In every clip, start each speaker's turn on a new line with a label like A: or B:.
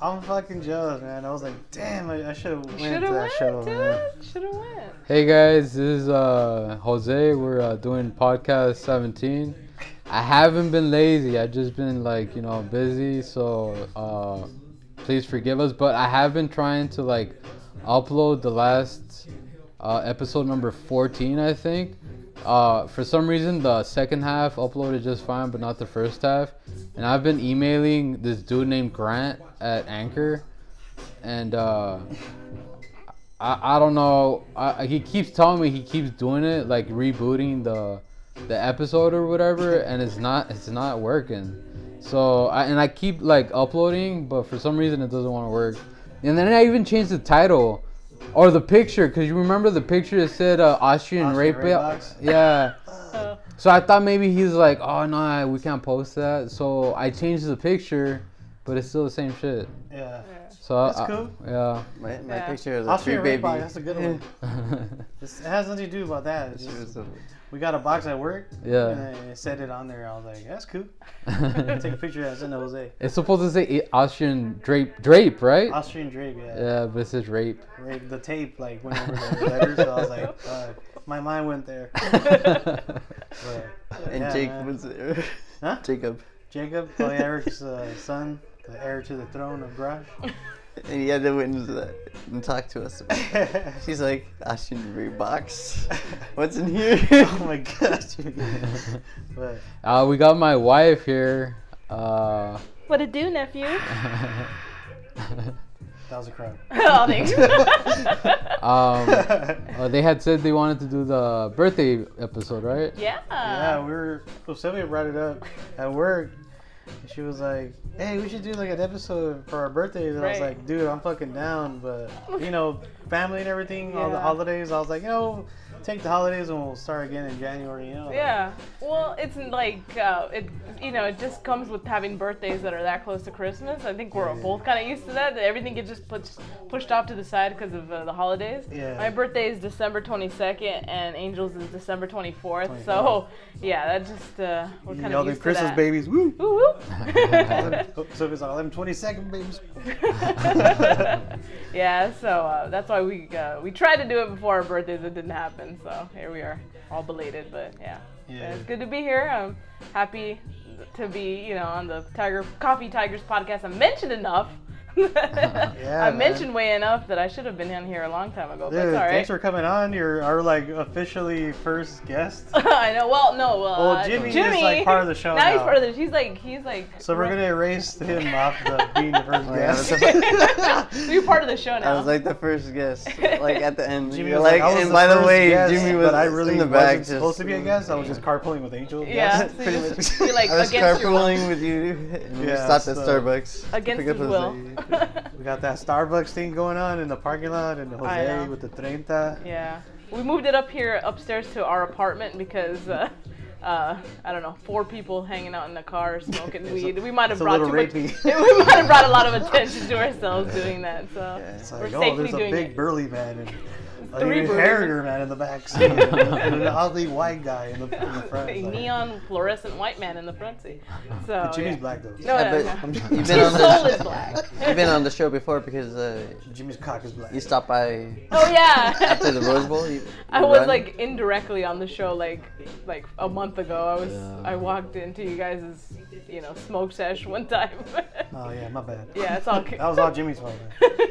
A: I'm fucking jealous, man. I was like, damn, I, I should have went
B: Should
A: to
B: have
A: that show.
B: went,
A: man.
B: dude. Should have went.
C: Hey guys, this is uh, Jose. We're uh, doing podcast 17. I haven't been lazy. I've just been like, you know, busy. So uh, please forgive us. But I have been trying to like upload the last uh, episode number 14, I think. Uh, for some reason, the second half uploaded just fine, but not the first half. And I've been emailing this dude named Grant at Anchor. And uh, I, I don't know. I, I- he keeps telling me he keeps doing it, like rebooting the the episode or whatever, and it's not it's not working. So I, and I keep like uploading, but for some reason it doesn't want to work. And then I even changed the title or the picture because you remember the picture that said uh, Austrian,
A: Austrian
C: rape,
A: rape
C: ba-
A: box?
C: Yeah.
B: Uh,
C: So I thought maybe he's like, oh no, we can't post that. So I changed the picture, but it's still the same shit.
A: Yeah.
B: yeah.
C: So uh, I-
A: That's cool.
C: yeah.
D: My, my
B: Yeah.
D: picture is a
A: I'll
D: tree
A: see
D: baby.
A: baby. That's a good one. It's, it has nothing to do about that. It's
D: Picture
A: just,
D: is a-
A: we got a box at work.
C: Yeah.
A: And I set it on there. I was like, that's cool. Take a picture of that. Send to Jose.
C: It's supposed to say i- Austrian drape, drape, right?
A: Austrian drape, yeah.
C: yeah, but it says rape.
A: Rape the tape like went over the letters. So I was like, uh, my mind went there. But,
D: And
A: yeah,
D: Jake
A: man.
D: was there.
A: Huh?
D: Jacob.
A: Jacob, oh, Eric's uh, son, the heir to the throne of Grush.
D: And he had to went into that and talk to us. She's like, I shouldn't read box. What's in here?
A: oh my gosh. you're good. but
C: Uh, we got my wife here. Uh,
B: What it do, nephew?
A: that was a crowd.
B: oh, thanks.
C: um,
A: yeah,
C: uh, they had said they wanted to do the birthday episode, right?
B: yeah.
A: we were. Well, Sylvia brought it up at work. and She was like, "Hey, we should do like an episode for our birthdays." And I was
B: Right.
A: like, "Dude, I'm fucking down, but you know, family and everything, all the
B: Yeah.
A: holidays." I was like, "You know, take the holidays and we'll start again in January." You know? like,
B: Yeah. Well, it's like uh, it, you know, it just comes with having birthdays that are that close to Christmas. I think we're
A: Yeah.
B: both kind of used to that. That everything gets just pushed pushed off to the side because of uh, the holidays.
A: Yeah.
B: My birthday is December 22nd, and Angels is December 24th. So, yeah, that just uh, we're kind
A: all
B: of
A: them
B: used to
A: Christmas
B: that.
A: babies. Woo! oh,
B: Woo woo.
A: Sylvia's all them 20 second babies.
B: yeah, so uh, that's why we uh, we tried to do it before our birthdays. It didn't happen, so here we are, all belated. But yeah,
A: Yeah.
B: it's good to be here. I'm happy to be you know on the Tiger Coffee Tigers podcast. I mentioned enough. I
A: man.
B: mentioned way enough that I should have been on here a long time ago.
A: Dude,
B: but it's all right.
A: thanks for coming on. You're our like officially first guest.
B: I know. Well, no. Well,
A: Well,
B: uh,
A: Jimmy is,
B: Jimmy
A: like, part of the show
B: Now, he's
A: now.
B: part of the. He's like he's like.
A: So we're gonna erase him off the being the first
D: Oh, yeah,
A: guest.
D: that's a-
B: You're part of the show now.
D: I was like the first guest, like at the end.
A: Jimmy
D: You're
A: was like,
D: like,
A: I was
D: and
A: the
D: by the
A: first
D: way,
A: guest,
D: Jimmy was
A: but I really
D: in the
A: wasn't
D: back. just-
A: supposed to be a guest. I was just carpooling with Angel.
B: Yeah.
A: Yes, pretty much.
B: You're like
D: I was
B: against your will.
D: carpooling with you, and we
A: Yeah,
D: stopped at
A: so-
D: Starbucks. to
B: Against
D: pick up
B: his
D: a
B: will.
D: Ziggy.
A: We got that Starbucks thing going on in the parking lot, and
B: know.
A: Jose with the treinta.
B: yeah. We moved it up here upstairs to our apartment because, uh, uh, I don't know, four people hanging out in the car smoking weed. We might
A: it's
B: have
A: a
B: brought too
A: little
B: much.
A: rapey.
B: we might have brought a lot of attention to ourselves doing that. So
A: It's
B: we're
A: like,
B: safely
A: oh, there's a
B: doing
A: big
B: it.
A: burly man and an
B: three burlies.
A: inheritor man in the back seat, and an ugly white guy in the, in the front.
B: A
D: uh,
A: It's like-
B: neon fluorescent white man in the front seat. So
A: But Jimmy's
B: yeah.
A: black though.
B: No,
D: Yeah,
B: no,
D: but
B: no.
D: you've been
B: His
D: on
B: soul
D: the
B: is black.
D: you've been on the show before because uh,
A: Jimmy's cock is black.
D: you stopped by
B: Oh yeah.
D: after the Rose Bowl. You,
B: I
D: you
B: was
D: run.
B: like indirectly on the show like like a month ago. I was
C: Yeah.
B: I walked into you guys' you know smoke sesh one time.
D: Uh,
A: Oh yeah, my bad.
B: yeah, it's all good.
A: That was all Jimmy's fault. man.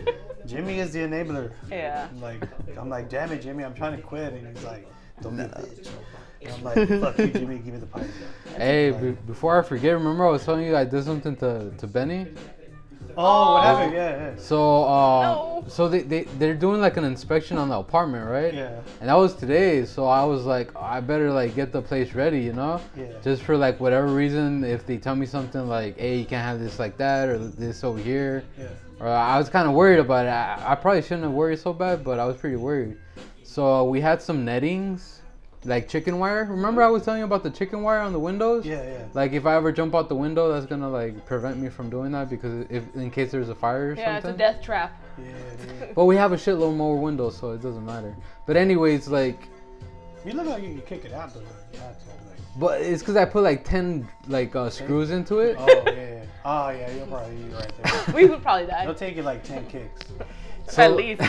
A: Jimmy is the enabler.
B: yeah.
A: I'm like, I'm like, damn it, Jimmy, I'm trying to quit, and he's like, don't be a bitch. And I'm like, fuck you, Jimmy, give me the pipe.
C: Hey, be- before I forget, remember I was telling you I did something to, to Benny?
A: Oh, what happened? Yeah,
C: So, uh,
B: No.
C: so they, they, they're doing like an inspection on the apartment, right?
A: yeah, yeah.
C: And that was today, so I was like, I better like get the place ready, you know?
A: Yeah.
C: Just for like whatever reason, if they tell me something like, hey, you can't have this like that or this over here.
A: yeah.
C: Uh, I was kind of worried about it. I, I probably shouldn't have worried so bad, but I was pretty worried. So uh, we had some nettings, like chicken wire. Remember I was telling you about the chicken wire on the windows?
A: Yeah, yeah.
C: Like if I ever jump out the window, that's gonna like prevent me from doing that because if in case there's a fire or
B: Yeah, it's
C: something.
B: a death trap.
A: Yeah, dude.
C: but we have a shitload more windows, so it doesn't matter. But anyways, like
A: You look like you can kick it out, though. Like, you have to, like,
C: But it's because I put like ten like uh, screws into it.
A: Oh yeah, yeah. Oh yeah, you'll probably be right there.
B: We would probably
A: It'll
B: die.
A: take you like ten kicks.
B: At least.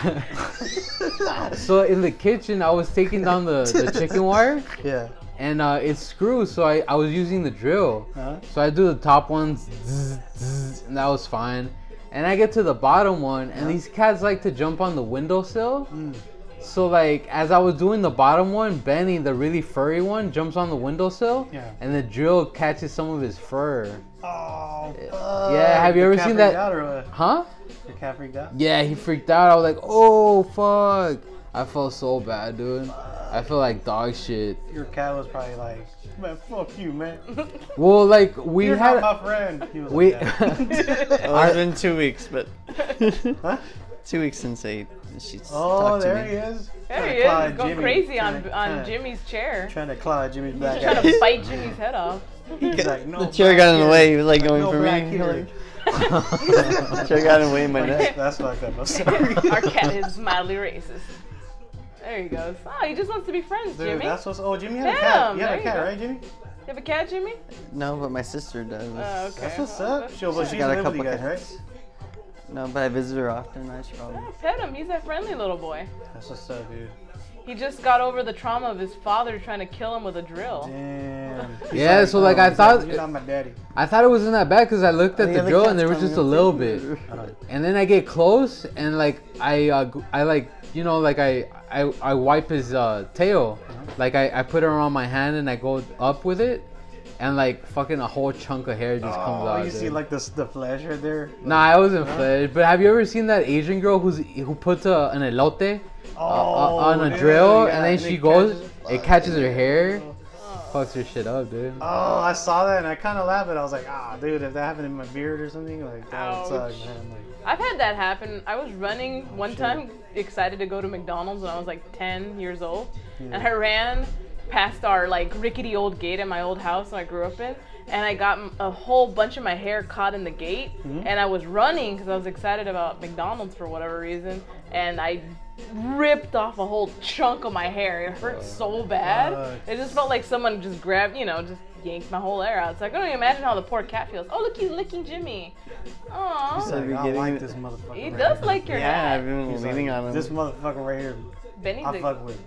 C: so in the kitchen, I was taking down the, the chicken wire,
A: Yeah.
C: and uh, it's screws. So I, I was using the drill.
A: Huh?
C: So I do the top one, zzz, zzz, and that was fine. And I get to the bottom one, and these cats like to jump on the windowsill.
A: Mm.
C: So like as I was doing the bottom one, Benny, the really furry one, jumps on the windowsill,
A: Yeah.
C: and the drill catches some of his fur.
A: Oh.
C: Yeah, have you ever seen that-
A: The
C: Huh?
A: cat freaked out.
C: Yeah, he freaked out. I was like, oh fuck. I felt so bad, dude. I feel like dog shit.
A: Your cat was probably like, man, fuck you, man.
C: Well, like we
A: You're
C: had
A: not my friend. He was like
C: we
A: that.
D: Well, it's been two weeks, but
A: Huh?
D: two weeks since I she's
A: Oh,
D: talked to
A: there
D: me.
A: he is.
B: There
A: Tryna
B: he
A: claw
B: is, going
A: Jimmy.
B: crazy on
A: Tryna-
B: on
A: tryna-
B: Jimmy's chair.
A: Trying to claw Jimmy's black
B: Trying
A: ass.
B: to bite Jimmy's head off.
A: He's like, no.
D: The chair got in the way. He was like
A: black-
D: going
A: no
D: for
A: black
D: me.
A: here.
D: Like, the chair got in the way of my neck.
A: That's fucked up. I'm sorry.
B: Our cat is mildly racist. There he goes. Oh, he just wants to be friends,
A: Dude,
B: Jimmy.
A: that's what's. Oh, Jimmy had a
B: Damn,
A: cat. You
B: there
A: had a
B: you
A: cat,
B: go.
A: right, Jimmy?
B: You have a cat, Jimmy?
D: No, but my sister does.
B: Oh, okay.
A: That's what's
B: Well,
A: up.
B: that's-
A: She, well, she's
D: got a
A: living with you
D: couple
A: guys,
D: cats.
A: right?
D: No, but I visit her often. I should probably.
B: Oh, pet him. He's that friendly little boy.
A: That's what's up, dude.
B: He just got over the trauma of his father trying to kill him with a drill.
A: Damn. He's oh,
C: Yeah, so, like, I
A: he's
C: thought-
A: You're not my daddy.
C: I thought it wasn't that bad because I looked at
D: The
C: the
D: other
C: drill
D: cat's
C: and there was
D: coming
C: just a
D: up
C: little
D: too.
C: bit.
A: Uh,
C: And then I get close and like I uh, g- I like you know like I I, I wipe his uh, tail, like I, I put it around my hand and I go up with it, and like fucking a whole chunk of hair just comes
A: oh,
C: out.
A: you see,
C: dude.
A: like, the, the flesh right there?
C: Nah, I wasn't fledged. But have you ever seen that Asian girl who's who puts a, an elote
A: Oh,
C: uh, uh, on a
A: dude,
C: drill
A: yeah,
C: and then
A: and
C: she
A: it
C: goes,
A: catches-
C: it catches her hair, fucks her shit up, dude.
A: Oh, I saw that and I kind of laughed, but I was like, ah, dude, if that happened in my beard or something, like, that would suck,
B: Ouch.
A: man. Like,
B: I've had that happen. I was running one
A: shit.
B: time, excited to go to McDonald's when I was like 10 years old, and I ran past our like rickety old gate in my old house that I grew up in, and I got m- a whole bunch of my hair caught in the gate,
A: Mm-hmm.
B: and I was running because I was excited about McDonald's for whatever reason, and I ripped off a whole chunk of my hair. It hurt so bad.
A: Oh, fuck.
B: It just felt like someone just grabbed, you know, just yanked my whole hair out. It's like I don't even imagine how the poor cat feels. Oh, look, he's licking Jimmy. Aww.
A: He's like,
D: you're
A: I don't like
D: getting-
A: this motherfucker.
B: He
A: right
B: does
A: here.
B: like your
D: Yeah, I've
B: hat.
D: been
A: He's
D: leaning
A: like,
D: on him.
A: This motherfucker right here,
B: Benny's
A: I
B: a,
A: fuck with.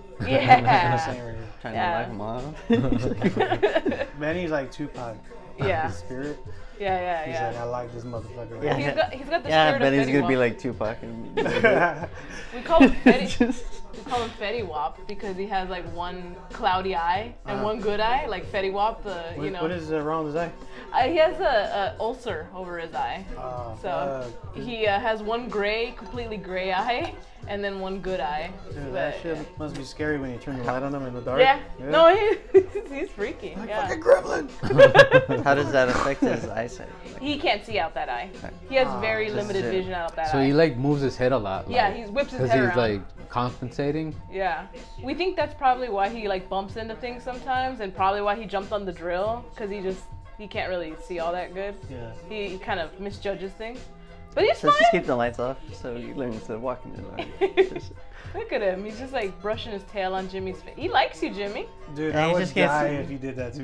B: yeah.
A: Same right here.
D: trying
B: Yeah.
D: to knock him off.
A: Benny's like Tupac.
B: yeah,
A: His spirit.
B: yeah, yeah,
A: He's like,
B: yeah.
A: I like this motherfucker.
D: Yeah.
B: He's got, he's got the
D: yeah,
B: spirit
D: but
B: of
D: he's
B: Fetty
D: gonna be
B: Wap.
D: like Tupac. And
A: Yeah.
B: We call him Fetty.
D: Just-
B: we call him Fetty Wap because he has like one cloudy eye and one good eye. Like Fetty Wap, the you
A: Uh-huh. What-
B: know,
A: what is uh, wrong with his eye?
B: uh, he has a, a ulcer over his eye.
A: Oh,
B: So
A: fuck.
B: he uh, has one gray, completely gray eye, and then one good eye.
A: Dude,
B: But- uh,
A: that shit must be scary when you turn the light on him in the dark.
B: yeah. No, he, he's freaky. Yeah.
A: gremlin.
D: How does that affect his eyesight?
B: He can't see out that eye. He has very limited
D: shit.
B: vision out that
C: So
B: eye.
C: he like moves his head a lot.
B: yeah,
C: like,
B: he whips his
C: Because
B: head
C: he's
B: around.
C: like compensating.
B: yeah, we think that's probably why he like bumps into things sometimes, and probably why he jumped on the drill because he just he can't really see all that good.
A: Yeah.
B: He, he kind of misjudges things, but he's
D: So just
B: fine.
D: keep the lights off, so he learns to walk in the dark. Just-
B: Look at him. He's just like brushing his tail on Jimmy's face. He likes you, Jimmy.
A: Dude, I
D: Yeah, you
A: would
D: just can't
A: die
D: see.
A: if you did that to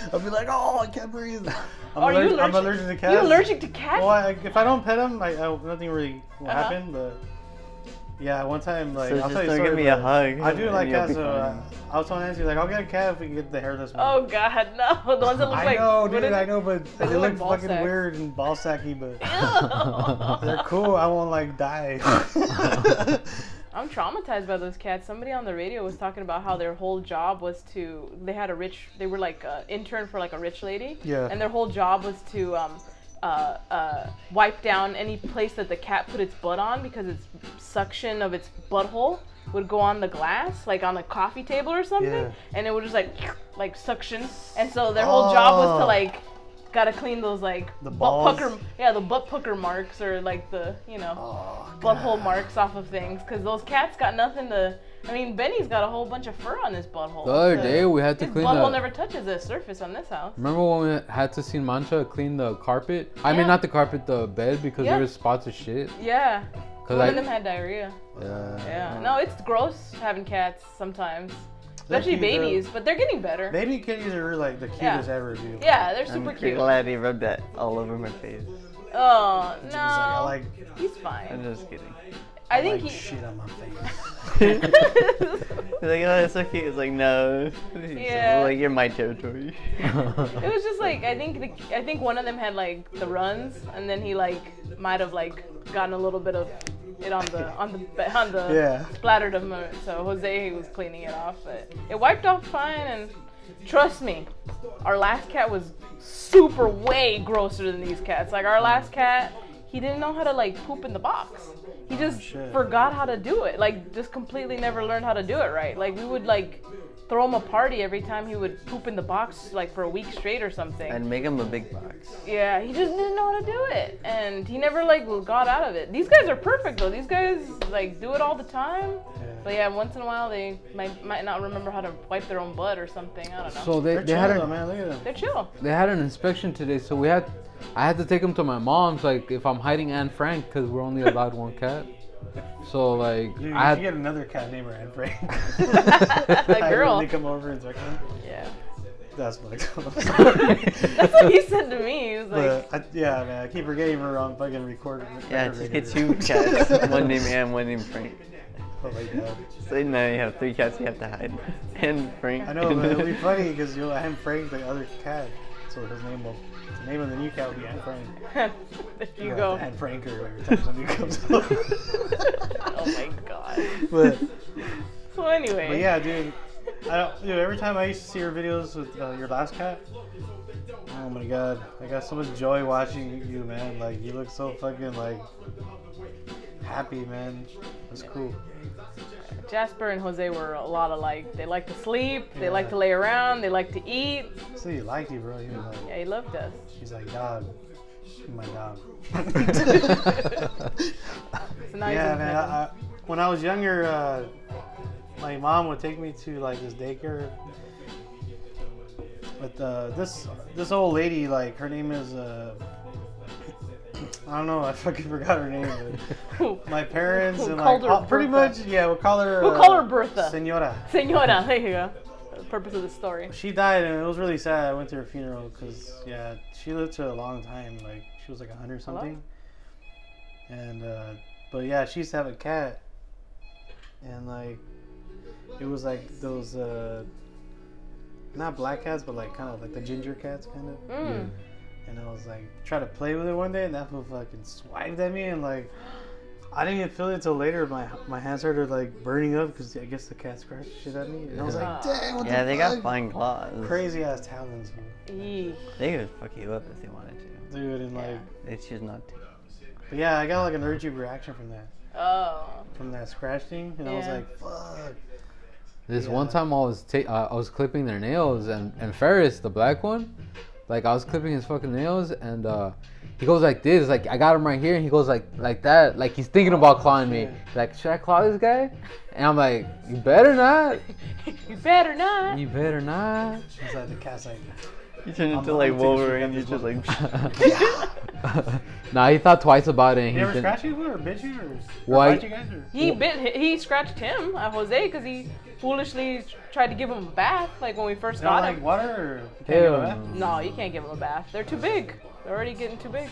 A: me. I'd be like, oh, I can't breathe. I'm,
B: Are you
A: allergic, I'm
B: allergic-
A: allergic to cats.
B: You're allergic to cats.
A: Well, I, if I don't pet him, I, I, nothing really will
B: Uh-huh.
A: happen. But yeah, one time, like,
D: so
A: I'll
D: just
A: tell you a
D: don't
A: story,
D: give me a
A: but
D: hug.
A: I do
D: and
A: like
D: you'll
A: cats.
D: be
A: So uh, I was telling Nancy, like, I'll get a cat if we can get the hairless one.
B: Oh God, no! The ones that look
A: I
B: like
A: know,
B: what
A: dude.
B: is-
A: I know, but they
B: look like
A: look
B: ball
A: fucking
B: sacks.
A: weird and ball sacky, but
B: Ew.
A: they're cool. I won't like die.
B: I'm traumatized by those cats. Somebody on the radio was talking about how their whole job was to. They had a rich. They were like an intern for like a rich lady.
A: Yeah.
B: And their whole job was to um, uh, uh, wipe down any place that the cat put its butt on because its suction of its butthole would go on the glass, like on the coffee table or something,
A: Yeah.
B: and it would just like like suction. And so their whole job was to
A: Oh.
B: like. Gotta clean those like
A: The
B: butt
A: balls.
B: pucker, yeah, the butt pucker marks or like the you know
A: oh,
B: butthole marks off of things because those cats got nothing to. I mean, Benny's got a whole bunch of fur on his butthole.
C: The other
B: So
C: day we had to
B: his
C: clean
B: butthole
C: the.
B: never touches the surface on this house.
C: Remember when we had to see Mancha clean the carpet? I
B: Yeah.
C: mean, not the carpet, the bed because
B: Yeah.
C: there was spots of shit.
B: Yeah,
C: Cause
B: one
C: I,
B: of them had diarrhea.
C: yeah.
B: Yeah, no, it's gross having cats sometimes. especially
A: cute, though.
B: babies, but they're getting better.
A: Baby kitties are like the cutest
B: Yeah.
A: ever, dude.
B: yeah, they're super
D: I'm
B: cute.
D: glad he rubbed that all over my face.
B: Oh no,
A: Just like, I like
B: he's
D: I'm
B: fine.
D: just kidding.
B: I
A: like
B: think he.
A: shit on my face.
D: He's like, oh, it's so cute. It's like, no. He's
B: Yeah.
D: Like, you're my territory.
B: It was just like I think the, I think one of them had like the runs, and then he like might have like gotten a little bit of it on the on the ba- on the
A: Yeah.
B: splattered of him. So Jose was cleaning it off, but it wiped off fine. And trust me, our last cat was super way grosser than these cats. Like our last cat, he didn't know how to like poop in the box. He just
A: Oh, shit.
B: forgot how to do it. Like just completely never learned how to do it right. Like we would like throw him a party every time he would poop in the box like for a week straight or something.
D: I'd make him a big box.
B: yeah, he just didn't know how to do it, and he never like got out of it. These guys are perfect though. These guys like do it all the time. But yeah, once in a while they might might not remember how to wipe their own butt or something. I don't know.
C: So they,
A: They're
C: they
A: chill,
C: had
A: though,
C: a,
A: man. Look at them.
B: They're chill.
C: they had an inspection today, so we had I had to take him to my mom's. Like if I'm hiding Anne Frank, because we're only allowed one cat. So like
A: Dude, you should
C: I had
A: get another cat named Anne Frank.
B: That girl.
A: They come over and threaten them.
B: Yeah.
A: That's fucked up.
B: That's what he said to me. He was like,
A: But I, yeah, man, I keep forgetting we're on fucking recording.
D: Yeah, just get two cats. one named Anne, one named Frank.
A: Oh my god.
D: So now you have three cats you have to hide. And Frank.
A: I know, but it'll be funny because you'll Anne Frank the other cat, so his name will. The name of the new cat will be Anne Frank.
B: there you
A: Or
B: go.
A: Anne Frank or whatever time somebody comes up.
B: oh my god.
A: but,
B: So anyway.
A: but yeah, dude. I don't, dude, every time I used to see your videos with uh, your last cat, oh my god, I got so much joy watching you, man. Like you look so fucking like happy, man. That's cool.
B: Jasper and Jose were a lot alike. They like to sleep. They
A: Yeah.
B: like to lay around. They like to eat.
A: So you liked you, bro. He was like,
B: Yeah, he loved us.
A: he's like, dog, you're my dog.
B: So now he's
A: yeah, man.
B: in heaven.
A: I, I, when I was younger, uh, my mom would take me to like this daycare. But uh, this this old lady, like her name is, uh, I don't know, I fucking forgot her name. But my parents
B: We'll
A: and
B: call
A: like
B: her
A: all- pretty much,
B: Bertha.
A: yeah, we'll call her.
B: We'll
A: uh,
B: call her Bertha.
A: Senora.
B: Senora, there you go. The purpose of the story.
A: She died, and it was really sad. I went to her funeral because, yeah, she lived to a long time. Like, she was like 100
B: Hello?
A: something. And, uh, but yeah, she used to have a cat. And, like, it was like those, uh, not black cats, but like kind of like the ginger cats, kind of.
B: Mm.
A: And I was like, try to play with it one day, and that fool fucking swiped at me, and like, I didn't even feel it until later. My my hands started like burning up because I guess the cat scratched the shit at me. And I was like,
B: Yeah.
A: damn, what
D: Yeah,
A: the
D: they
A: fuck?
D: got fine claws.
A: crazy ass talons, man.
B: Eek.
D: They could fuck you up if they wanted to.
A: dude, and like,
D: They choose not to.
A: but yeah, I got like an urgent reaction from that,
B: Oh.
A: from that scratch thing, and I was
B: Yeah.
A: like, fuck.
C: This one
A: Yeah.
C: time I was ta- uh, I was clipping their nails and and Ferris the black one, like I was clipping his fucking nails and uh, he goes like this like I got him right here and he goes like like that like he's thinking about clawing me like should I claw this guy? And I'm like you better not
B: You better not.
C: you better not.
A: It's like the cat's like,
D: You turn into
A: I'm
D: like
A: gonna take a shit
D: Wolverine.
A: at
D: You
A: this
D: just like.
A: one.
C: nah he thought twice about it. And
A: you
C: he
A: ever
C: didn't-
A: scratch you or bitch you or
C: Why-
A: bite you guys or?
B: He bit. He scratched him, uh, Jose, because he foolishly tried to give him a bath, like when we first
A: They don't
B: got
A: like
B: him.
A: water. Or can't
C: Hell
A: do that?
C: no.
B: No, you can't give them a bath. They're too big. They're already getting too big.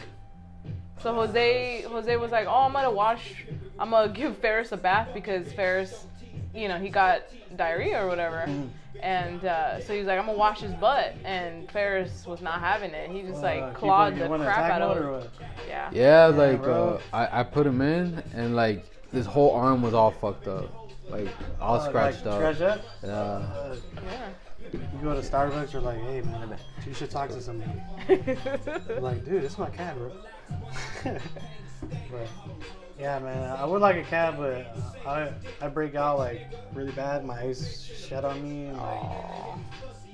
B: So Jose, Jose was like, "Oh, I'm gonna wash. I'm gonna give Ferris a bath because Ferris, you know, he got diarrhea or whatever."
A: Mm-hmm.
B: And uh, so he was like, "I'm gonna wash his butt," and Ferris was not having it. He just
A: Uh,
B: like
A: people
B: clawed
A: get
B: the
A: one
B: crap
A: attack
B: out
A: mode
B: of
A: or
B: him.
A: what?
B: Yeah.
C: Yeah, like
A: bro.
C: uh, I I put him in and like his whole arm was all fucked up like all
A: Uh, like,
C: scratched up.
A: Scratched up.
C: Yeah.
A: Uh,
B: yeah.
A: you go to Starbucks, you're like, hey man, you should talk to somebody. I'm like, dude, it's my cat, bro. but yeah, man, I would like a cat, but I I break out like really bad. My eyes shut on me, and like,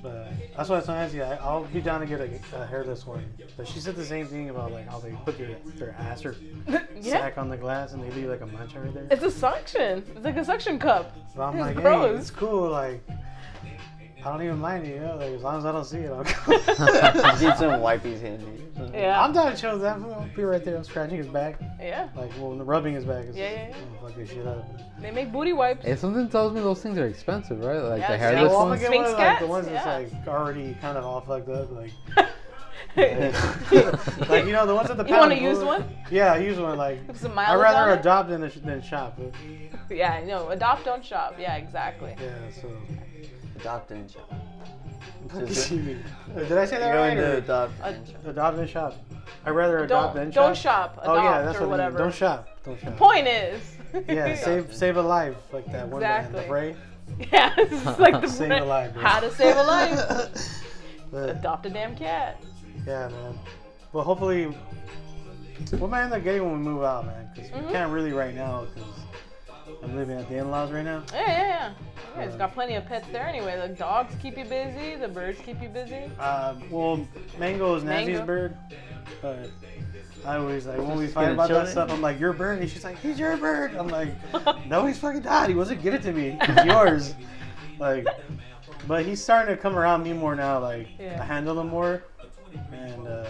A: but that's why sometimes yeah, I'll be down to get a, a hairless one. But she said the same thing about like how they put their their ass or
B: yeah.
A: sack on the glass and they leave like a mancha right there.
B: It's a suction. It's like a suction cup.
A: So I'm
B: it's
A: like, hey,
B: gross.
A: it's cool, like. I don't even mind it, you know. Like as long as I don't see it, I'll go.
D: Need some wipes handy.
B: Yeah.
A: I'm down to chill with that. I'll be right there. I'm scratching his back.
B: Yeah.
A: Like, well, rubbing his back. Is
B: Yeah, yeah, yeah.
A: Oh, fuck this shit up.
B: They make booty wipes.
C: Hey, something tells me those things are expensive, right? Like
B: Yeah,
C: the
B: it's
A: Yeah,
C: hairless
A: well, I'm
B: one?
A: gonna
C: ones.
A: get one of like, the
B: Sphinx
A: ones that's
B: cats?
A: like already kind of all fucked up. Like,
B: you
A: like you know, the ones at the pound.
B: want to
A: store.
B: use one?
A: Yeah, I use one. Like,
B: Put some
A: I'd
B: mileage on
A: rather
B: it?
A: adopt than, than shop. But,
B: Yeah, no, adopt, don't shop. Yeah, exactly.
A: yeah, so.
D: Adopt and shop.
A: Did I
D: Just-
A: say that
D: You're
A: right?
D: going to
A: or-
D: adopt
B: Uh,
D: and shop.
A: Adopt and shop. I'd rather adopt
B: Don't
A: than shop.
B: don't shop, adopt
A: oh yeah, that's
B: or
A: what I mean.
B: whatever.
A: Don't shop. Don't shop.
B: Point is.
A: Yeah, save save a life like that one man, the
B: Exactly.
A: fray.
B: yeah, this is like the
A: Save a life, bro.
B: How to save a life?
A: uh, But,
B: adopt a damn cat.
A: yeah, man. Well, hopefully, what might end up getting when we move out, man? Because we
B: Mhm.
A: can't really right now because I'm living at the in-laws right now.
B: Yeah, yeah, yeah. Yeah, it's got plenty of pets there anyway. The dogs keep you busy. The birds keep you busy.
A: Uh, well, Mango is Nancy's
B: Mango.
A: bird, but I always like when we
D: Just
A: fight
D: gonna
A: about
D: chill
A: that
D: it.
A: stuff. I'm like, your bird, and she's like, he's your bird. I'm like, no, he's fucking not. He wasn't give it to me. It's yours. like, but he's starting to come around me more now. Like,
B: Yeah.
A: I handle him more, and uh,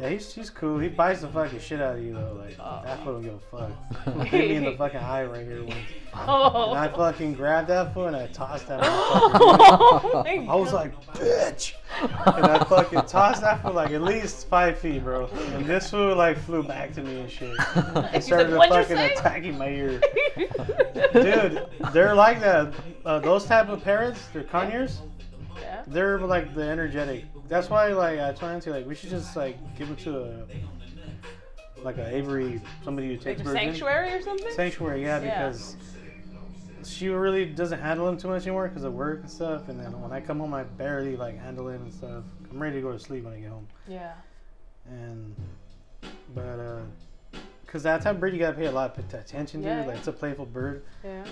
A: yeah, he's he's cool. He bites the fucking shit out of you though. Like,
B: Oh.
A: that fool don't give a fuck. Hit me in the fucking eye right here. Once. And I
B: Oh.
A: fucking grabbed that fool and I tossed that. motherfucker.
B: oh my
A: I was
B: God.
A: like, bitch and I fucking tossed that for like at least five feet, bro. And this fool like flew back to me and shit. And
B: He's
A: started
B: like, "What'd you
A: fucking
B: say?"
A: attacking my ear. Dude, they're like that. Uh, those type of parrots, they're conures.
B: Yeah.
A: They're like the energetic. That's why like I told Nancy like we should just like give it to a like a Avery somebody who
B: Like
A: takes
B: a
A: birds in.
B: sanctuary or something?
A: Sanctuary, yeah,
B: Yeah.
A: because she really doesn't handle him too much anymore because of work and stuff. And then when I come home, I barely like handle him and stuff. I'm ready to go to sleep when I get home.
B: yeah.
A: And but uh, because that type of bird you gotta pay a lot of attention to.
B: Yeah,
A: Like
B: yeah.
A: it's a playful bird,
B: Yeah.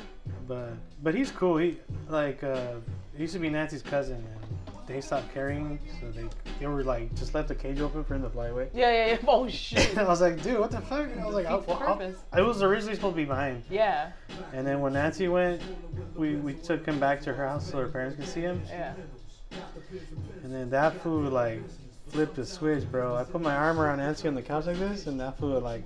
A: but but he's cool. He like uh, he used to be Nancy's cousin. And they stopped carrying him, so they they were like just left the cage open for him to fly away.
B: Yeah, yeah, yeah. Oh, shit.
A: I was like, dude, what the fuck? I was like, I'll,
B: Defeats the
A: I'll,
B: purpose.
A: I was originally supposed to be mine.
B: Yeah,
A: And then when Nancy went, we, we took him back to her house so her parents could see him.
B: yeah.
A: And then that fool like flipped the switch, bro. I put my arm around Nancy on the couch like this, and that fool would, like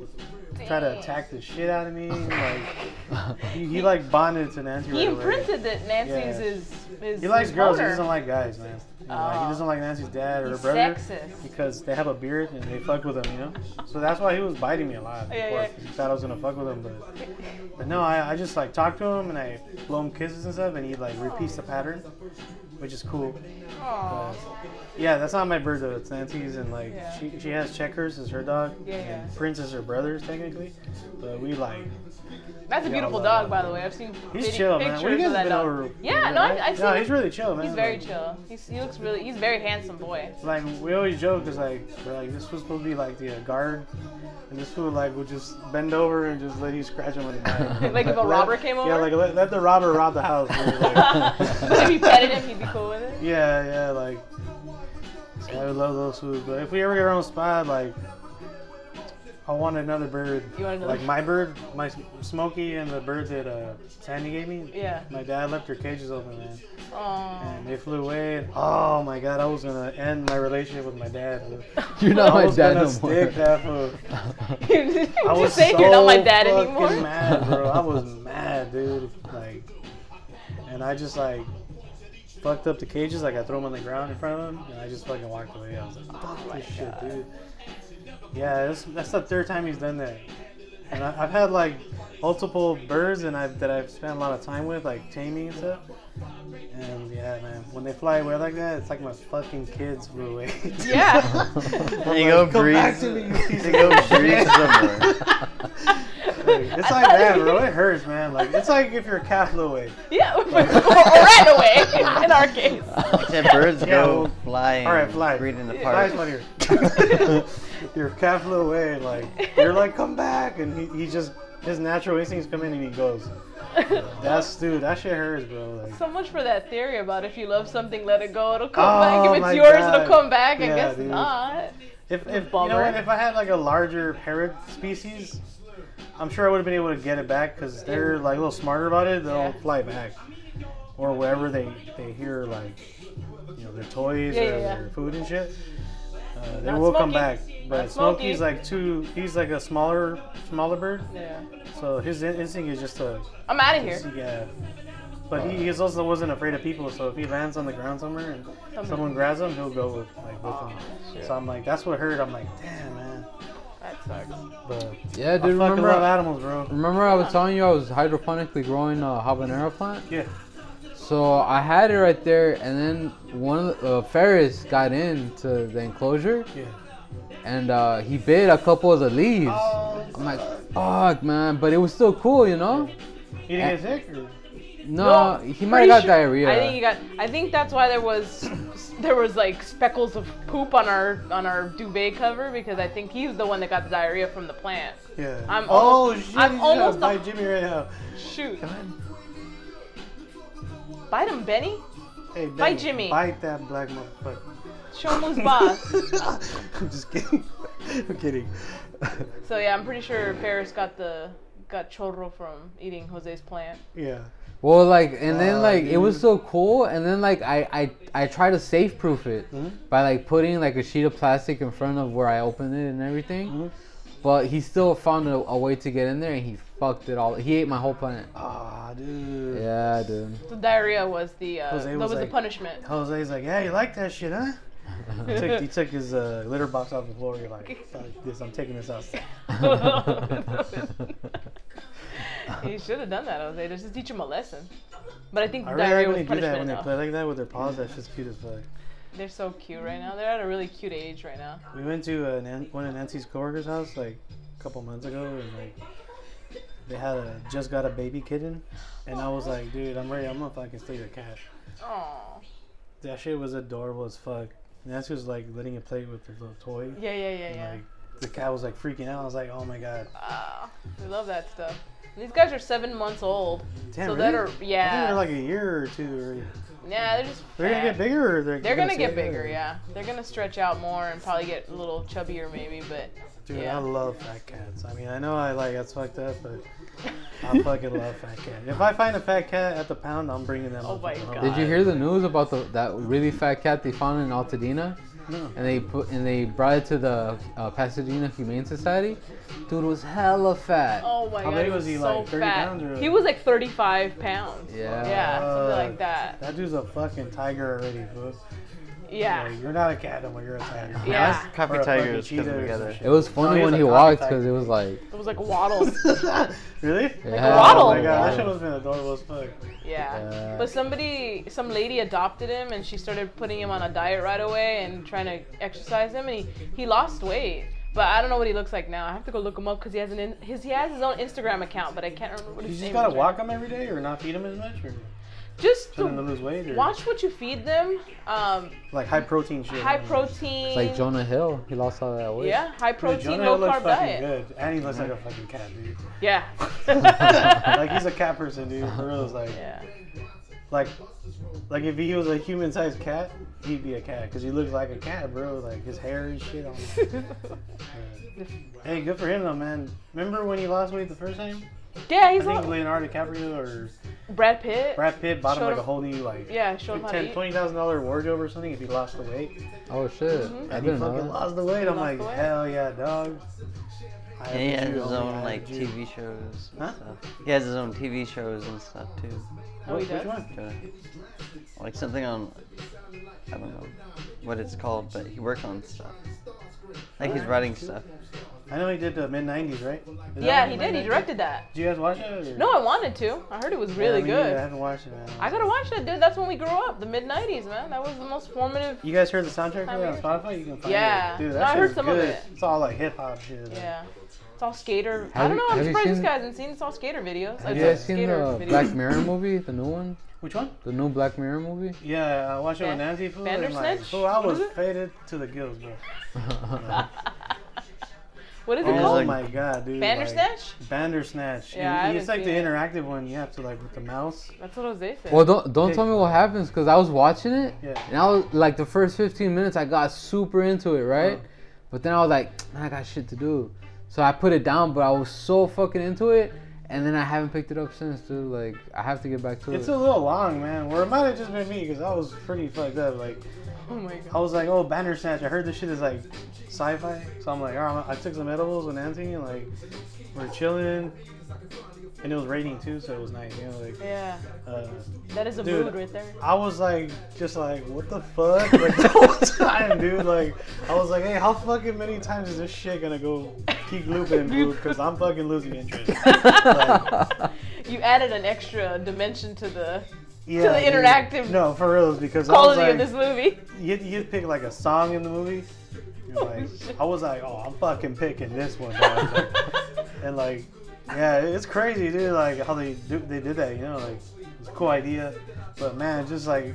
A: try to attack the shit out of me. Like he, he like bonded to Nancy
B: He
A: right away.
B: imprinted that Nancy's
A: Yeah.
B: is is.
A: He likes girls. He
B: owner.
A: doesn't like guys, man. You know, like,
B: Oh.
A: he doesn't like Nancy's dad or her
B: He's
A: brother
B: sexist.
A: because they have a beard and they fuck with him, you know. So that's why he was biting me a lot. Before.
B: Yeah,
A: He thought I was gonna fuck with him, but, but no, I, I just like talked to him and I blow him kisses and stuff, and he like repeats the pattern, which is cool.
B: Aw.
A: Yeah, that's not my bird though. It's Nancy's, and like
B: Yeah.
A: she, she has Checkers as her dog,
B: Yeah, yeah.
A: and Prince is her brother's technically, but we like
B: That's a beautiful
A: Yeah,
B: dog, by the way. I've seen
A: he's
B: video-
A: chill, man.
B: pictures
A: What you guys
B: of that
A: been
B: dog.
A: over?
B: Yeah, no, I've, I've seen.
A: no,
B: him.
A: he's really chill, man.
B: He's very
A: Like,
B: chill. He's, he looks really. He's a very handsome boy.
A: Like we always joke, cause like we're like this was supposed to be like the uh, guard, and this fool like would just bend over and just let you scratch him on the back.
B: Like if a
A: Let-
B: robber came
A: Yeah,
B: over?
A: like let, let the robber rob the house. dude, like-
B: but if you petted him, he'd be cool with it.
A: yeah, yeah, like so I would love those foods, but if we ever get our own spot, like I want another bird.
B: You want another-
A: Like my bird, my S- Smokey, and the bird that uh, Sandy gave me.
B: Yeah.
A: My dad left their cages open, man.
B: Aw.
A: And they flew away. And, oh my God, I was gonna end my relationship with my dad.
C: You're
A: I
C: not my
A: was
C: dad
A: gonna
C: no more.
A: stick that fool.
B: Did
A: I
B: you
A: was
B: say
A: so
B: you're not my dad
A: fucking
B: anymore?
A: mad, bro. I was mad, dude. Like, and I just like fucked up the cages. Like I threw them on the ground in front of him, and I just fucking walked away. I was like, fuck
B: Oh
A: this shit, dude. Yeah, that's, that's the third time he's done that. And I, I've had like multiple birds, and I've that I've spent a lot of time with, like taming and stuff. And yeah, man, when they fly away like that, it's like my fucking kids flew away.
B: Yeah.
D: There you go,
A: Come back
D: breathe.
A: to me, you
D: There
A: piece
D: you
A: of
D: go,
A: shit.
D: breathe somewhere.
A: It's like that, bro. It hurts, man. Like it's like if your cat flew away.
B: yeah. Or ran away, in our case.
D: Except birds
A: Yeah,
D: go
A: well-
D: flying.
A: All right, fly.
D: Breed in the
A: Fly
D: park.
A: funnier. your cat flew away, and like you're like, come back, and he, he just his natural instincts come in and he goes. That's dude. That shit hurts, bro. Like,
B: So much for that theory about if you love something, let it go. It'll come
A: Oh,
B: back. If
A: my
B: it's yours,
A: God.
B: it'll come back.
A: Yeah,
B: I guess
A: dude.
B: not.
A: if if you know
B: bummer.
A: what, if I had like a larger parrot species, I'm sure I would have been able to get it back because they're like a little smarter about it. They'll
B: Yeah.
A: fly back, or wherever they they hear like you know their toys
B: Yeah,
A: or
B: yeah, yeah.
A: their food and shit. Uh, they
B: Not
A: will come
B: Smokey.
A: back, but
B: Not Smokey.
A: Smokey's like two. He's like a smaller, smaller bird.
B: Yeah.
A: So his in- instinct is just to
B: I'm out of here.
A: yeah. uh, But he, he also wasn't afraid of people, so if he lands on the ground somewhere and someone grabs him, he'll go with like with
B: Ah,
A: him. So I'm like, that's what hurt. I'm like, damn man.
B: That sucks.
A: But
C: Yeah,
A: I
C: dude.
A: fucking
C: Remember,
A: love animals, bro.
C: remember I was telling you I was hydroponically growing a habanero plant.
A: Yeah.
C: So I had it right there, and then one of the, uh, Ferris got into the enclosure,
A: Yeah.
C: and uh, he bit a couple of the leaves. I'm like, fuck, man. But it was still cool, you know?
A: He didn't get sick. Or?
C: No,
B: Well,
C: he might
B: pretty
C: have got
B: sure-
C: diarrhea.
B: I think he got. I think that's why there was there was like speckles of poop on our on our duvet cover because I think he's the one that got the diarrhea from the plant.
A: Yeah.
B: I'm
A: oh
B: almost-
A: shit!
B: I'm
A: he's
B: almost
A: gonna
B: a-
A: bite Jimmy right now.
B: Shoot, bite him, Benny.
A: Hey,
B: Bite
A: Benny,
B: Jimmy.
A: Bite that black motherfucker.
B: Show him who's boss.
D: I'm just kidding. I'm kidding.
B: So yeah, I'm pretty sure Ferris got the got chorro from eating Jose's plant.
A: Yeah.
C: Well, like, and then
A: Wow,
C: like it was
A: dude.
C: so cool, and then like I I I try to safe proof it
A: Mm-hmm.
C: by like putting like a sheet of plastic in front of where I opened it and everything,
A: Mm-hmm.
C: but he still found a, a way to get in there and he fucked it all. He ate my whole plant.
A: Ah, dude.
C: Yeah, dude.
B: The diarrhea was the uh,
A: Jose
B: that
A: was
B: was
A: like-
B: the punishment.
A: Jose's like, yeah, you like that shit, huh? he, took, he took his uh, litter box off the floor. You're like, fuck this, I'm taking this outside.
B: you should have done that, Jose. Just teach him a lesson. But I think
A: I
B: the
A: really
B: diarrhea
A: like when they
B: was
A: do that
B: punishment
A: when they
B: enough.
A: play like that with their paws. That shit's cute as fuck.
B: They're so cute right now. They're at a really cute age right now.
A: We went to uh, Nan- one of Nancy's coworkers' house like a couple months ago, and like they had a just got a baby kitten, and I was like, dude, I'm ready. I'm gonna fucking steal the cat.
B: Oh.
A: That shit was adorable as fuck. Nancy was like letting it play with the little toy.
B: Yeah, yeah, yeah,
A: And,
B: yeah.
A: like the cat was like freaking out. I was like, oh my god.
B: Ah, we love that stuff. These guys are seven months old.
A: Damn,
B: so
A: really?
B: that are
A: I think
B: yeah.
A: they're like a year or two. Or,
B: yeah, they're just
A: they're gonna get
B: fat.
A: bigger. Or they're,
B: They're gonna get
A: stay there?
B: bigger, yeah. They're gonna stretch out more and probably get a little chubbier, maybe. But
A: Dude,
B: Yeah.
A: I love fat cats. I mean, I know I like that's fucked up, but I fucking love fat cat. If I find a fat cat at the pound, I'm bringing them.
B: Oh my God.
C: Did you hear the news about the that really fat cat they found in Altadena?
A: No.
C: And they put and they brought it to the uh, Pasadena Humane Society. Dude was hella fat.
B: oh my
A: How
B: god,
A: big
B: he
A: was
B: was
A: he,
B: so
A: like, 30
B: fat.
A: pounds or- Uh,
B: He was like 35 pounds.
C: Yeah.
B: yeah, something
A: Fuck.
B: like that.
A: That dude's a fucking tiger already, fool.
B: Yeah,
A: Like, you're not a cat no more. You're a tiger.
B: Yeah.
A: Or
D: Coffee
A: a fucking
D: tigers
A: cheetah
D: come
A: or
D: together.
A: some shit.
C: It was
A: No,
C: funny
A: he was
C: when
A: a
C: he
A: coffee
C: walked
A: tiger.
C: because it was like
B: it was like waddles.
A: Really?
C: yeah,
B: waddle.
A: Oh my god, that
C: yeah.
A: shit must have been adorable as fuck.
B: Yeah.
C: Yeah.
B: But somebody, some lady adopted him and she started putting him on a diet right away and trying to exercise him and he, he lost weight. But I don't know what he looks like now. I have to go look him up because he has an in, his he has his own Instagram account, but I can't remember what
A: You
B: his
A: just
B: name
A: gotta
B: is.
A: walk them every day or not feed them as much or
B: Just
A: tell them to
B: to
A: lose weight or
B: watch what you feed them. Um,
A: like high protein shit.
B: high protein.
C: It's like Jonah Hill. He lost all that weight.
B: Yeah, high
A: Dude,
B: protein,
A: Jonah
B: low
A: Hill looks
B: carb
A: fucking
B: diet.
A: good. And he looks like a fucking cat, dude.
B: Yeah.
A: like he's a cat person, dude. For real, it's like
B: yeah.
A: Like, like if he was a human-sized cat, he'd be a cat because he looks like a cat, bro. Like his hair and shit. On hey, good for him though, man. Remember when he lost weight the first time?
B: yeah,
A: I
B: he's
A: think
B: all,
A: Leonardo DiCaprio or
B: Brad Pitt.
A: Brad Pitt bought him
B: Showed
A: like a
B: him-
A: whole new like
B: Yeah, showed him how to
A: ten
B: eat.
A: twenty thousand dollar wardrobe or something if he lost the weight.
C: Oh shit. I
A: And he
C: didn't
A: fucking
C: know.
A: lost the weight. I'm
B: Lost
A: like,
B: the weight?
A: hell yeah, dog. I
D: And he
A: have
D: has
A: you,
D: his
A: homie, I
D: own
A: have
D: like
A: you.
D: TV shows. and
A: Huh?
D: stuff. He has his own TV shows and stuff too.
B: Oh,
A: What-
B: he
A: which
B: does?
A: one?
D: Jonah. Like something on, I don't know what it's called, but he works on stuff. Like he's writing stuff.
A: I know he did the mid '90s, right? Is that what
B: Yeah, he did. He
A: mid-nineties?
B: directed that.
A: Did you guys watch it? or-
B: No, I wanted to. I heard it was really
A: Yeah, me neither. I
B: good.
A: haven't watched it, man.
B: I gotta watch that, dude. That's when we grew up, the mid '90s, man. That was the most formative.
A: You guys heard the soundtrack for
B: Time
A: that on
B: Warner?
A: Spotify? You can find
B: Yeah.
A: it. Dude,
B: No,
A: that
B: I
A: shit
B: heard
A: is
B: some of
A: good.
B: it.
A: It's all like hip hop shit.
B: Yeah, it's all skater. I
C: Have
B: don't
C: you-
B: know. I'm
C: have you
B: surprised this
C: seen-
B: guy hasn't seen. It's all skater videos.
C: Have
B: It's
C: you
B: all
C: guys seen
B: skater
C: the
B: videos.
C: Black Mirror movie? The new one?
A: Which one?
C: The new Black Mirror movie?
A: Yeah, I watched it with
B: Ban-
A: Nancy Fool. and, Like,
B: Bandersnatch?
A: fool, I
B: What
A: was
B: is it?
A: faded to the gills, bro.
B: What is it
A: Oh
D: Yeah,
B: called?
D: like-
A: my god, dude.
B: Bandersnatch?
A: Like, Bandersnatch.
B: Yeah, I
A: And
B: haven't
A: it's like the
B: seen it.
A: interactive one you have to, like, with the mouse.
B: That's what Jose said.
C: Well, don't don't tell me what happens because I was watching it
A: Yeah.
C: and I was like the first 15 minutes I got super into it,
A: Uh-huh.
C: right? But then I was like, man, I got shit to do, so I put it down. But I was so fucking into it, and then I haven't picked it up since, dude. Like I have to get back to
A: It's
C: it.
A: a little long, man. Or it might have just been me because I was pretty fucked up. Like,
B: Oh my
A: I
B: god.
A: was like, oh, Bandersnatch. I heard this shit is like sci-fi, so I'm like, alright, I took some edibles with Anthony, and like we're chilling, and it was raining too, so it was nice. You know, like
B: Yeah,
A: uh,
B: that is a
A: Dude.
B: mood right there.
A: I was like, just like, what the fuck? Like the whole time, dude. Like I was like, hey, how fucking many times is this shit gonna go keep looping and loop? Because I'm fucking losing interest.
B: You added an extra dimension to the
A: Yeah,
B: the
A: dude.
B: interactive
A: No, for real, it's because I was
B: quality
A: like,
B: of this movie.
A: you you pick like a song in the movie. You're like, I was like, oh, I'm fucking picking this one. bro." I was like- and like, yeah, it's crazy, dude. Like how they do, they did that, you know, like it's a cool idea, but man, just like,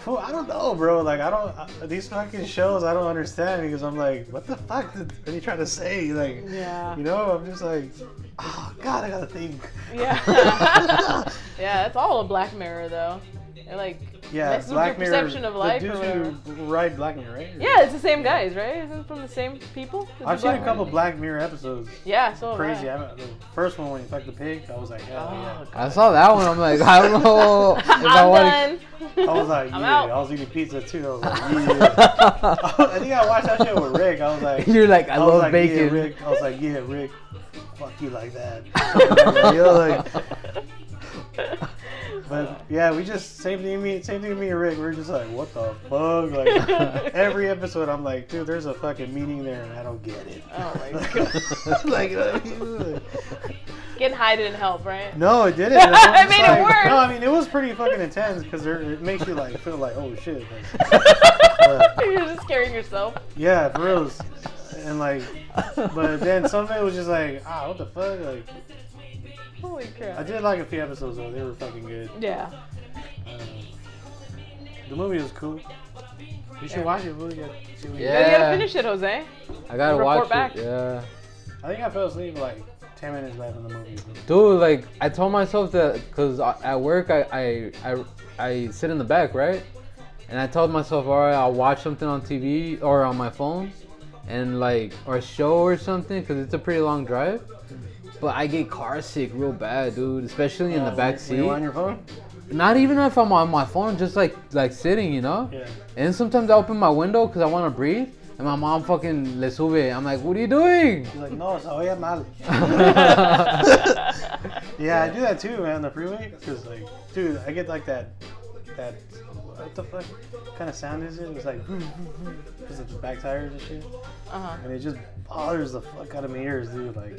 A: fool, I don't know, bro. Like I don't I, these fucking shows, I don't understand because I'm like, what the fuck did, are you trying to say? Like,
B: Yeah.
A: you know, I'm just like, oh god, I gotta think.
B: yeah. yeah, that's all a Black Mirror though. They're like
A: Yeah,
B: messes with your perception of
A: the
B: life or
A: dudes
B: whatever.
A: who ride Black Mirror, right?
B: Yeah, it's the same guys, right? Isn't it from the same people? Is
A: I've
B: it
A: seen a
B: Black-
A: couple Black Mirror episodes.
B: Oh, Yeah, Oh, so have
A: crazy.
B: I.
A: I, the first one when he fucked the pig, I was like, hell yeah.
C: I saw that one. I'm like, I don't know if I
B: I'm
C: want
B: done.
A: I was like,
B: I'm
A: yeah.
B: out.
A: I was eating pizza too. I was like, yeah. I think I watched that shit with Rick. I was like,
C: You're like, I,
A: was
C: love
A: like,
C: bacon.
A: Yeah, Rick. I was like, yeah, Rick. Fuck you like that. You know, like, but yeah, we just same thing. Me, same thing. Me and Rick. We're just like, what the fuck? Like every episode, I'm like, dude, there's a fucking meaning there, and I don't get it.
B: oh my god.
A: like, uh,
B: Getting high didn't help, right?
A: No, it didn't. I was
B: It
A: just
B: made it
A: like-
B: worse.
A: No, I mean it was pretty fucking intense because it makes you like feel like oh shit. like,
B: You're just carrying yourself.
A: yeah, for real. And like, but then some of it was just like ah what the fuck. Like
B: Holy
A: I
B: crap.
A: did like a few episodes though. They were fucking good.
B: Yeah.
A: Um, the movie was cool. You should watch it. Really good. See what you-
C: Yeah.
B: You gotta finish it, Jose.
C: I gotta
B: Report
C: watch
B: back.
C: it. Yeah.
A: I think I fell asleep like ten minutes left in the movie.
C: Dude, like I told myself that because at work I, I I I sit in the back, right? And I told myself, all right, I'll watch something on TV or on my phone, and like or a show or something, because it's a pretty long drive. But I get car sick real bad, dude, especially in the back
A: Were you on
C: seat.
A: your phone?
C: Not even if I'm on my phone, just like like sitting, you know.
A: Yeah.
C: And sometimes I open my window because I want to breathe, and my mom fucking le sube. I'm like, what are you doing?
A: He's like, no, so yeah, mal.
B: Uh-huh.
A: Yeah, I do that too, man. On the freeway, because like, dude, I get like that, that, what the fuck kind of sound is it? It's like, because it's back tires and shit,
B: Uh huh.
A: and it just bothers the fuck out of my ears, dude. Like,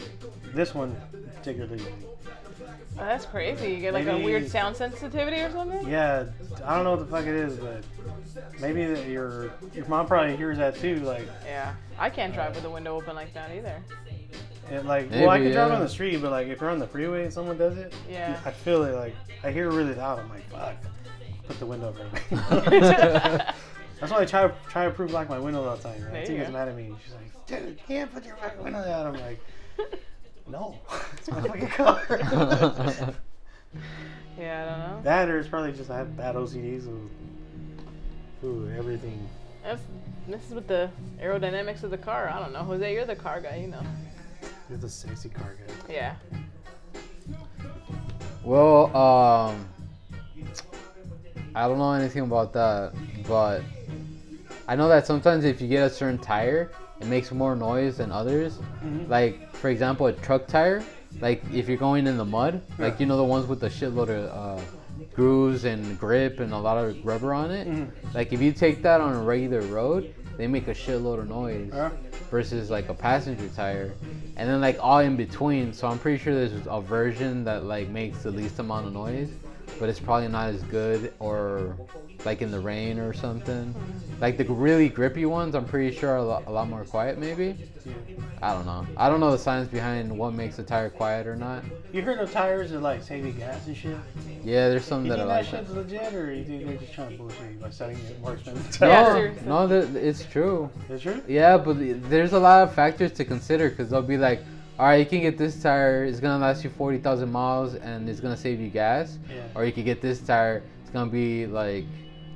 A: this one particularly.
B: Oh, that's crazy. You get like a
A: Maybe-
B: weird sound sensitivity or something?
A: Yeah, I don't know what the fuck it is, but maybe that your your mom probably hears that too. Like,
B: Yeah. I can't drive with the window open like that either.
A: it, like, well, I
C: Maybe,
A: can drive
C: yeah.
A: on the street, but like, if you're on the freeway and someone does it,
B: Yeah.
A: I feel it. Like, I hear it really loud. I'm like, fuck, put the window up. That's why I try try to prove like my window all the time.
B: There
A: Right?
B: you
A: Tina's
B: go.
A: mad at me. She's like, dude, you can't put your fucking window down. I'm like, no, it's my fucking car.
B: yeah, I don't know.
A: that or it's probably just I have bad OCD, so ooh, everything.
B: That's, this is with the aerodynamics of the car. I don't know. Jose, you're the car guy, you know.
A: It's a sexy car guy.
B: Yeah.
C: Well, um, I don't know anything about that, but I know that sometimes if you get a certain tire, it makes more noise than others. Like, for example, a truck tire, like if you're going in the mud, like you know the ones with the shitload of uh, grooves and grip and a lot of rubber on it. Like if you take that on a regular road, they make a shitload of noise
A: Huh?
C: versus like a passenger tire and then like all in between so i'm pretty sure there's a version that like makes the least amount of noise but it's probably not as good or like in the rain or something like the really grippy ones i'm pretty sure are a lot, a lot more quiet maybe
A: Yeah.
C: i don't know i don't know the science behind what makes a tire quiet or not
A: You heard of tires that like saving gas and shit?
C: yeah there's some
A: You
C: that
A: think
C: are
A: that
C: like that
A: shit's legit, or you think they're just trying to bullshit you by selling it more expensive
B: Yeah,
A: tires?
B: seriously.
C: no, no, th- it's true.
A: Is true?
C: Yeah, but there's a lot of factors to consider because they'll be like, all right, you can get this tire, it's gonna last you 40,000 miles and it's gonna save you gas.
A: Yeah.
C: Or you could get this tire, it's gonna be like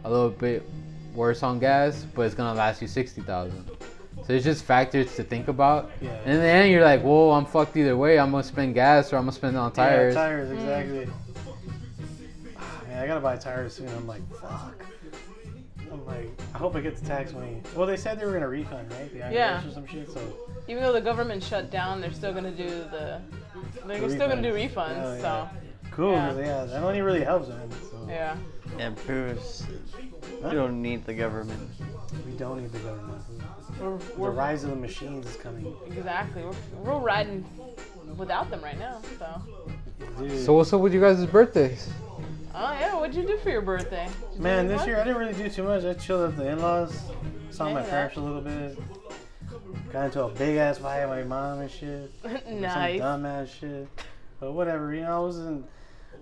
C: a little bit worse on gas, but it's gonna last you 60,000. So it's just factors to think about.
A: Yeah.
C: And in the end, you're like, whoa, I'm fucked either way. I'm gonna spend gas or I'm gonna spend it on tires.
A: Yeah, tires,
B: Hmm.
A: exactly. Man, I gotta buy tires soon. I'm like, fuck. I'm like, I hope it gets taxed money. Well, they said they were gonna refund, right? The IRS
B: Yeah.
A: or some shit. So
B: Even though the government shut down, they're still gonna do the. They're
A: The
B: still gonna do
A: refunds.
B: refunds.
A: Oh, yeah.
B: So
A: cool.
B: Yeah.
A: 'cause, Yeah. that only really helps them. So
B: yeah.
D: And proves you don't need the government.
A: we don't need the government.
B: We're,
A: The
B: we're
A: rise of the machines is coming.
B: exactly. We're, we're riding without them right now. So.
A: Dude.
C: So what's up with you guys' birthdays?
B: Oh yeah. What'd you do for your birthday? Did you do
A: Man, this
B: anything?
A: year I didn't really do too much. I chilled at the in-laws, saw
B: I
A: my
B: hear
A: parents
B: that.
A: a little bit, got into a big ass fight with my mom and shit,
B: nice.
A: some dumb ass shit. But whatever, you know, I wasn't.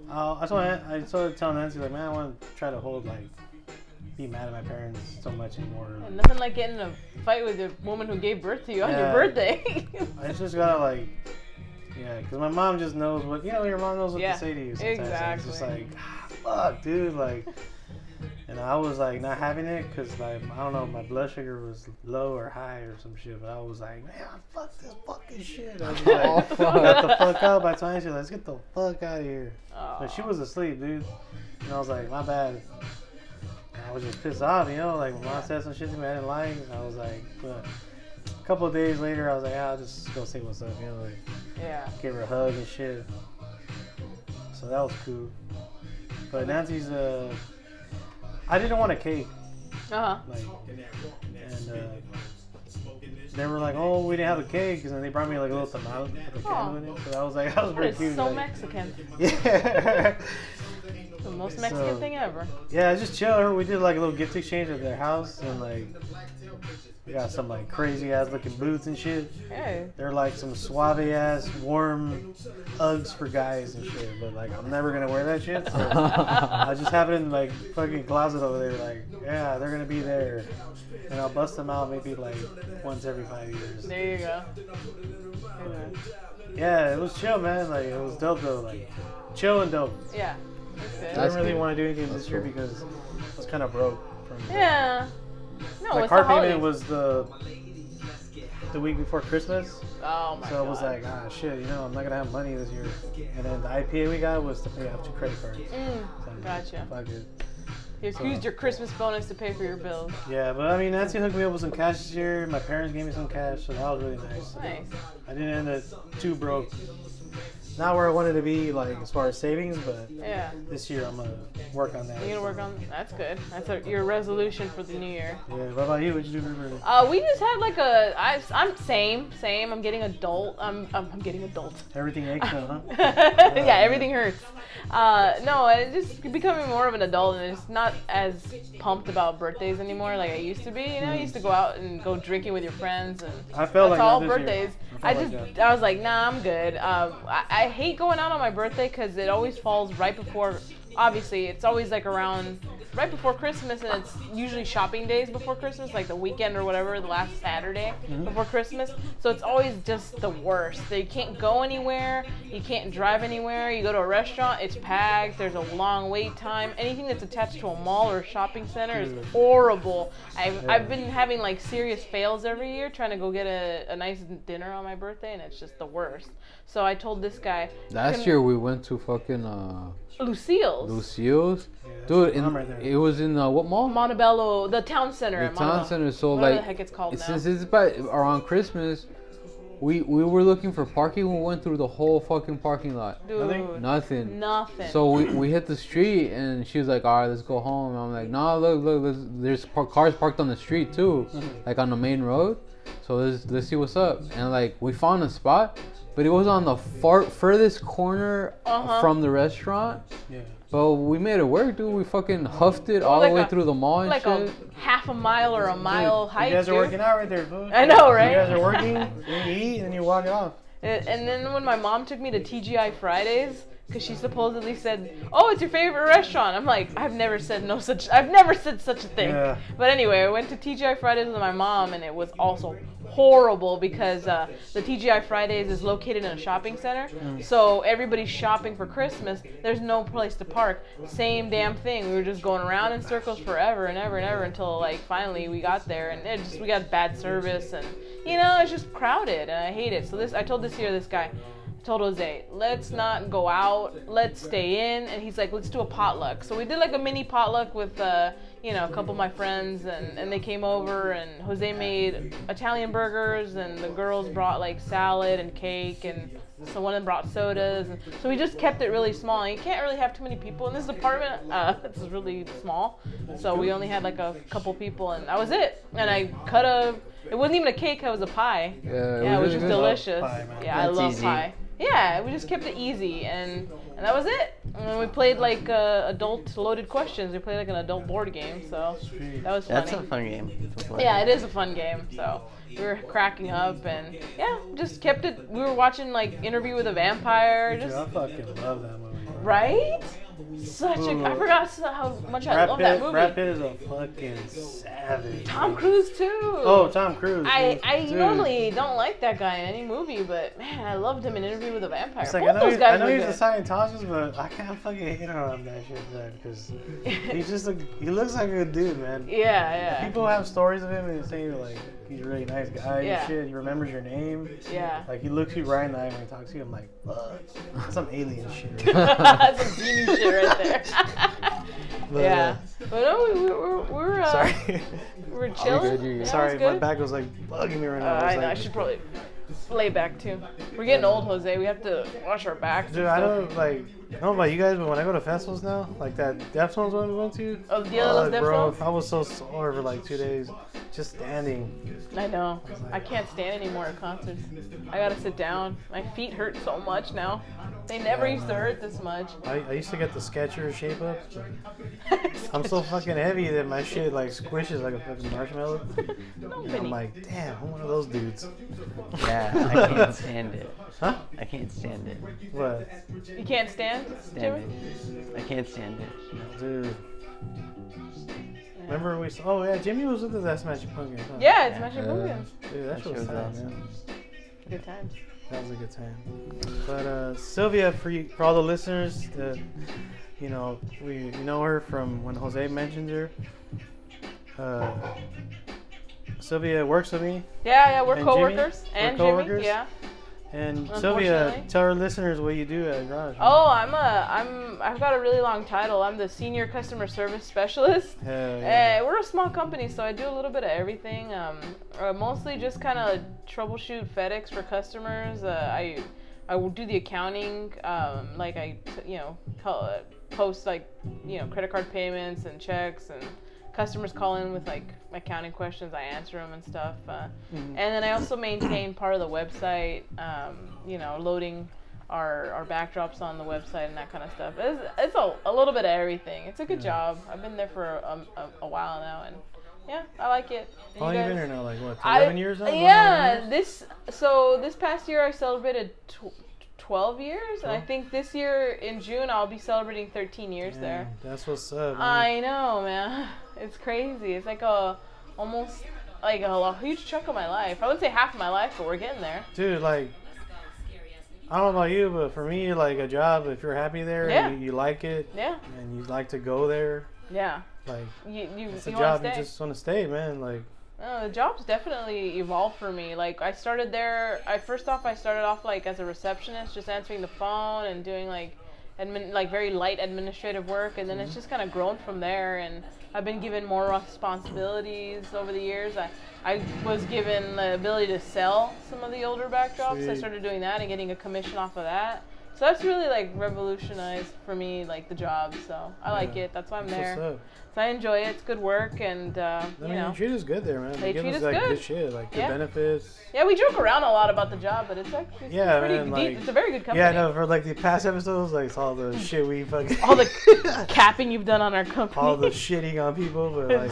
A: Uh, I told I, I told tell Nancy like, man, I want to try to hold like, be mad at my parents so much anymore.
B: And nothing like getting in a fight with the woman who gave birth to you on
A: Yeah.
B: your birthday.
A: I just gotta like, yeah, because my mom just knows what you know. Your mom knows what
B: Yeah,
A: to say to you sometimes. and It's just
B: exactly.
A: like, ah, fuck, dude, like. And I was like not having it because like I don't know my blood sugar was low or high or some shit, but I was like, man, fuck this fucking shit. I was
C: Oh,
A: like,
C: fuck.
A: get the fuck up. I told her, let's get the fuck out of here.
B: Aw.
A: But she was asleep, dude. And I was like, my bad. And I was just pissed off, you know, like when mom said some shit to me, I didn't like. it. I was like, but a couple of days later, I was like, "Ah, I'll just go say what's up, you know, like
B: yeah.
A: give her a hug and shit. So that was cool. But Nancy's, uh, I didn't want a cake,
B: Uh huh.
A: like, and uh, they were like, oh, we didn't have a cake, and then they brought me like a little tamal with a candle in it. So that was like, that was
B: That
A: pretty
B: is
A: cute.
B: so
A: like-
B: Mexican.
A: yeah.
B: The most Mexican
A: So-
B: thing ever.
A: Yeah, it's just chill. We did like a little gift exchange at their house, and like we got some like crazy ass looking boots and shit.
B: Hey.
A: They're like some suave ass warm Uggs for guys and shit. But like I'm never gonna wear that shit. So I just have it in like fucking closet over there. Like yeah, they're gonna be there, and I'll bust them out maybe like once every five years.
B: There you go.
A: But, yeah, it was chill, man. Like it was dope though. Like chill and dope.
B: Yeah. That's
A: I
B: good.
C: That's
A: didn't really
C: good.
A: want to do anything
C: That's
A: this year
C: cool.
A: because I was kind of broke. From
B: Yeah. No,
A: My
B: it's
A: car
B: the
A: payment
B: holidays.
A: was the the week before Christmas,
B: Oh my
A: so
B: god.
A: I was like, ah, shit, you know, I'm not gonna have money this year. And then the IPA we got was to pay off two credit cards.
B: Mm,
A: So I'm like,
B: gotcha.
A: Fuck it.
B: You used your Christmas bonus to pay for your bills.
A: Yeah, but I mean, Nancy hooked me up with some cash this year. My parents gave me some cash, so that was really nice.
B: Nice.
A: I didn't end up too broke. Not where I wanted to be, like as far as savings, but
B: Yeah.
A: this year I'm gonna work on that.
B: You gonna work on that's good. That's a, your resolution for the new year.
A: Yeah. What about you? What you do for your birthday?
B: Uh, we just had like a I, I'm same same. I'm getting adult. I'm I'm, I'm getting adult.
A: Everything aches now, huh?
B: yeah, everything hurts. Uh, no, I just becoming more of an adult and just not as pumped about birthdays anymore like I used to be. You know, I used to go out and go drinking with your friends and
A: I felt like
B: that's all
A: that this year.
B: birthdays.
A: I
B: I
A: felt
B: just
A: like
B: I was like, nah, I'm good. Um, I, I hate going out on my birthday because it always falls right before. Obviously, it's always like around right before Christmas, and it's usually shopping days before Christmas, like the weekend or whatever, the last Saturday
A: Mm-hmm.
B: before Christmas. So it's always just the worst. You can't go anywhere, you can't drive anywhere. You go to a restaurant, it's packed. There's a long wait time. Anything that's attached to a mall or a shopping center is
A: Dude.
B: horrible. I've,
A: Yeah.
B: I've been having like serious fails every year trying to go get a, a nice dinner on my birthday, and it's just the worst. So I told this guy
C: Last
B: "Can-
C: year we went to fucking uh,
B: Lucille's
C: Lucille's,
A: Yeah, that's
C: dude.
A: where
C: In,
A: I'm right there.
C: it was in uh, what mall?
B: Montebello, the town center.
C: The
B: in
C: town
B: Montebello.
C: center. So
B: Whatever
C: like,
B: the heck it's called now.
C: since it's about around Christmas, we we were looking for parking. We went through the whole fucking parking lot.
B: Dude,
C: Nothing.
B: nothing.
C: So we, we hit the street and she was like, "All right, let's go home." And I'm like, "No, look, look, there's, there's par- cars parked on the street too, like on the main road. So let's let's see what's up." And like we found a spot, but it was on the far furthest corner
B: Uh-huh.
C: from the restaurant.
A: Yeah.
C: But we made it work, dude. We fucking huffed it all
B: Oh, like
C: the way
B: a-
C: through the mall and
B: like
C: shit.
B: a half a mile or a mile
A: Dude,
B: hike.
A: You guys are
B: dude.
A: working out right there, fool.
B: I know, right?
A: You guys are working, you eat, and you walk it off.
B: And Uh, and then when my mom took me to TGI Fridays, because she supposedly said, "Oh, it's your favorite restaurant," I'm like, "I've never said no such. I've never said such a thing."
A: Yeah.
B: But anyway, I went to TGI Fridays with my mom, and it was also horrible because uh, the TGI Fridays is located in a shopping center, so everybody's shopping for Christmas. There's no place to park. Same damn thing. We were just going around in circles forever and ever and ever until like finally we got there, and it just we got bad service, and you know it's just crowded, and I hate it. So this I told this year this guy. I told Jose, let's not go out, let's stay in. And he's like, let's do a potluck. So we did like a mini potluck with, uh, you know, a couple of my friends, and, and they came over, and Jose made Italian burgers, and the girls brought like salad and cake, and so one of them brought sodas. And so we just kept it really small. And you can't really have too many people in this apartment. Uh, it's really small, so we only had like a couple people, and that was it. And I cut a. It wasn't even a cake. It was a pie.
C: Yeah,
B: Yeah, which
C: really
B: was
C: good.
B: delicious.
A: Pie, man.
B: yeah,
D: That's
B: I love
D: easy.
B: pie. Yeah, we just kept it easy, and and that was it. And then we played like uh, adult loaded questions. We played like an adult board game, so that was funny.
D: That's a fun game to play.
B: yeah, it is a fun game. So we were cracking up, and yeah, just kept it. We were watching like Interview with a Vampire,
A: Dude, I
B: just
A: fucking love that movie. bro.
B: right. Such a I forgot s- how much I
A: Brad
B: love
A: Pitt,
B: that movie.
A: Brad Pitt is a fucking savage.
B: Tom
A: dude.
B: Cruise too.
A: Oh, Tom Cruise.
B: I,
A: dude.
B: I
A: Dude.
B: normally don't like that guy in any movie, but man, I loved him in Interview with a Vampire.
A: It's like,
B: Both
A: I know,
B: those
A: he's,
B: guys
A: I know
B: were
A: he's
B: good.
A: a Scientologist, but I can't fucking hate on that shit, man, because he's just a, he looks like a good dude, man.
B: yeah,
A: People have stories of him and they say like he's a really nice guy
B: Yeah.
A: and shit. He remembers your name.
B: yeah,
A: Like he looks you right in the eye when he talks to you. I'm like, fuck, that's some alien shit.
B: yeah.
A: Right?
B: That's some genie shit right there.
A: But,
B: yeah, but no, we, we, we're we're
A: uh,
B: uh,
A: sorry,
B: we're chilling.
C: good, you're good.
B: Yeah,
A: sorry,
B: it's
A: my
B: good.
A: back was like bugging me right
B: Uh,
A: now.
B: I
A: was
B: know. I
A: like,
B: should probably lay back too. We're getting old, Jose. We have to wash our backs.
A: Dude, I don't like. I don't know about you guys, but when I go to festivals now, like that Deftones one we went to,
B: Oh, the Dia de los
A: fuck, bro,
B: Deftones?
A: I was so sore for like two days, just standing.
B: I know. I can't stand anymore at concerts. I gotta sit down. My feet hurt so much now. They never used to hurt this much.
A: I, I used to get the Skechers shape up. I'm so fucking heavy that my shit like squishes like a fucking marshmallow.
B: no,
A: And I'm
B: Vinny.
A: like, damn, I'm one of those dudes.
D: Yeah, I can't stand it.
A: Huh?
D: I can't stand it.
A: What?
B: You can't stand? Jimmy?
D: Stand it. I can't stand it.
A: Dude. Remember we? Saw, oh yeah, Jimmy was with us at Smashing Pumpkins. Huh?
B: Yeah, it's Smashing
C: Yeah.
A: Uh,
B: Pumpkins.
A: Dude, that
D: That
A: shit was,
D: shit was
A: tight,
D: awesome.
A: man.
B: Good times.
A: That was a good time. But uh, Sylvia, for, you, for all the listeners, uh, you know we you know her from when Jose mentioned her. Uh, Sylvia works with me,
B: Yeah, yeah, we're
A: And Jimmy?
B: coworkers.
A: We're
B: And
A: coworkers?
B: Jimmy, yeah.
A: and Sylvia,
B: Unfortunately.
A: tell our listeners what you do at Garage. Man.
B: Oh, I'm a, I'm, I've got a really long title. I'm the senior customer service specialist.
A: Hell yeah.
B: Uh, we're a small company, so I do a little bit of everything. Um, uh, mostly just kind of troubleshoot FedEx for customers. Uh, I I will do the accounting. Um, like I t- you know call, uh, post like you know credit card payments and checks and customers call in with like accounting questions. I answer them and stuff. Uh, And
A: Mm-hmm.
B: then I also maintain part of the website. Um, you know loading. Our, our backdrops on the website and that kind of stuff. It's, it's a, a little bit of everything. It's a good job. I've been there for a, a, a while now, and yeah, I like it.
A: How long
B: You
A: you been
B: guys-
A: here now? Like what?
B: I-
A: Eleven years now? 11
B: Yeah,
A: years?
B: this so this past year I celebrated tw- 12 years, and I think this year in June I'll be celebrating 13 years there.
A: Damn, That's what's up. Man.
B: I know, man. It's crazy. It's like a almost like a, lo- huge chunk of my life. I wouldn't say half of my life, but we're getting there.
A: Dude, like, I don't know about you, but for me, like a job, if you're happy there,
B: Yeah.
A: you, you like it,
B: Yeah,
A: and you like to go there,
B: yeah.
A: like
B: You you,
A: it's a
B: you want
A: job
B: to
A: you
B: stay?
A: just want to stay, man. Like,
B: No, the job's definitely evolved for me. Like I started there. I first off, I started off like as a receptionist, just answering the phone and doing like, admin, like very light administrative work, and then
A: Mm-hmm.
B: it's just kind of grown from there. And I've been given more responsibilities over the years. I, I was given the ability to sell some of the older backdrops. I
A: Sweet.
B: started doing that and getting a commission off of that. So that's really like revolutionized for me, like the job. So I like
A: Yeah.
B: it. That's why I'm
A: what's
B: there.
A: up?
B: So I enjoy it. It's good work, and uh,
A: I
B: you
A: mean,
B: know.
A: you treat us good there, man.
B: They
A: give
B: treat
A: us
B: us
A: like
B: good.
A: shit, like
B: Yeah.
A: good benefits.
B: Yeah, we joke around a lot about the job, but it's actually it's
A: Yeah,
B: pretty
A: man,
B: deep.
A: like-
B: it's a very good company.
A: Yeah, no, for like the past episodes, like it's all the shit we fucking,
B: All the capping you've done on our company.
A: all the shitting on people, but like,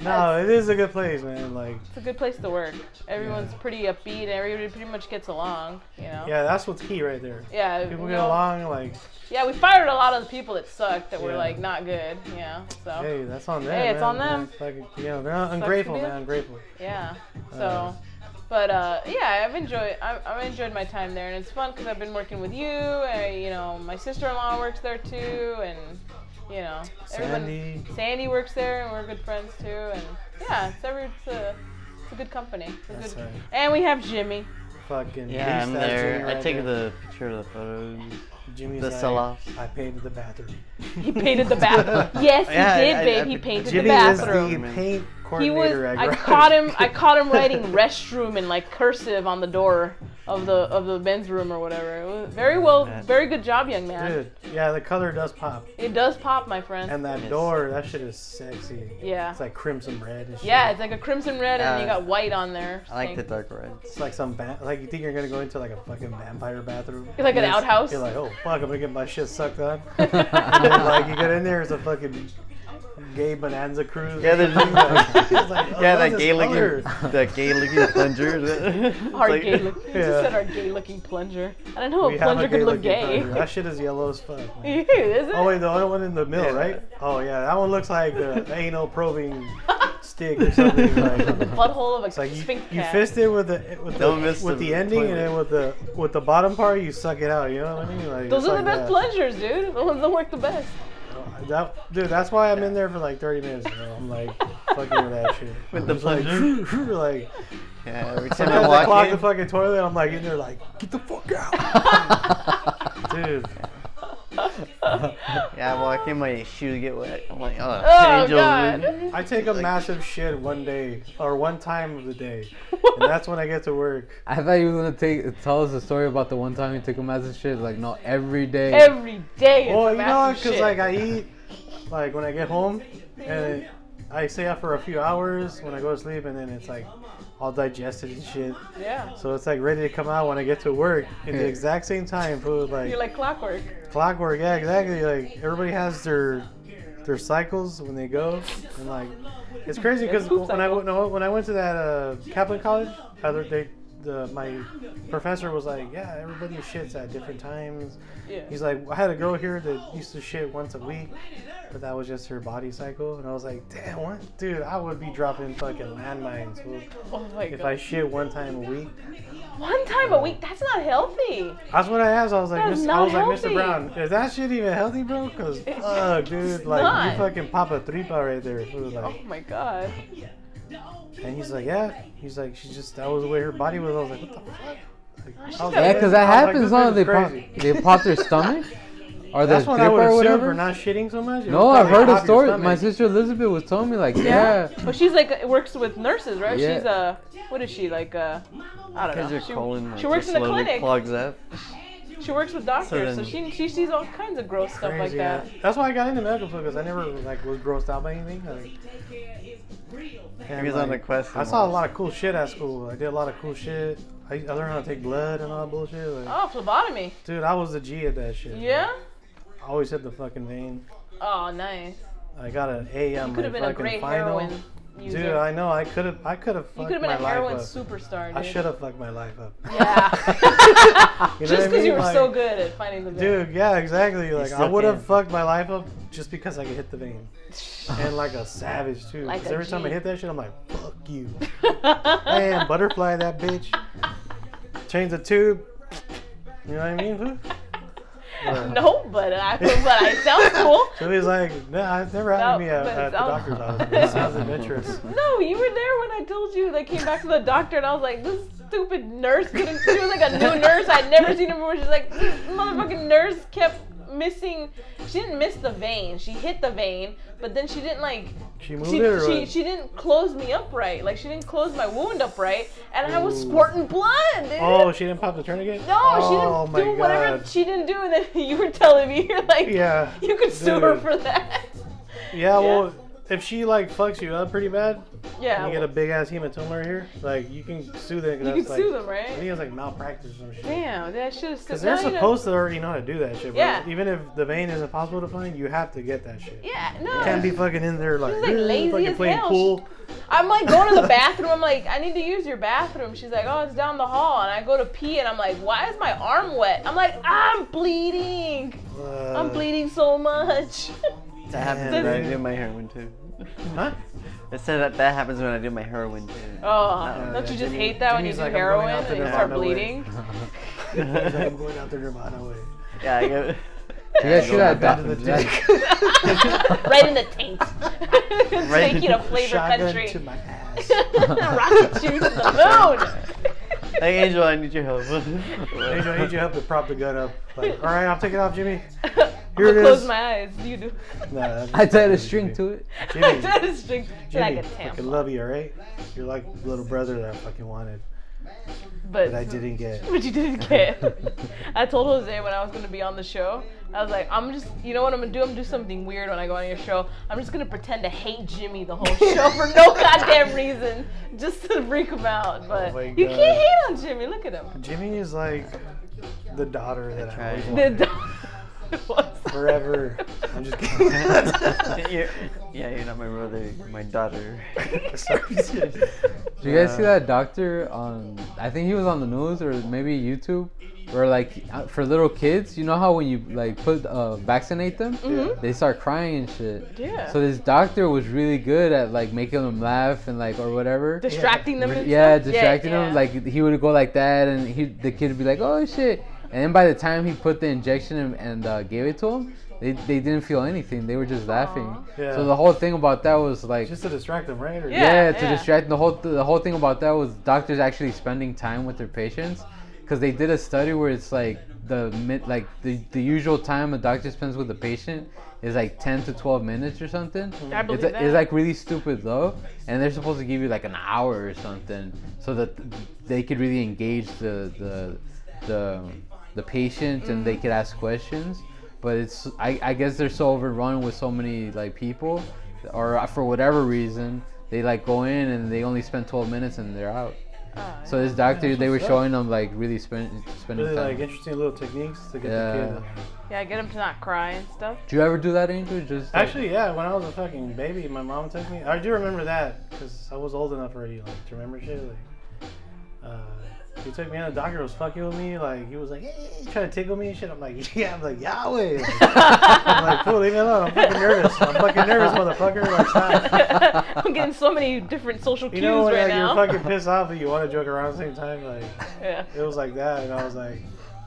A: no, it is a good place, man. Like,
B: it's a good place to work. Everyone's pretty upbeat. and Everybody pretty much gets along. You know.
A: yeah, that's what's key right there.
B: Yeah.
A: People
B: you
A: get
B: know-
A: along, like,
B: Yeah, we fired a lot of the people that sucked that were
A: Yeah.
B: like not good. Yeah. So.
A: hey, that's on them.
B: Hey, it's
A: man.
B: on them.
A: Like, like, you know, they're not ungrateful,
B: be
A: man.
B: them.
A: Ungrateful.
B: Yeah. So,
A: Uh,
B: but uh, yeah, I've enjoyed I, I've enjoyed my time there, and it's fun because I've been working with you. I, you know, my sister-in-law works there too, and you know,
A: Sandy.
B: Sandy works there, and we're good friends too. And yeah, it's every it's a, it's a good company. It's a
A: That's
B: good,
A: right.
B: And we have Jimmy.
A: fucking
D: Yeah,
A: beast
D: I'm
A: ass
D: there.
A: Jimmy
D: I
A: right
D: take
A: there.
D: the picture of the photos.
A: Jimmy's
D: the
A: like,
D: sell-off.
A: I painted the bathroom.
B: He painted the bathroom. Yes, he
D: Yeah, I-
B: did,
D: I-
B: babe.
D: I-
B: he painted
A: Jimmy
B: the
A: is
B: bathroom.
A: the
D: bathroom.
A: paint
B: He was.
A: coordinator.
B: I
A: at Garage.
B: caught him. I caught him writing restroom in like cursive on the door of the of the men's room or whatever. It was very well, very good job, young man.
A: Dude, yeah, the color does pop,
B: It does pop, my friend.
A: and that
D: Yes.
A: door, that shit is sexy.
B: yeah.
A: It's like crimson red. And shit.
B: yeah, it's like a crimson red, and you
D: Yeah.
B: got white on there.
D: I like the
B: Like-
D: dark reds.
A: It's like some va- like you think you're gonna go into like a fucking vampire bathroom.
B: Like an
A: Yes.
B: outhouse?
A: You're like, oh fuck, I'm gonna get my shit sucked on. And then, like you get in there, it's a fucking gay bonanza cruise.
D: Yeah, there's-
A: It's like, oh,
D: Yeah,
A: what
D: that
A: is
D: gay looking,
A: color?
D: that gay looking plunger.
B: Our
D: Like-
B: gay look. You
A: Yeah.
B: just said our gay looking plunger. I don't know
A: We
B: if
A: have a
B: plunger
A: gay
B: could
A: looking
B: look gay.
A: plunger. That shit is yellow as fuck. man.
B: Ew, is it?
A: Oh wait, the other one in the middle,
D: Yeah.
A: right? Oh yeah, that one looks like the anal probing stick or something.
B: the
A: Like,
B: butthole of a
A: it's like you,
B: sphinx
A: you
B: cat.
A: fist it with the with the,
D: Don't miss
A: with
D: the
A: the, ending, and
D: toilet.
A: then with the with the bottom part, you suck it out. You know what I mean? Like,
B: Those
A: it's
B: are the
A: like
B: best
A: that.
B: plungers, dude. The ones that work the best.
A: That, dude, that's why I'm in there for like 30 minutes, bro. I'm like fucking with that shit.
D: With
A: I'm
D: the
A: just like,
D: plunger?
A: like
D: Yeah, every time I
A: sometimes I
D: walk
A: clog
D: in,
A: the fucking toilet. I'm like in there, like get the fuck out, dude.
D: yeah, I walk in, my shoes get wet. I'm like, oh,
B: Oh,
D: angel.
B: God.
A: I take a massive shit one day or one time of the day, and that's when I get to work.
C: I thought you were gonna take tell us a story about the one time you took a massive shit. Like no, every day.
B: Every day. It's
A: Well,
B: a
A: you know,
B: massive
A: because
B: shit.
A: like I eat, like when I get home, and I stay up for a few hours when I go to sleep, and then it's like all digested and shit.
B: yeah.
A: So it's like ready to come out when I get to work at the
C: Yeah.
A: exact same time. Food like
B: You're like clockwork.
A: clockwork. Yeah, exactly. Like everybody has their their cycles when they go, and like it's crazy because
B: Poop
A: when I
B: cycle.
A: went no, when I went to that uh, Kaplan College, other they the my professor was like, yeah, everybody shits at different times.
B: Yeah.
A: He's like, I had a girl here that used to shit once a week, but that was just her body cycle. And I was like, damn, what? Dude, I would be dropping fucking landmines fool,
B: oh my
A: if
B: god.
A: I shit one time a week.
B: One time a week. That's not healthy.
A: That's what I asked. I was like,
B: That's
A: Miss, I
B: not
A: was like, Mr.
B: healthy.
A: Brown, is that shit even healthy, bro? Cause fuck, dude, like
B: not.
A: you fucking pop a tripa right there. fool,
B: Oh
A: like,
B: my god.
A: and he's like, yeah. He's like, she just that was the way her body was. I was like, what the fuck? Like, I was like,
C: Yeah, because that
A: I was like,
C: happens.
A: this bitch is
C: Huh? They pop,
A: crazy.
C: they pop their stomach, or their
A: That's what I
C: zipper
A: would
C: or
A: assume for
C: whatever.
A: not shitting so much. It
C: No,
A: was
C: I've
A: probably
C: heard
A: pop
C: a
A: your
C: story.
A: stomach.
C: My sister Elizabeth was telling me like, yeah,
B: But she's like it works with nurses, right?
C: Yeah.
B: She's a what is she like a I don't know.
D: Because your
B: She-
D: colon like,
B: she works
D: just
B: in the
D: slowly
B: clinic.
D: clogs up.
B: She works with doctors, so,
D: then-
B: she she sees all kinds of gross stuff like
A: Crazy,
B: that.
A: yeah. That's why I got into medical field because I never like was grossed out by anything. Like, and,
D: He was on the quest.
A: I saw a lot of cool shit at school. I did a lot of cool shit. I, I learned how to take blood and all that bullshit. Like,
B: Oh, phlebotomy.
A: Dude, I was a G at that shit.
B: Yeah.
A: I always hit the fucking vein.
B: Oh, nice.
A: I got an A on
B: You
A: my
B: could have been a
A: fucking
B: great
A: final.
B: heroin user.
A: Dude, I know. I could have. I could have.
B: you could have been a heroin superstar. Dude.
A: I should have fucked my life up. You know
B: Yeah.
A: what
B: just
A: I
B: because you
A: mean?
B: were
A: Like,
B: so good at finding the vein.
A: Dude, yeah, exactly. Like I
D: still
A: would
D: can.
A: have fucked my life up just because I could hit the vein, and like a savage too.
B: Like
A: Because
B: a
A: every time I
B: G.
A: hit that shit, I'm like, fuck you, man, butterfly that bitch, change the tube. You know what I mean? Who? But-
B: no, but I but I sound cool.
A: So he's like, no, nah, it's never happened
B: No,
A: to me at,
B: but
A: at the
B: some-
A: doctor's office. It sounds adventurous.
B: No, you were there when I told you. They came back to the doctor, and I was like, this stupid nurse couldn't. She was like a new nurse. I'd never seen her before. She's like, this motherfucking nurse kept missing. She didn't miss the vein. She hit the vein, but then she didn't like.
A: She moved
B: She,
A: it or
B: she,
A: what?
B: she didn't close me up right. Like, she didn't close my wound up right. And I was squirting blood, dude.
A: Oh, she didn't pop the tourniquet?
B: No,
A: oh,
B: she didn't do whatever she didn't do, and then you were telling me you're like,
A: Yeah.
B: you could sue her
A: Dude.
B: for that.
A: Yeah, well, if she like fucks you up pretty bad,
B: Yeah,
A: and you get a big ass hematoma right here, like you can sue them. 'cause
B: you
A: that's,
B: could
A: like,
B: sue them,
A: I
B: right?
A: think it's like malpractice or some shit.
B: Damn, that should have.
A: Because they're supposed to already know how to do that shit. But
B: Yeah.
A: Even if the vein is impossible to find, you have to get that shit.
B: Yeah, no.
A: Can't be fucking in there like,
B: She's, like,
A: "Ugh,"
B: lazy
A: fucking
B: as
A: playing
B: hell.
A: pool.
B: I'm like going to the bathroom. I'm like, I need to use your bathroom. She's like, oh, it's down the hall. And I go to pee, and I'm like, why is my arm wet? I'm like, I'm bleeding.
A: Uh,
B: I'm bleeding so much.
D: That happens
A: Damn.
D: when I do my heroin too.
A: Huh?
D: I said that that happens when I do my heroin too.
B: Oh, don't
A: yeah,
B: you just
A: Jimmy-
B: hate that when you
A: Jimmy's Uh, like,
B: do
A: I'm going
B: heroin
A: out to
B: and you
A: Nirvana
B: start
A: with-
B: bleeding?
A: He's like, I'm going out the Nirvana way.
D: yeah, I go.
C: you guys should have
A: Back to the
C: adopted
A: dick.
C: that.
B: right in the taint.
D: Right
B: Take you
D: in
B: to flavor
A: Shotgun
B: country.
A: to my ass.
B: Rocket shoes to the moon.
D: Hey, Angel, I need your help.
A: Angel, I need your help to prop the gun up. Like, all right, I'll take it off, Jimmy.
B: Here
A: it
B: close
A: is.
B: my eyes. You do.
A: No, that's
C: I tied a string to it.
B: I
A: Jimmy,
B: did a string
A: Jimmy,
B: like a
A: fucking
B: tampon,
A: love you, all right? You're like the little brother that I fucking wanted,
B: but
A: that I didn't get.
B: But you didn't get. I told Jose when I was gonna be on the show, I was like, I'm just, you know what I'm gonna do? I'm gonna do something weird when I go on your show. I'm just gonna pretend to hate Jimmy the whole show for no goddamn reason, just to freak him out. But
A: Oh my
B: you
A: God.
B: can't hate on Jimmy. Look at him.
A: Jimmy is like the daughter that I always
D: tried.
A: wanted.
B: Forever.
A: Forever. I'm just kidding.
D: You're- yeah, you're not my brother, you're my daughter.
C: Do you guys see
A: Yeah.
C: that doctor on? I think he was on the news or maybe YouTube, where like uh, for little kids, you know how when you like put uh, vaccinate them,
A: Mm-hmm.
C: they start crying and shit.
B: Yeah.
C: So this doctor was really good at like making them laugh and like or whatever.
B: Distracting them. and
C: yeah,
B: stuff?
C: distracting
B: yeah.
C: them. Like he would go like that, and he the kid would be like, "Oh shit!" And then by the time he put the injection and, and uh, gave it to him, they, they didn't feel anything. They were just laughing.
A: Yeah.
C: So the whole thing about that was like
A: just to distract them, right? Or-
B: Yeah.
C: yeah, to distract the whole the whole thing about that was doctors actually spending time with their patients because they did a study where it's like the mid like the, the usual time a doctor spends with a patient is like 10 to 12 minutes or something
B: I believe
C: it's,
B: that.
C: it's like really stupid though and they're supposed to give you like an hour or something so that they could really engage the the the, the patient and they could ask questions but it's I, I guess they're so overrun with so many like people or uh, for whatever reason they like go in and they only spend 12 minutes and they're out
B: Oh,
C: so this doctor
A: that's
C: they were
A: what's up.
C: showing them like really spend, spending
A: Really like
C: time
A: interesting little techniques to get the
C: Yeah.
A: kid.
B: yeah, get him to not cry and stuff.
C: do you ever do that angel just like-
A: Actually, yeah. When I was a fucking baby, my mom took me. I do remember that because I was old enough already, like to remember shit. Like, uh, he took me in. The doctor was fucking with me. Like he was like, hey, trying to tickle me and shit. I'm like, yeah. I'm like Yahweh. Like, I'm like, cool. Leave me alone. I'm fucking nervous. I'm fucking nervous, motherfucker. Like, stop.
B: I'm getting so many different social
A: You
B: cues
A: know when
B: right
A: like,
B: now.
A: you're fucking pissed off and you want to joke around at the same time, like
B: yeah.
A: it was like that, and I was like,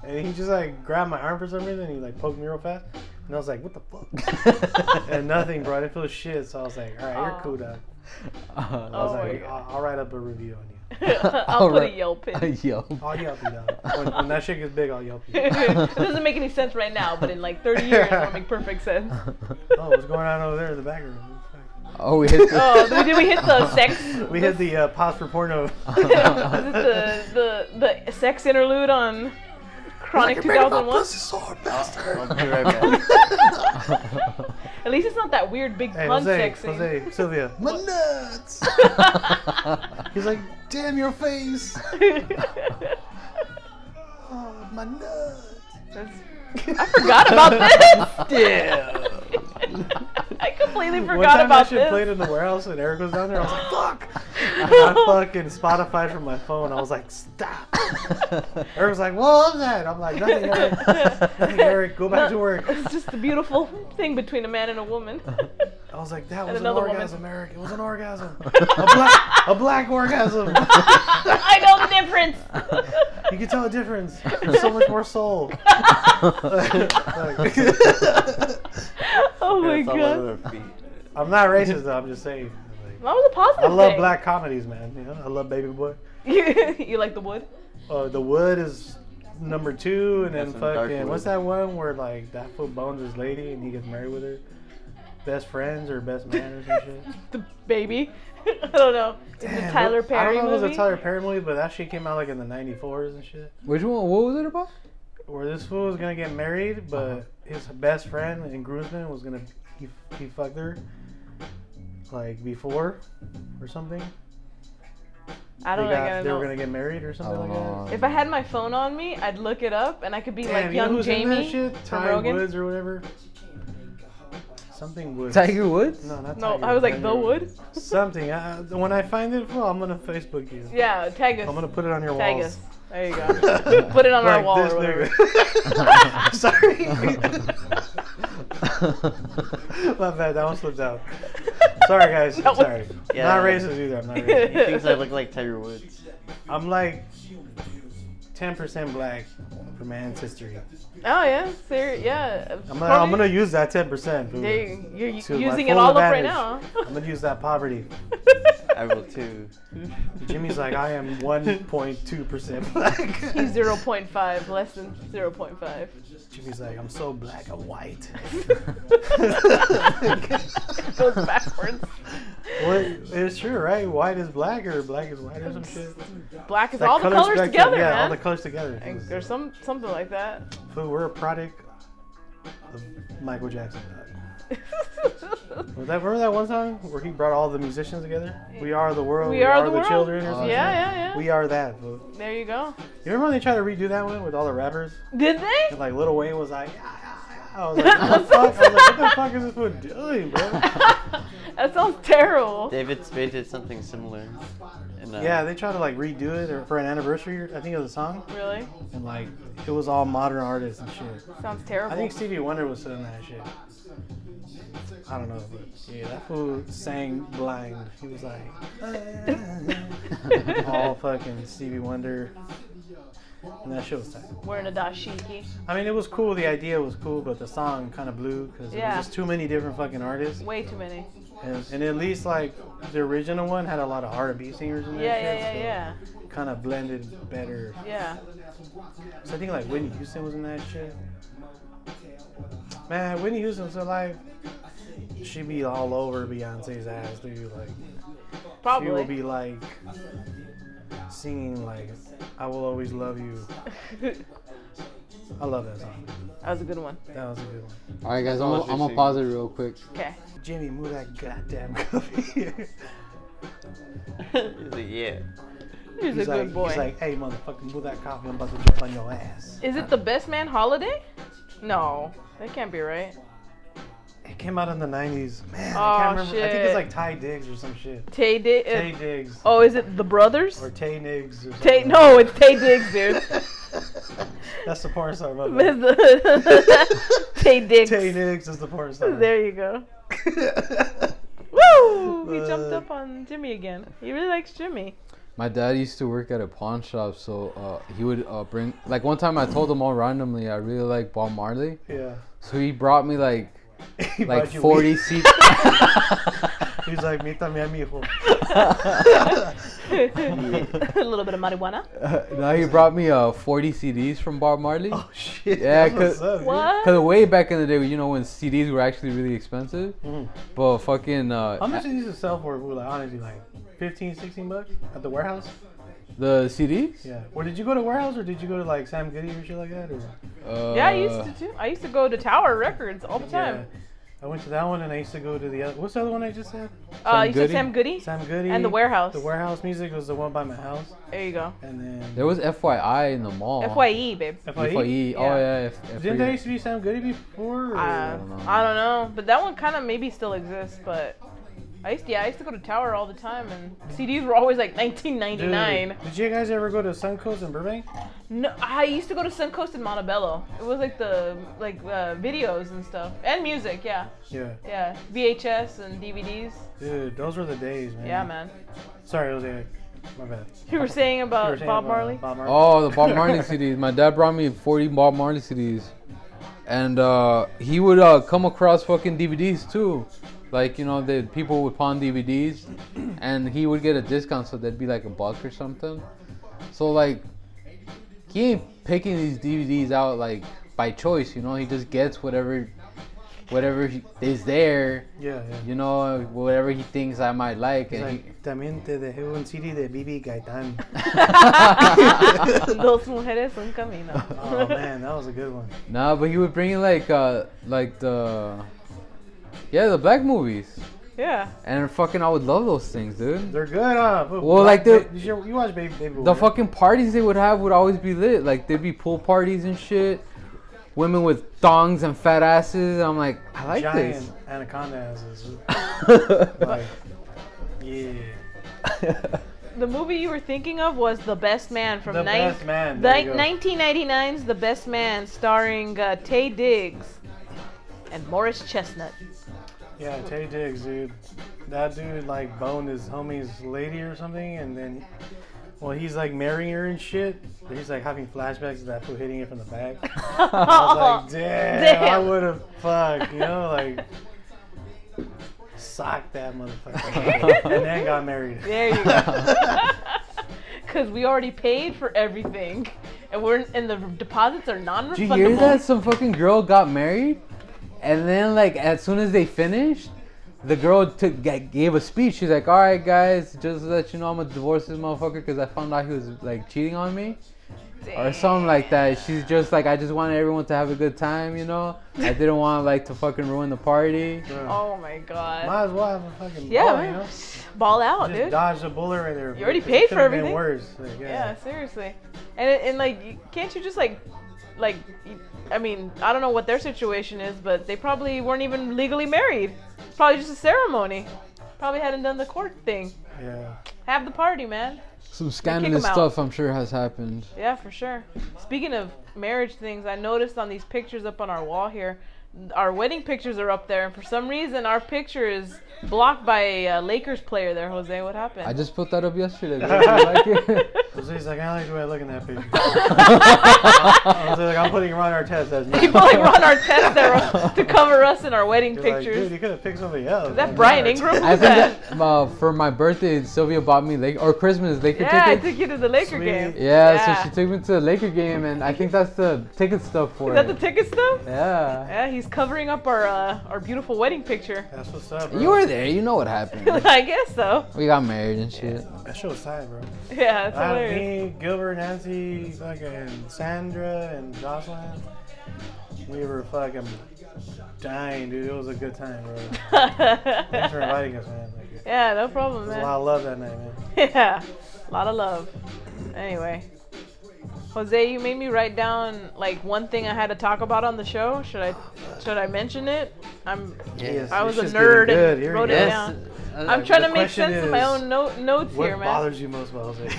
A: and he just like grabbed my arm for some reason, and he like poked me real fast, and I was like, what the fuck? and nothing, bro. I didn't feel shit, so I was like, all right,
B: Aw.
A: you're cool, dog. I
C: Uh,
A: was
B: Oh my
A: like, I'll, I'll write up a review on you.
B: I'll put a
C: Alright.
B: Yelp in.
C: yo
A: I'll Yelp you, dog. When, when that shit gets big, I'll Yelp you.
B: it doesn't make any sense right now, but in like 30 years, it'll make perfect sense.
A: Oh, what's going on over there in the back room?
C: oh we hit the
B: Oh, did we, did we hit the sex?
A: We hit the uh, pause for porno.
B: Was it the, the, the sex interlude on Chronic 2001?
D: I'll be right back.
B: At least it's not that weird big
A: Hey,
B: pun
A: Jose,
B: sex scene.
A: Jose, Sylvia. My nuts! He's like, damn your face! Oh, my nuts!
B: That's- I forgot about this. I completely
A: One
B: forgot
A: time
B: about
A: that shit
B: this.
A: played in the warehouse and Eric was down there, I was like, fuck! I fucking Spotify from my phone. I was like, stop! Eric was like, what was that? I'm like, nothing, Eric. Nothing, Eric. Go back to work.
B: It's just the beautiful thing between a man and a woman.
A: I was like, that was an
B: another woman.
A: orgasm, Eric. It was an orgasm. a, black, a black orgasm.
B: I know the difference.
A: You can tell the difference. There's so much more soul. Like,
B: oh my
D: It's all
B: god.
D: over their feet.
A: I'm not racist, though. I'm just saying. like,
B: That was a
A: I
B: positive
A: love
B: thing.
A: black comedies, man. You know, I love Baby Boy.
B: you like the wood?
A: Uh, the Wood is number two, and then
D: That's in Dark
A: fucking what's
D: Wood.
A: that one where like that foot bones his lady and he gets married with her, best friends or best man or some shit.
B: The baby? I don't know. Is
A: Damn,
B: it Tyler
A: I
B: Perry
A: don't know if it
B: movie?
A: was a Tyler Perry movie, but that shit came out like in the '94s and shit.
C: which one what was it about
A: Where this fool was gonna get married, but his best friend and groomsman was gonna he, he fucked her like before or something.
B: I don't
A: they
B: know.
A: got-
B: I
A: they
B: know.
A: were gonna get married or something
C: I
A: like
C: don't
A: that.
C: know.
B: If I had my phone on me, I'd look it up and I could be
A: Damn,
B: like
A: you know
B: young
A: who's in that
B: Jamie.
A: shit?
B: from
A: Ty
B: Rogan.
A: Woods or whatever. Something Woods.
C: Tiger Woods
A: No, not
B: No,
A: Tiger
B: I was like
A: Woods.
B: the wood.
A: Something. I, when I find it, well, I'm gonna Facebook you.
B: Yeah, tag us.
A: I'm gonna put it on your
B: tag
A: walls.
B: us. There you go. Put it on our
A: Like
B: wall
A: this
B: or whatever.
A: nigga. Sorry. My bad. That one slipped out. Sorry, guys.
B: That was-
A: Sorry.
D: Yeah.
A: Not racist either. I'm not racist.
D: He thinks I look like Tiger Woods.
A: I'm like 10% black from my ancestry.
B: Oh yeah, sir. Yeah.
A: I'm gonna, I'm gonna use that 10%. fool.
B: There you- You're
A: To my
B: using it
A: full
B: all up
A: advantage.
B: right now.
A: I'm gonna use that poverty.
D: I will too.
A: Jimmy's like, I am 1.2% black.
B: He's 0.5, less than 0.5.
A: Jimmy's like, I'm so black, I'm white.
B: Goes backwards.
A: What? It's true, right? White is black or black is white or some shit.
B: Black is
A: That
B: all the
A: color
B: colors
A: spectrum,
B: together,
A: Yeah,
B: man.
A: all the colors together.
B: Like, There's some something like that.
A: Food, we're a product of Michael Jackson. Was that, remember that one time where he brought all the musicians together? We are the world.
B: we are the, world.
A: children. Or
B: Yeah,
A: something.
B: yeah, yeah.
A: We are that. fool.
B: there you go.
A: You remember when they tried to redo that one with all the rappers?
B: Did they?
A: And like Lil Wayne was like, "Ah, ah, ah." I was like, what the fuck? I was like, what the fuck is this fool doing, bro?
B: that sounds terrible.
D: David Spade did something similar. In, uh,
A: Yeah, they tried to like redo it or for an anniversary. I think it was a song,
B: Really?
A: and like it was all modern artists and shit.
B: Sounds
A: I
B: terrible.
A: think Stevie Wonder was sitting that shit. I don't know, but yeah, that fool sang blind. He was like, "Ah." all fucking Stevie Wonder, and that shit was tight.
B: Wearing a dashiki.
A: I mean, it was cool. The idea was cool, but the song kind of blew because
B: Yeah.
A: there was just too many different fucking artists.
B: Way too many.
A: And, and at least like the original one had a lot of R&B singers in
B: Yeah,
A: there.
B: yeah, yeah,
A: Kind of blended better.
B: yeah. Yeah.
A: So I think like Whitney Houston was in that shit. Man, Whitney Houston was alive. She'd be all over Beyonce's ass, dude. Like she will
B: Probably.
A: be like singing like "I will always love you."
B: that
A: I love that song.
B: was a good one.
A: That was a good one.
C: All right, guys, I'm,
D: much
C: gonna-
D: do you
C: I'm gonna
D: see?
C: pause it real quick.
B: Okay.
A: Jimmy, move that goddamn coffee.
D: He's like, yeah.
B: He's, a
A: he's like,
B: good boy.
A: He's like, "Hey, motherfucker, move that coffee. I'm about to jump on your ass."
B: Is it the best man holiday? No, that can't be right.
A: It came out in the '90s. Man,
B: Aw,
A: I can't remember. I think
B: shit.
A: it's like Ty Diggs or some shit.
B: Tay Diggs.
A: Tay Diggs
B: oh, is it the brothers?
A: or Tay Niggs or something.
B: Tay? No, it's Tay Diggs, dude.
A: That's the porn star. my bad.
B: Tay Diggs.
A: Tay Niggs is the porn star.
B: There you go. Woo! He jumped up on Jimmy again. He really likes Jimmy.
C: My dad used to work at a pawn shop, so uh, he would uh, bring. Like one time, I told him all randomly, I really like Bob Marley,
A: Yeah.
C: so he brought me like
A: He
C: like
A: brought you
C: 40
A: weed.
C: seats.
A: He's like, mi también, mijo.
B: a little bit of marijuana.
C: no, he brought me uh 40 CDs from Bob Marley.
A: Oh shit.
C: Yeah,
A: that's what's
C: 'cause-
A: up, dude.
B: What?
C: Cause way back in the day, you know, when CDs were actually really expensive,
B: Mm-hmm.
A: Mhm.
C: but fucking uh,
A: How much did these sell for? Woo? Like honestly, like 15, 16 bucks at the warehouse.
C: the CDs.
A: Yeah. Or did you go to warehouse, or did you go to like Sam Goody or shit like that? Or
C: Uh,
B: Yeah, I used to too. I used to go to Tower Records all the time.
A: Yeah. I went to that one, and I used to go to the other. What's the other one I just said?
B: uh, you said
C: Goody?
B: Sam Goody.
A: Sam Goody.
B: And the warehouse.
A: The warehouse music was the one by my house,
B: There you go.
A: and then.
C: There was FYI in the mall.
B: Fye, babe.
A: FIE?
C: FYE. Oh
B: E. Yeah.
C: yeah. F- I
A: Didn't
C: forget.
A: that used to be Sam Goody before? or-
B: Uh, I don't know, but that one kind of maybe still exists. But I used to, yeah, I used to go to Tower all the time, and CDs were always like
A: Dude,
B: 19.99.
A: Did you guys ever go to Suncoast in Burbank?
B: No, I used to go to Suncoast in Montebello. It was like the like uh, videos and stuff and music. Yeah,
A: Yeah.
B: yeah, VHS and DVDs.
A: Dude, those were the days, man.
B: Yeah, man.
A: Sorry, Jose. My bad.
B: You were saying
A: You were
B: about
A: saying
B: Oh, Bob
A: about
B: Marley.
A: Bob Marley.
C: Oh, the Bob Marley CDs. My dad brought me 40 Bob Marley CDs. And uh, he would uh, come across fucking DVDs too. Like, you know, the people would pawn DVDs and he would get a discount, so that'd be like a buck or something. So, like, he ain't picking these DVDs out like by choice, you know, he just gets whatever whatever he, is there,
A: Yeah, yeah.
C: you know, whatever he thinks I might like.
A: He's
C: And he,
A: like, también te dejé un CD de BB Gaitan.
B: Dos mujeres un camino.
A: oh man, that was a good one.
C: nah, but he would bring in like, uh, like the. Yeah, the black movies.
B: Yeah.
C: And fucking, I would love those things, dude.
A: They're good, huh? Well,
C: like the-
A: did you, you watch Baby Baby Boy,
C: The fucking parties they would have would always be lit. Like there'd be pool parties and shit. Women with thongs and fat asses. I'm like, I like
A: giant anaconda asses. like, yeah.
B: The movie you were thinking of was The Best Man from
A: The
B: nine-
A: Best Man,
B: the
A: there you go.
B: 1999's The Best Man, starring uh, Tay Diggs and Morris Chestnut.
A: Yeah, Tay Diggs, dude. That dude like boned his homie's lady or something, and then, well, he's like marrying her and shit. But he's like having flashbacks of that fool hitting it from the back. I was like, damn, I
B: Oh, Damn.
A: would have fuck, you know, like socked that motherfucker, and then got married.
B: There you go. Because we already paid for everything, and we're and the deposits are non-refundable.
C: Did you hear that? Some fucking girl got married, and then like as soon as they finished, the girl took ga- gave a speech. She's like, "All right, guys, just to let you know, I'm gonna divorce this motherfucker because I found out he was like cheating on me." Or something like that. She's just like, I just wanted everyone to have a good time, you know. I didn't want like to fucking ruin the party.
B: Oh my god.
A: Might as well have a fucking
B: yeah,
A: ball, you
B: man.
A: know?
B: Ball out,
A: Just
B: dude.
A: dodged a bullet right there.
B: You already
A: It
B: paid for
A: could've been
B: everything.
A: Worse. Like,
B: Yeah, seriously. And it- and like, you- can't you just like, like, you- I mean, I don't know what their situation is, but they probably weren't even legally married. Probably just a ceremony. Probably hadn't done the court thing.
A: yeah.
B: Have the party, man.
C: Some
B: him
C: scandalous
B: out.
C: stuff, I'm sure, has happened.
B: Yeah, for sure. Speaking of marriage things, I noticed on these pictures up on our wall here, our wedding pictures are up there, and for some reason our picture is blocked by a uh, Lakers player there. Jose, what happened?
C: I just put that up yesterday. Guys. You like it?
A: Jose's like, I like the way I look in that picture. Jose's like, I'm putting Ron Artest as me.
B: People like Ron Artest there to cover us in our wedding
A: You're like,
B: pictures.
A: dude, you could have picked somebody else.
B: Is that Brian Ingram?
C: I
B: Who's
C: think that uh, for my birthday, Sylvia bought me Lake or Christmas Laker
B: yeah, I
C: tickets.
B: took you to the Laker
A: Sweet.
B: game.
C: Yeah,
B: Yeah.
C: so she took me to the Laker game, and I think that's the ticket stuff for
B: Is that the
C: it.
B: ticket stuff?
C: yeah.
B: Yeah, he's covering up our uh, our beautiful wedding picture.
A: That's what's up, bro.
C: You were there. You know what happened.
B: I guess so.
C: we got married and shit.
A: That show's tight, bro.
B: Yeah, it's
A: I had
B: hilarious.
A: me, Gilbert, Nancy, fucking Sandra, and Jocelyn. We were fucking dying, dude. It was a good time, bro. Thanks for inviting us, man. Like, there
B: yeah, no problem,
A: was a
B: man.
A: lot of love that night, man.
B: yeah, a lot of love. Anyway, Jose, you made me write down like one thing I had to talk about on the show. Should I should I mention it? I'm
D: Yes.
B: I was a
A: this is getting
B: nerd
A: good.
B: and
A: Here we
B: wrote
A: go.
B: it
A: Yes.
B: down.
D: Uh,
B: I'm trying
A: the
B: to make
A: question
B: sense of my
A: is,
B: own note, notes
A: What
B: here, man.
A: bothers you most about Jose?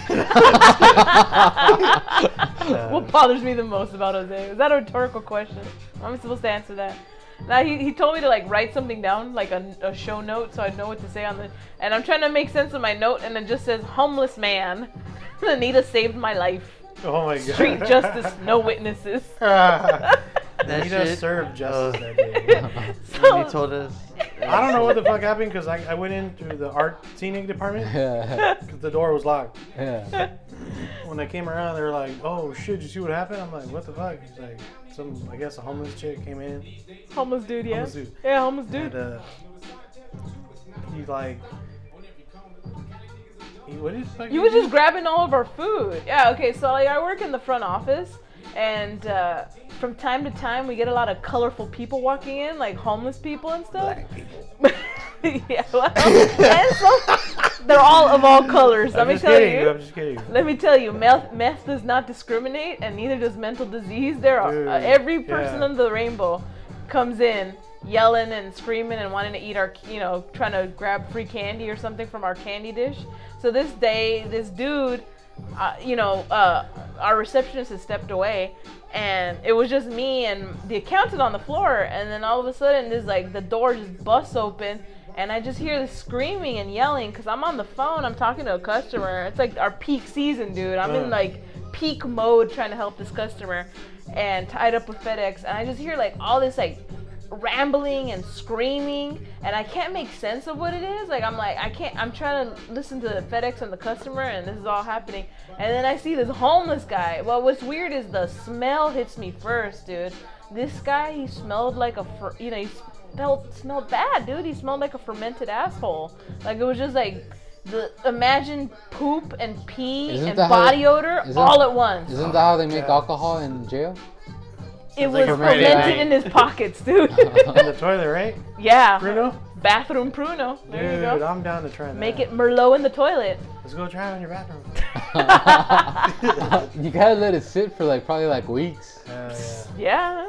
A: Uh,
B: what bothers me the most about Jose? Is that a rhetorical question? How am I supposed to answer that? Now he, he told me to like write something down, like a, a show note, so I know what to say on the. And I'm trying to make sense of my note, and it just says homeless man. Anita saved my life.
A: oh my god.
B: Street justice, no witnesses.
D: That
A: Nita
D: shit-
A: served justice
D: Oh.
A: that day.
D: when
B: so,
D: he told us.
A: I don't know what the fuck happened because I, I went in through the art scenic department
C: Yeah.
A: because the door was locked.
C: yeah.
A: When I came around, they were like, "Oh shit, you see what happened?" I'm like, "What the fuck?" He's like, "Some, I guess, a homeless chick came in
B: homeless dude, yeah.
A: Homeless dude.
B: Yeah, homeless
A: and
B: dude.
A: uh, he like, he, what did fuck he
B: You was
A: do?
B: just grabbing all of our food. Yeah, okay, so like, I work in the front office, and uh, from time to time we get a lot of colorful people walking in, like homeless people and stuff.
D: Black people.
B: yeah, well, and so they're all of all colors. Let
A: I'm
B: me
A: just
B: tell
A: kidding. I'm
B: you.
A: just kidding.
B: Let me tell you, meth, meth does not discriminate, and neither does mental disease. There are
A: Dude,
B: uh, every person
A: yeah.
B: on the rainbow comes in yelling and screaming and wanting to eat our, you know, trying to grab free candy or something from our candy dish. So this day, this dude, uh, you know, uh, our receptionist has stepped away, and it was just me and the accountant on the floor. And then all of a sudden, there's like the door just busts open. And I just hear the screaming and yelling because I'm on the phone. I'm talking to a customer. It's like our peak season, dude. I'm in
A: Mm.
B: like peak mode trying to help this customer and tied up with FedEx. And I just hear like all this like rambling and screaming and I can't make sense of what it is. Like I'm like I can't I'm trying to listen to FedEx and the customer and this is all happening. And then I see this homeless guy. Well, what's weird is the smell hits me first, dude. This guy, he smelled like a fer- you know, he smelled smelled bad, dude. He smelled like a fermented asshole. Like it was just like the imagine poop and pee
C: Isn't
B: and
C: that how-
B: body odor
C: isn't-
B: all at once.
C: Isn't that how they make
A: God.
C: alcohol in jail?
B: It was
A: like a Friday
B: fermented
A: night.
B: in his pockets, dude.
A: The toilet, right?
B: yeah.
A: Bruno?
B: Bathroom pruno. There
A: Dude,
B: you go.
A: I'm down to try that.
B: Make it Merlot in the toilet.
A: Let's go try it in your bathroom.
C: you gotta let it sit for like probably like weeks.
A: Hell yeah.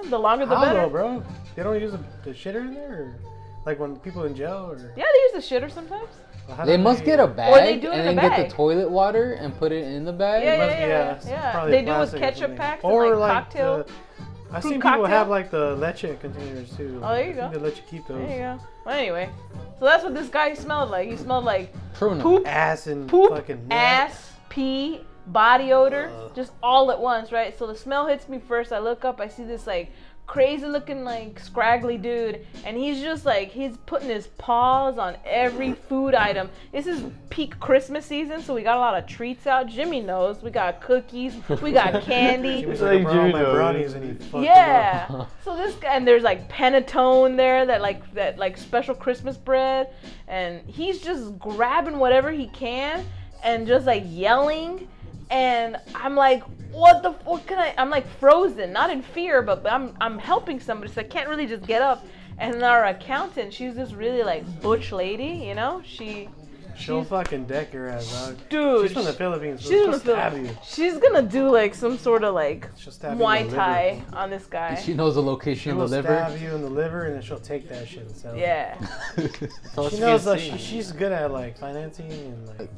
B: Yeah, the longer the
A: How though,
B: better.
A: bro? They don't use the, the shitter in there, or, like when people in jail, or
B: Yeah, they use the shitter sometimes.
A: how do
C: They must get a bag
B: they do it
C: and
B: in a
C: then get
B: bag.
C: the toilet water and put it in the bag.
B: Yeah,
A: Must be,
B: yeah,
A: yeah, it's
B: yeah.
A: probably
B: They do with
A: plastic or
B: ketchup
A: something.
B: packs and,
A: or
B: like,
A: like
B: cocktail-
A: the- I've
B: fruit
A: seen people
B: cocktail.
A: have like the leche containers too.
B: Oh, there you
A: I think
B: go.
A: They let you keep those.
B: There you go. Well, anyway, so that's what this guy smelled like. He smelled like
C: Prune 'em.
B: poop,
A: Ass and
B: poop,
A: fucking nut.
B: ass, pee, body odor, just all at once, right? So the smell hits me first. I look up, I see this like crazy looking like scraggly dude and he's just like he's putting his paws on every food item this is peak christmas season so we got a lot of treats out jimmy knows we got cookies we got candy
A: Jimmy's
E: Like
A: like, like all my
E: Judo.
A: brownies and he fucked them up."
B: yeah. So this guy and there's like Pentatone there that like that like special Christmas bread, and he's just grabbing whatever he can and just like yelling, and I'm like, what the fuck can I? I'm like frozen, not in fear, but, but I'm I'm helping somebody, so I can't really just get up. And our accountant, she's this really like butch lady, you know, she.
A: She'll
B: She's-
A: fucking deck your ass, dog.
B: Dude,
A: She's from the Philippines.
B: she's
A: She'll
B: gonna
A: stab you.
B: feel, she's gonna do like some sort of like
A: She'll stab you. in
B: Muay
A: the
B: Thai
A: Liver.
B: on this guy.
C: She knows the location
A: She'll
C: of the
A: stab
C: liver.
A: you in the liver and then she'll take that shit and sell it.
B: Yeah,
D: So
A: She knows like she, she's good at like financing and like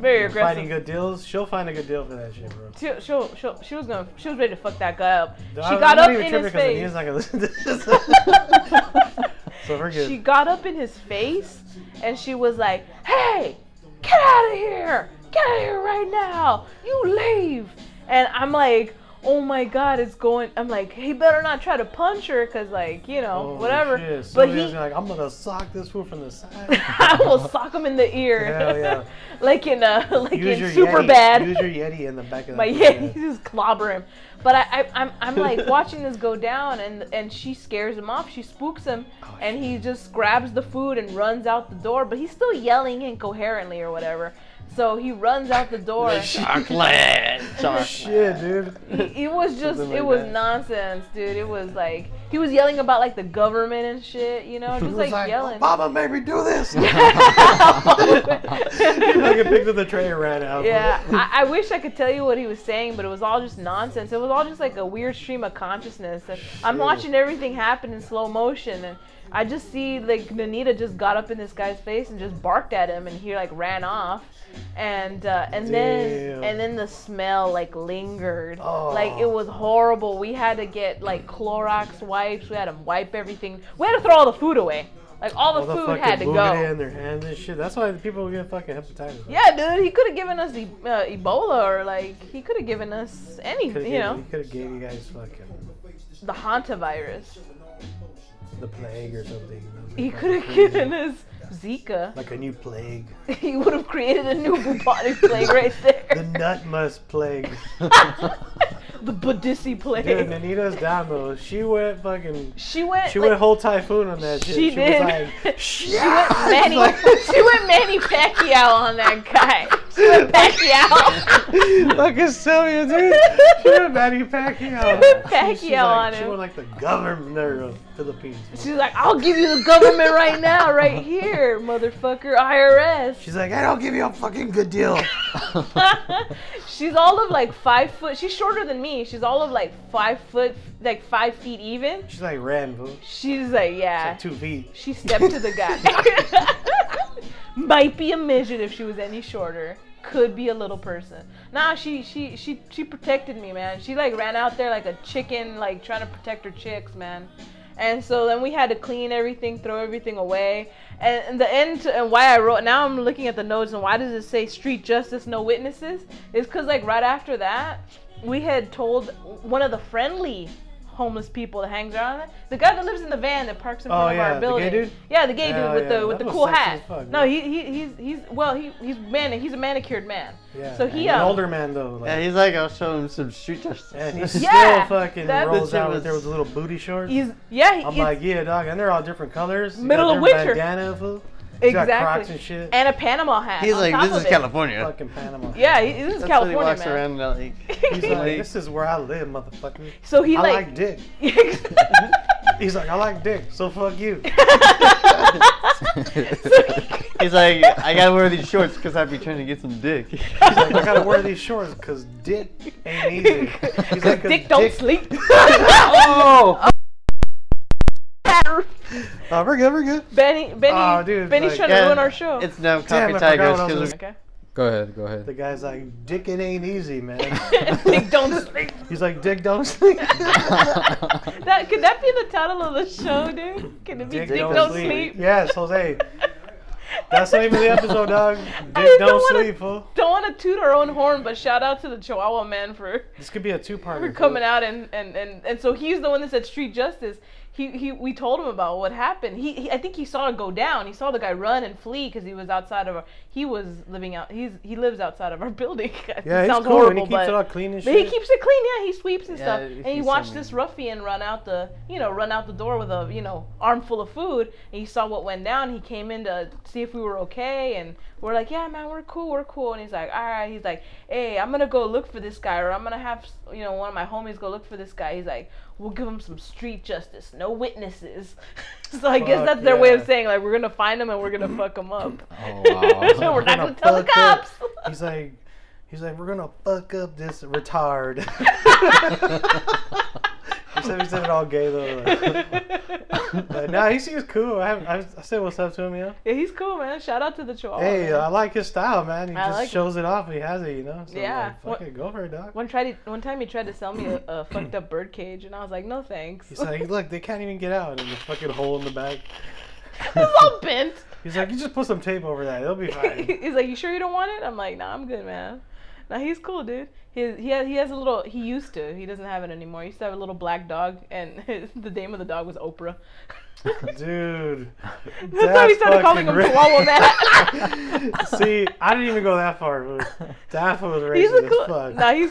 B: very aggressive.
A: finding good deals. She'll find a good deal for that shit, bro.
B: She, she, she, she was gonna, she was ready to fuck that guy up.
A: No,
B: she
A: I'm-
B: got
A: I'm
B: up
A: not even
B: in
A: tripping
B: his
A: 'cause Anita's
B: face.
A: not gonna listen to this. so we're good.
B: She got up in his face, and she was like, "Hey, get out of here! Get out of here right now! You leave!" And I'm like, "Oh my god, it's going!" I'm like, "He better not try to punch her, cause like, you know,
A: Holy
B: whatever."
A: Oh, shit,
B: But
A: somebody else
B: he,
A: be like, I'm gonna sock this fool from the side.
B: I will sock him in the ear,
A: Hell yeah.
B: like in uh, like
A: Use
B: in
A: your
B: super
A: Yeti.
B: bad.
A: Use your Yeti in the back of the
B: But yeah, you just clobber him. But I, I I'm, I'm like watching this go down, and and she scares him off. She spooks him, and he just grabs the food and runs out the door. But he's still yelling incoherently or whatever. So he runs out the door.
D: Chocolate. Chocolate.
A: Oh, Shit, dude.
B: it was just,
A: Something
B: it
A: like
B: was
A: that.
B: nonsense, dude. It was like he was yelling about like the government and shit, you know, just
A: He was
B: like,
A: like,
B: yelling.
A: Mama made me do this. Fucking picked up the tray and ran out.
B: Yeah, I, I wish I could tell you what he was saying, but it was all just nonsense. It was all just like a weird stream of consciousness. And I'm watching everything happen in slow motion, and I just see like Nanita just got up in this guy's face and just barked at him, and he like ran off, and uh, and then
A: Damn.
B: and then the smell like lingered,
A: Oh.
B: like it was horrible. We had to get like Clorox wipes. We had to wipe everything. We had to throw all the food away. Like all the,
A: All the
B: food had to
A: fucking
B: go.
A: booty in their hands and shit. That's why the people get fucking hepatitis.
B: Yeah, dude, he could have given us e- uh, Ebola or like he could have given us any,
A: Could've
B: you
A: gave-
B: know,
A: he could have gave you guys fucking
B: the hantavirus.
A: the plague or something.
B: He
A: Fucking
B: could have
A: crazy.
B: given us Zika.
A: like a new plague.
B: He would have created a new bubonic plague right
A: The
B: there.
A: nut must plague.
B: the Badisi plague.
A: Dude, Nanita's down though. She went fucking.
B: she went.
A: She
B: like,
A: went whole typhoon on that shit.
B: She did.
A: Was like,
B: she went Manny. she went Manny Pacquiao on that guy. She went Pacquiao.
A: Fucking Sylvia, dude. She went Manny Pacquiao.
B: She went Pacquiao
A: She's like-
B: on
A: She
B: him.
A: went like the governor of Philippines. bro.
B: She's like, I'll give you the government right now, right here, motherfucker, IRS.
A: She's like, I don't give you a fucking good deal.
B: she's all of like five foot. She's shorter than me. She's all of like five foot, like five feet even.
A: She's like ran, boo. She's
B: She's like, yeah.
A: like two feet.
B: she stepped to the guy. Might be a midget if she was any shorter. Could be a little person. Nah, she she she she protected me, man. She like ran out there like a chicken, like trying to protect her chicks, man. And so then we had to clean everything, throw everything away. And, and the end to, and why I wrote now I'm looking at the notes and why does it say street justice, no witnesses? Is because like right after that, we had told one of the friendly homeless people that hangs around the guy that lives in the van that parks in
A: Oh,
B: front of
A: yeah,
B: our
A: the
B: building.
A: gay dude?
B: Yeah, the gay
A: Hell
B: dude with
A: yeah,
B: the with
A: that
B: the
A: was
B: cool
A: sexy
B: hat.
A: as fuck,
B: no,
A: man.
B: he, he he's he's well he he's man he's a manicured man.
A: Yeah.
B: So he,
A: and an
B: um,
A: older man though. Like,
D: Yeah, he's like, I'll show him some street justice.
A: and he
B: Yeah,
A: still fucking
B: that-
A: rolls
D: That shit
A: out
D: was-
A: with there with a little booty shorts.
B: He's yeah. He,
A: I'm
B: he's-
A: like, yeah, dog, and they're all different colors. You got
B: Middle of
A: different
B: winter.
A: Bandana, fool. You got
B: exactly.
A: Crocs and shit.
B: And a Panama hat.
D: He's
B: on
D: like,
B: top
D: this
B: of
D: is
B: it.
D: California.
A: fucking Panama.
B: Yeah, he, this is
D: That's
B: California
D: what he walks
B: man.
D: around like.
A: He's like, this is where I live, motherfucker.
B: so he
A: I like,
B: like.
A: dick. He's like, I like dick, so fuck you.
D: He's like, I gotta wear these shorts because I'd be trying to get some dick.
A: He's like, I gotta wear these shorts because dick ain't easy. He's like, 'Cause
B: dick don't sleep.
C: Oh!
A: Oh, we're good, we're good.
B: Benny Benny
A: Oh, dude,
B: Benny's
A: like,
B: trying to
D: yeah,
B: ruin our show.
D: It's no
A: Damn,
D: copy
A: I
D: tigers
A: forgot what I was
D: because
B: okay.
C: Go ahead, go
A: The
C: ahead.
A: guy's like, dick it ain't easy, man.
B: dick don't sleep.
A: He's like, dick don't sleep.
B: That could that be the title of the show, dude? Can it be Dick, don't, sleep?
A: Yes, Jose. That's the name of the episode, dog.
B: I
A: Dick don't
B: wanna-
A: sleep, fool.
B: Don't want to toot our own horn, but shout out to the Chihuahua man for
A: This could be a two-parter.
B: for coming out and, and and and so he's the one that said street justice. He he we told him about what happened. He, he I think he saw it go down. He saw the guy run and flee because he was outside of our. He was living out. He's he lives outside of our building. It
A: Yeah, he's
B: sounds
A: cool, and
B: horrible,
A: he keeps
B: but,
A: it all clean and
B: but he
A: shit.
B: keeps it clean. Yeah, he sweeps and
D: Yeah,
B: stuff.
D: if
B: And he
D: he's
B: watched
D: someone-
B: this ruffian run out the you know run out the door with a you know armful of food. And he saw what went down. He came in to see if we were okay, and we're like, yeah, man, we're cool, we're cool. And he's like, all right. He's like, hey, I'm gonna go look for this guy, or I'm gonna have you know one of my homies go look for this guy. He's like, we'll give him some street justice, no witnesses. so I guess
A: Fuck
B: that's their way of
A: yeah.
B: saying like we're gonna find him and we're gonna fuck him up.
C: Oh, wow.
B: we're not
A: Gonna
B: gonna tell the
A: fuck up.
B: cops.
A: He's like, he's like, we're gonna fuck up this retard. he said he said it all gay though. Like, but nah, he seems cool. I haven't. I, I said what's up to him, yeah.
B: Yeah, he's cool, man. Shout out to the Chihuahua.
A: Hey, uh,
B: man.
A: I like his style, man. He
B: Oh, I
A: just
B: like it.
A: shows it off. He has it, you know. So
B: Yeah.
A: Like, fuck
B: What-
A: it, go for it, dog.
B: One tried. One time he tried to sell me a, a fucked up bird cage, and I was like, "No thanks."
A: He's like, look, they can't even get out in the fucking hole in the back.
B: it's all bent.
A: He's like, you just put some tape over that. It'll be fine.
B: he's like, "You sure you don't want it?" I'm like, "Nah, I'm good, man." Now he's cool, dude. His, he has he has a little. He used to. He doesn't have it anymore. He used to have a little black dog, and his, the name of the dog was Oprah.
A: Dude. That's,
B: That's why we started calling him
A: fucking ra-
B: Chihuahua Man.
A: See, I didn't even go that far. But that was racist
B: he's a cool.
A: as fuck.
B: Nah, he's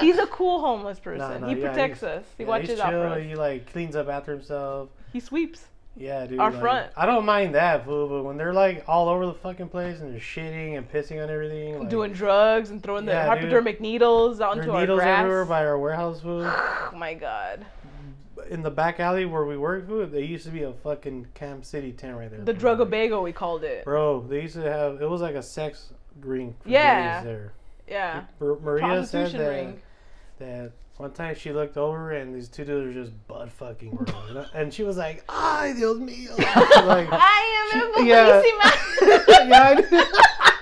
B: he's a cool homeless
A: Nah,
B: person.
A: nah,
B: he
A: yeah,
B: protects
A: he's-
B: us. He
A: yeah,
B: watches
A: he's
B: out
A: chill,
B: for us.
A: He like cleans up after himself.
B: He sweeps.
A: Yeah, dude.
B: Our
A: like,
B: front.
A: I don't mind that, fool. But when they're like all over the fucking place and they're shitting and pissing on everything, like,
B: doing drugs and throwing the
A: Yeah, dude.
B: hypodermic needles
A: there
B: onto
A: are
B: our
A: needles
B: grass.
A: everywhere by our warehouse, fool.
B: oh my god.
A: in the back alley where we work, food, there used to be a fucking Camp City tent right there.
B: The drugabago we called it.
A: Bro, they used to have. It was like a sex ring. For
B: Yeah.
A: days there.
B: Yeah.
A: Mar- Maria said
B: Prostitution
A: that,
B: ring.
A: that one time she looked over and these two dudes were just butt fucking, bro. And I- and she was like, "Ay, Dios mío!" like,
B: I am
A: She-
B: a
A: yeah.
B: bellissima.
A: yeah,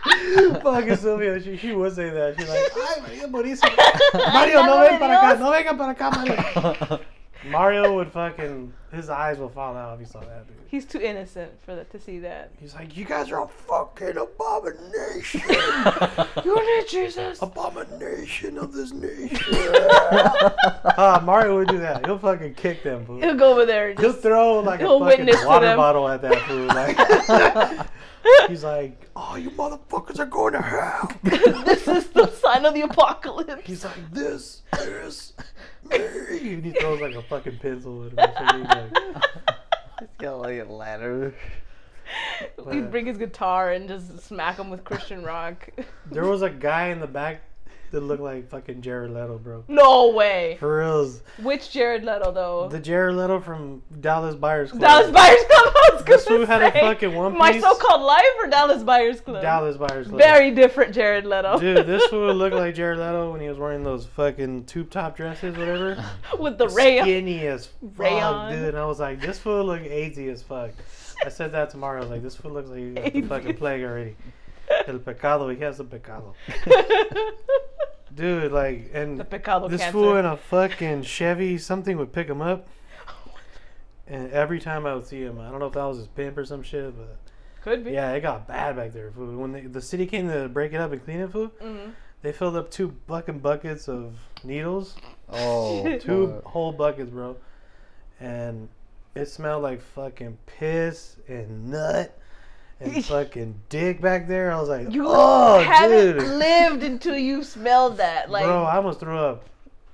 A: I did. Fucking Sylvia, she, she would say that. She's like, "Ay, Maria, buenísimo." Mario, no ven para acá, no vengan para acá, Mario. Mario would fucking, his eyes would fall out if he saw that dude.
B: He's too innocent for that to see that.
A: He's like, you guys are a fucking abomination,
B: You need Jesus.
A: Oh. abomination of this nation. Ah, Mario would do that. He'll fucking kick them, fool.
B: He'll go over there. and
A: He'll
B: Just,
A: throw like
B: He'll
A: a fucking
B: witness to
A: water
B: them.
A: bottle at that fool. Like, he's like, oh, you motherfuckers are going to hell.
B: this is the sign of the apocalypse.
A: He's like, this is me. And he throws like a fucking pencil at him. or something, like,
D: He's got like a ladder.
B: He'd bring his guitar and just smack him with Christian rock.
A: there was a guy in the back that looked like fucking Jared Leto, bro.
B: no way.
A: For reals.
B: Which Jared Leto though?
A: The Jared Leto from Dallas Buyers Club.
B: Dallas Buyers Club. I was
A: This
B: gonna
A: fool had a
B: say,
A: fucking One
B: My
A: Piece.
B: so-called life or Dallas Buyers Club.
A: Dallas Buyers Club.
B: Very different Jared Leto.
A: Dude, this fool looked like Jared Leto when he was wearing those fucking tube top dresses, whatever.
B: with the rayon.
A: Skinny as fuck,
B: Rayon.
A: dude. And I was like, this fool look AZ as fuck. I said that tomorrow. I was like, this fool looks like he got the
B: AZ.
A: fucking plague already. El pecado, he has the pecado. Dude, like, and
B: the picado
A: this
B: cancer.
A: fool in a fucking Chevy, something would pick him up. And every time I would see him, I don't know if that was his pimp or some shit, but
B: Could be.
A: Yeah, it got bad back there. Food. When they, the city came to break it up and clean it, food,
B: Mhm.
A: they filled up two fucking buckets of needles,
C: oh,
A: two
C: fuck.
A: whole buckets, bro, and it smelled like fucking piss and nut and fucking dick back there. I was like,
B: You
A: oh,
B: haven't
A: dude,
B: lived until you smelled that. Like,
A: bro, I almost threw up.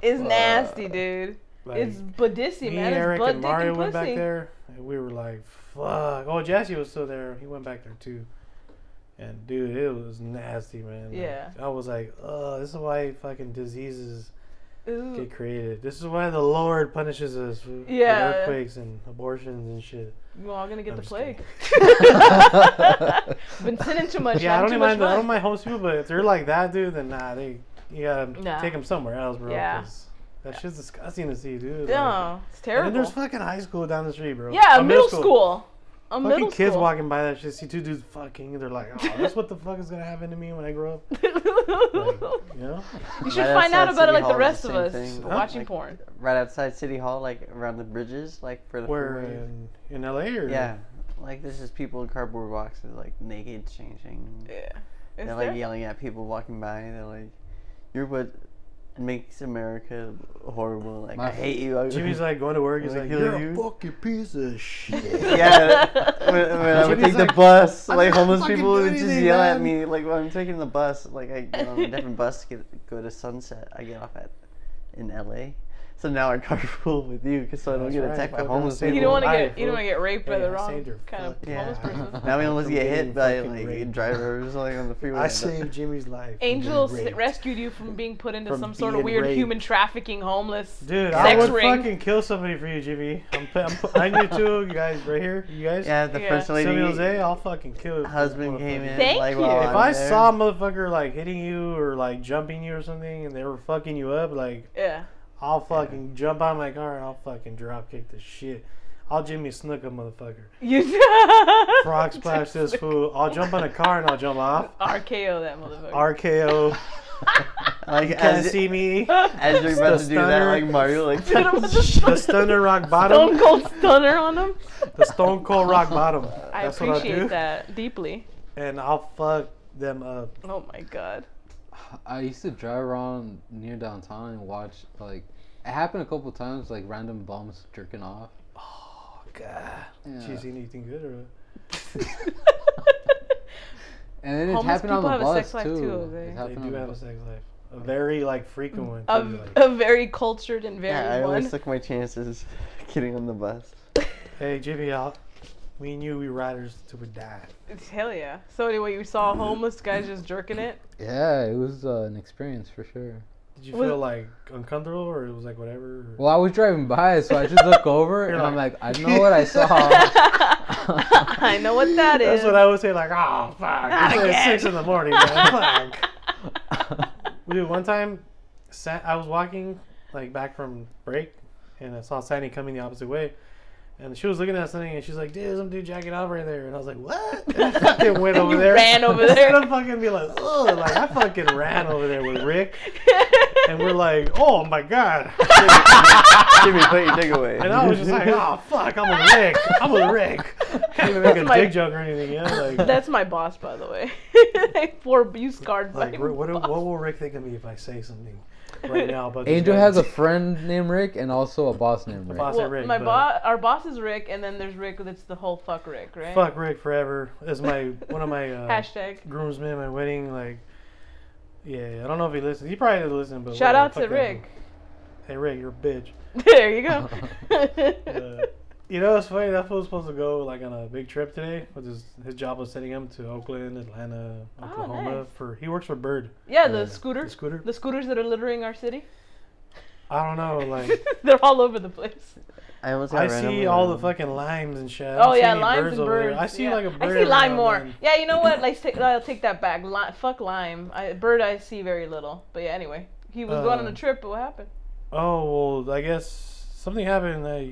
B: it's
C: Wow.
B: nasty, dude.
A: Like,
B: it's badissy,
A: me,
B: man. It's
A: Eric,
B: butt
A: and
B: dick
A: Mario
B: and
A: went back
B: pussy.
A: there, and we were like, fuck. Oh, Jesse was still there. He went back there too. And dude, it was nasty, man. Like,
B: Yeah.
A: I was like, oh, this is why fucking diseases
B: Ooh.
A: get created. This is why the Lord punishes us for, for
B: Yeah.
A: earthquakes and abortions and shit.
B: We're all gonna get
A: I'm
B: the
A: just
B: plague. Been sinning too much.
A: yeah, I
B: having
A: don't
B: too
A: even
B: much
A: mind. The, I
B: fun.
A: don't mind homeless people, but if they're like that, dude, then nah, they you gotta take 'em
B: Nah.
A: take them somewhere else, bro.
B: Yeah.
A: 'cause That shit's disgusting to see, dude. Like,
B: No, it's
A: and then
B: terrible.
A: there's fucking high school down the street, bro.
B: Yeah,
A: Uh,
B: a middle school. A
A: Fucking
B: middle
A: kids
B: school.
A: walking by that shit, see two dudes fucking, they're like, oh, that's what the fuck is gonna happen to me when I grow up. You know?
B: you should
D: Right
B: find out about
D: outside
B: it
D: City
B: like
D: Hall
B: the
D: is
B: rest
D: the
B: of
D: same
B: us.
D: thing.
A: Huh?
B: Watching
D: Like-
B: porn.
D: Right outside City Hall, like around the bridges, like for the
A: Where
D: freeways.
A: in, in LA or?
D: Yeah, like this is people in cardboard boxes, like naked changing.
B: Yeah. Is
D: They're
B: there?
D: like yelling at people walking by. They're like, "You're what makes America horrible." Like
C: My
D: I hate you. I-
A: Jimmy's like going to work. He's
D: Like,
A: like,
D: he'll
A: you're a
D: use-
A: fucking piece of shit.
D: yeah, when, when I would
A: Jimmy's
D: take the
A: like,
D: bus,
A: "I'm
D: like
A: not
D: homeless
A: fucking
D: people would
A: doing
D: just
A: anything,
D: yell at
A: man."
D: me. Like when I'm taking the bus, like I get on a different bus to get, go to Sunset. I get off at in LA, so now I carpool with you because so I don't
A: That's
D: get
A: right,
D: attacked by
A: fucking
D: homeless
A: save
B: You don't
D: people.
B: want to
A: Life,
B: get
A: bro.
B: you don't want to get raped by
A: Hey,
B: the
A: I
B: wrong
A: saved your
B: kind of
A: fuck-
B: homeless
A: yeah.
B: person.
D: Now we almost
A: From
D: get
A: getting
D: hit by
A: fucking
D: like
A: raped.
D: drivers like on the freeway.
A: I
D: but-
A: saved Jimmy's life.
B: Angel
A: Raped.
B: s- rescued you from being put into
D: From
B: some sort of
D: being
B: weird
D: raped.
B: human trafficking homeless.
A: Dude, I
B: Sex
A: would
B: ring.
A: fucking kill somebody for you, Jimmy. I'm, pu- I'm, pu- I need two of you guys right here. You guys,
D: Yeah, the
B: Yeah.
D: first
A: San Jose,
D: lady
A: I'll fucking kill. it.
D: husband came in.
B: Thank
D: like,
B: you.
D: while
A: If
D: I'm
A: I
D: there.
A: saw a motherfucker like hitting you or like jumping you or something, and they were fucking you up, like
B: Yeah.
A: I'll fucking jump out of my car and I'll fucking drop kick the shit. I'll Jimmy Snook a motherfucker.
B: You
A: Frog splash this fool. I'll jump on a car and I'll jump off.
B: RKO that motherfucker.
A: RKO.
D: like
A: Can't
D: as,
A: see me.
D: as you're about
A: The
D: to do that,
A: stunner.
D: like Mario, like
B: Dude, what the fuck?
A: The Thunder Rock
B: Stone
A: Bottom.
B: Cold Stunner on him.
A: The Stone Cold Rock Bottom.
B: I
A: That's what I
B: appreciate
A: do.
B: that deeply.
A: And I'll fuck them up.
B: Oh my god.
C: I used to drive around near downtown and watch like it happened a couple times like random bums jerking off.
A: Oh God.
C: Yeah.
A: She's eating anything good or? what?
C: And then it
B: Homeless
C: happened on the
B: people have a sex
C: bus
B: life
C: too.
B: too, okay.
C: It
A: They
C: happened on
A: do
C: the
A: have a
C: bus.
A: sex life. A very like frequent one.
B: a,
A: too, like,
B: a very cultured and very
D: yeah, I always
B: one.
D: took my chances getting on the bus.
A: hey Jimmy, I'll, we knew we riders till we die.
B: Hell yeah. So anyway, you saw homeless guys just jerking it.
C: Yeah, it was uh, an experience for sure.
A: Did you
B: Was-
A: feel like uncomfortable or it was like whatever? or-
C: Well, I was driving by, so I just look over and
A: You're
C: I'm
A: like-
C: like, I know what I saw.
B: I know what that is.
A: That's what I would say. Like, oh fuck, it's like
B: again."
A: six in the morning. Man. fuck. Dude, one time, Sa- I was walking like back from break, and I saw Sandy coming the opposite way, and she was looking at something, and she's like, "Dude, some dude jacking off right there," and I was like, "What?" And I fucking went over
B: You
A: there.
B: ran over
A: Instead
B: there.
A: of fucking be like, "Ugh," like I fucking ran over there with Rick, and we're like, "Oh my god,"
D: Jimmy, put your dick away.
A: and I was just like, "Oh fuck, I'm a Rick, I'm a Rick." Can't even make a
B: That's my-
A: dick joke or anything, yeah. Like,
B: That's my boss, by the way. Poor you scarred by
A: Like, Ri- what, what will Rick think of me if I say something right now? But
C: Angel has a friend named Rick and also a boss named Rick.
A: boss
B: Well,
A: at Rick.
B: my
A: but uh,
B: boss, our boss is Rick, and then there's Rick. That's the whole fuck Rick, right?
A: Fuck Rick forever. Is my one of my uh,
B: Hashtag.
A: groomsmen at my wedding. Like, yeah, I don't know if he listens. He probably doesn't listen. But
B: Shout
A: whatever,
B: out
A: fuck
B: to
A: that
B: Rick.
A: fool. Hey Rick, you're a bitch.
B: There you go.
A: Uh, you know it's funny. That fool was supposed to go like on a big trip today. With his his job was sending him to Oakland, Atlanta,
B: Oh,
A: Oklahoma.
B: nice.
A: For he works for Bird.
B: yeah, the
C: Yeah.
A: The
B: scooter,
A: scooter.
B: the scooters that are littering our city.
A: I don't know. Like
B: They're all over the place.
D: I almost got
A: I
D: ran
A: see
D: over
A: all
D: by
A: the
D: one.
A: fucking limes and shit. I
B: Oh
A: don't see
B: yeah,
A: any
B: limes and
A: over there.
B: birds.
A: I see
B: yeah.
A: like a bird.
B: I see
A: every
B: lime
A: now
B: more.
A: and then.
B: Yeah, you know what? Like, take, I'll take that back. Li- fuck lime. I, bird, I see very little. But yeah, anyway, he was going on
A: Uh,
B: a trip. But what happened?
A: Oh well, I guess something happened. I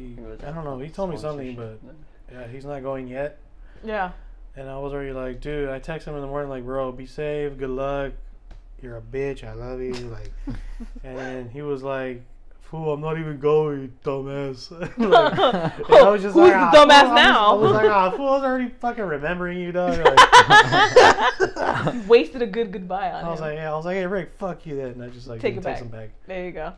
A: I don't know. He told me something, but
D: Sponsorship.
A: yeah, he's not going yet.
B: Yeah.
A: And I was already like, dude, I text him in the morning like, bro, be safe, good luck, you're a bitch, I love you, like. and then he was like, fool, I'm not even going, you dumbass. like, and I was just
B: Who's
A: like, "Ah,
B: the dumbass
A: fool,"
B: now?
A: I was, I was like, ah, fool, I was already fucking remembering you, dog. Like,
B: You wasted a good goodbye on
A: I was
B: him.
A: like, yeah, I was like, hey, Rick, fuck you, then. And I just like
B: Take
A: didn't
B: it
A: text him back.
B: there you go.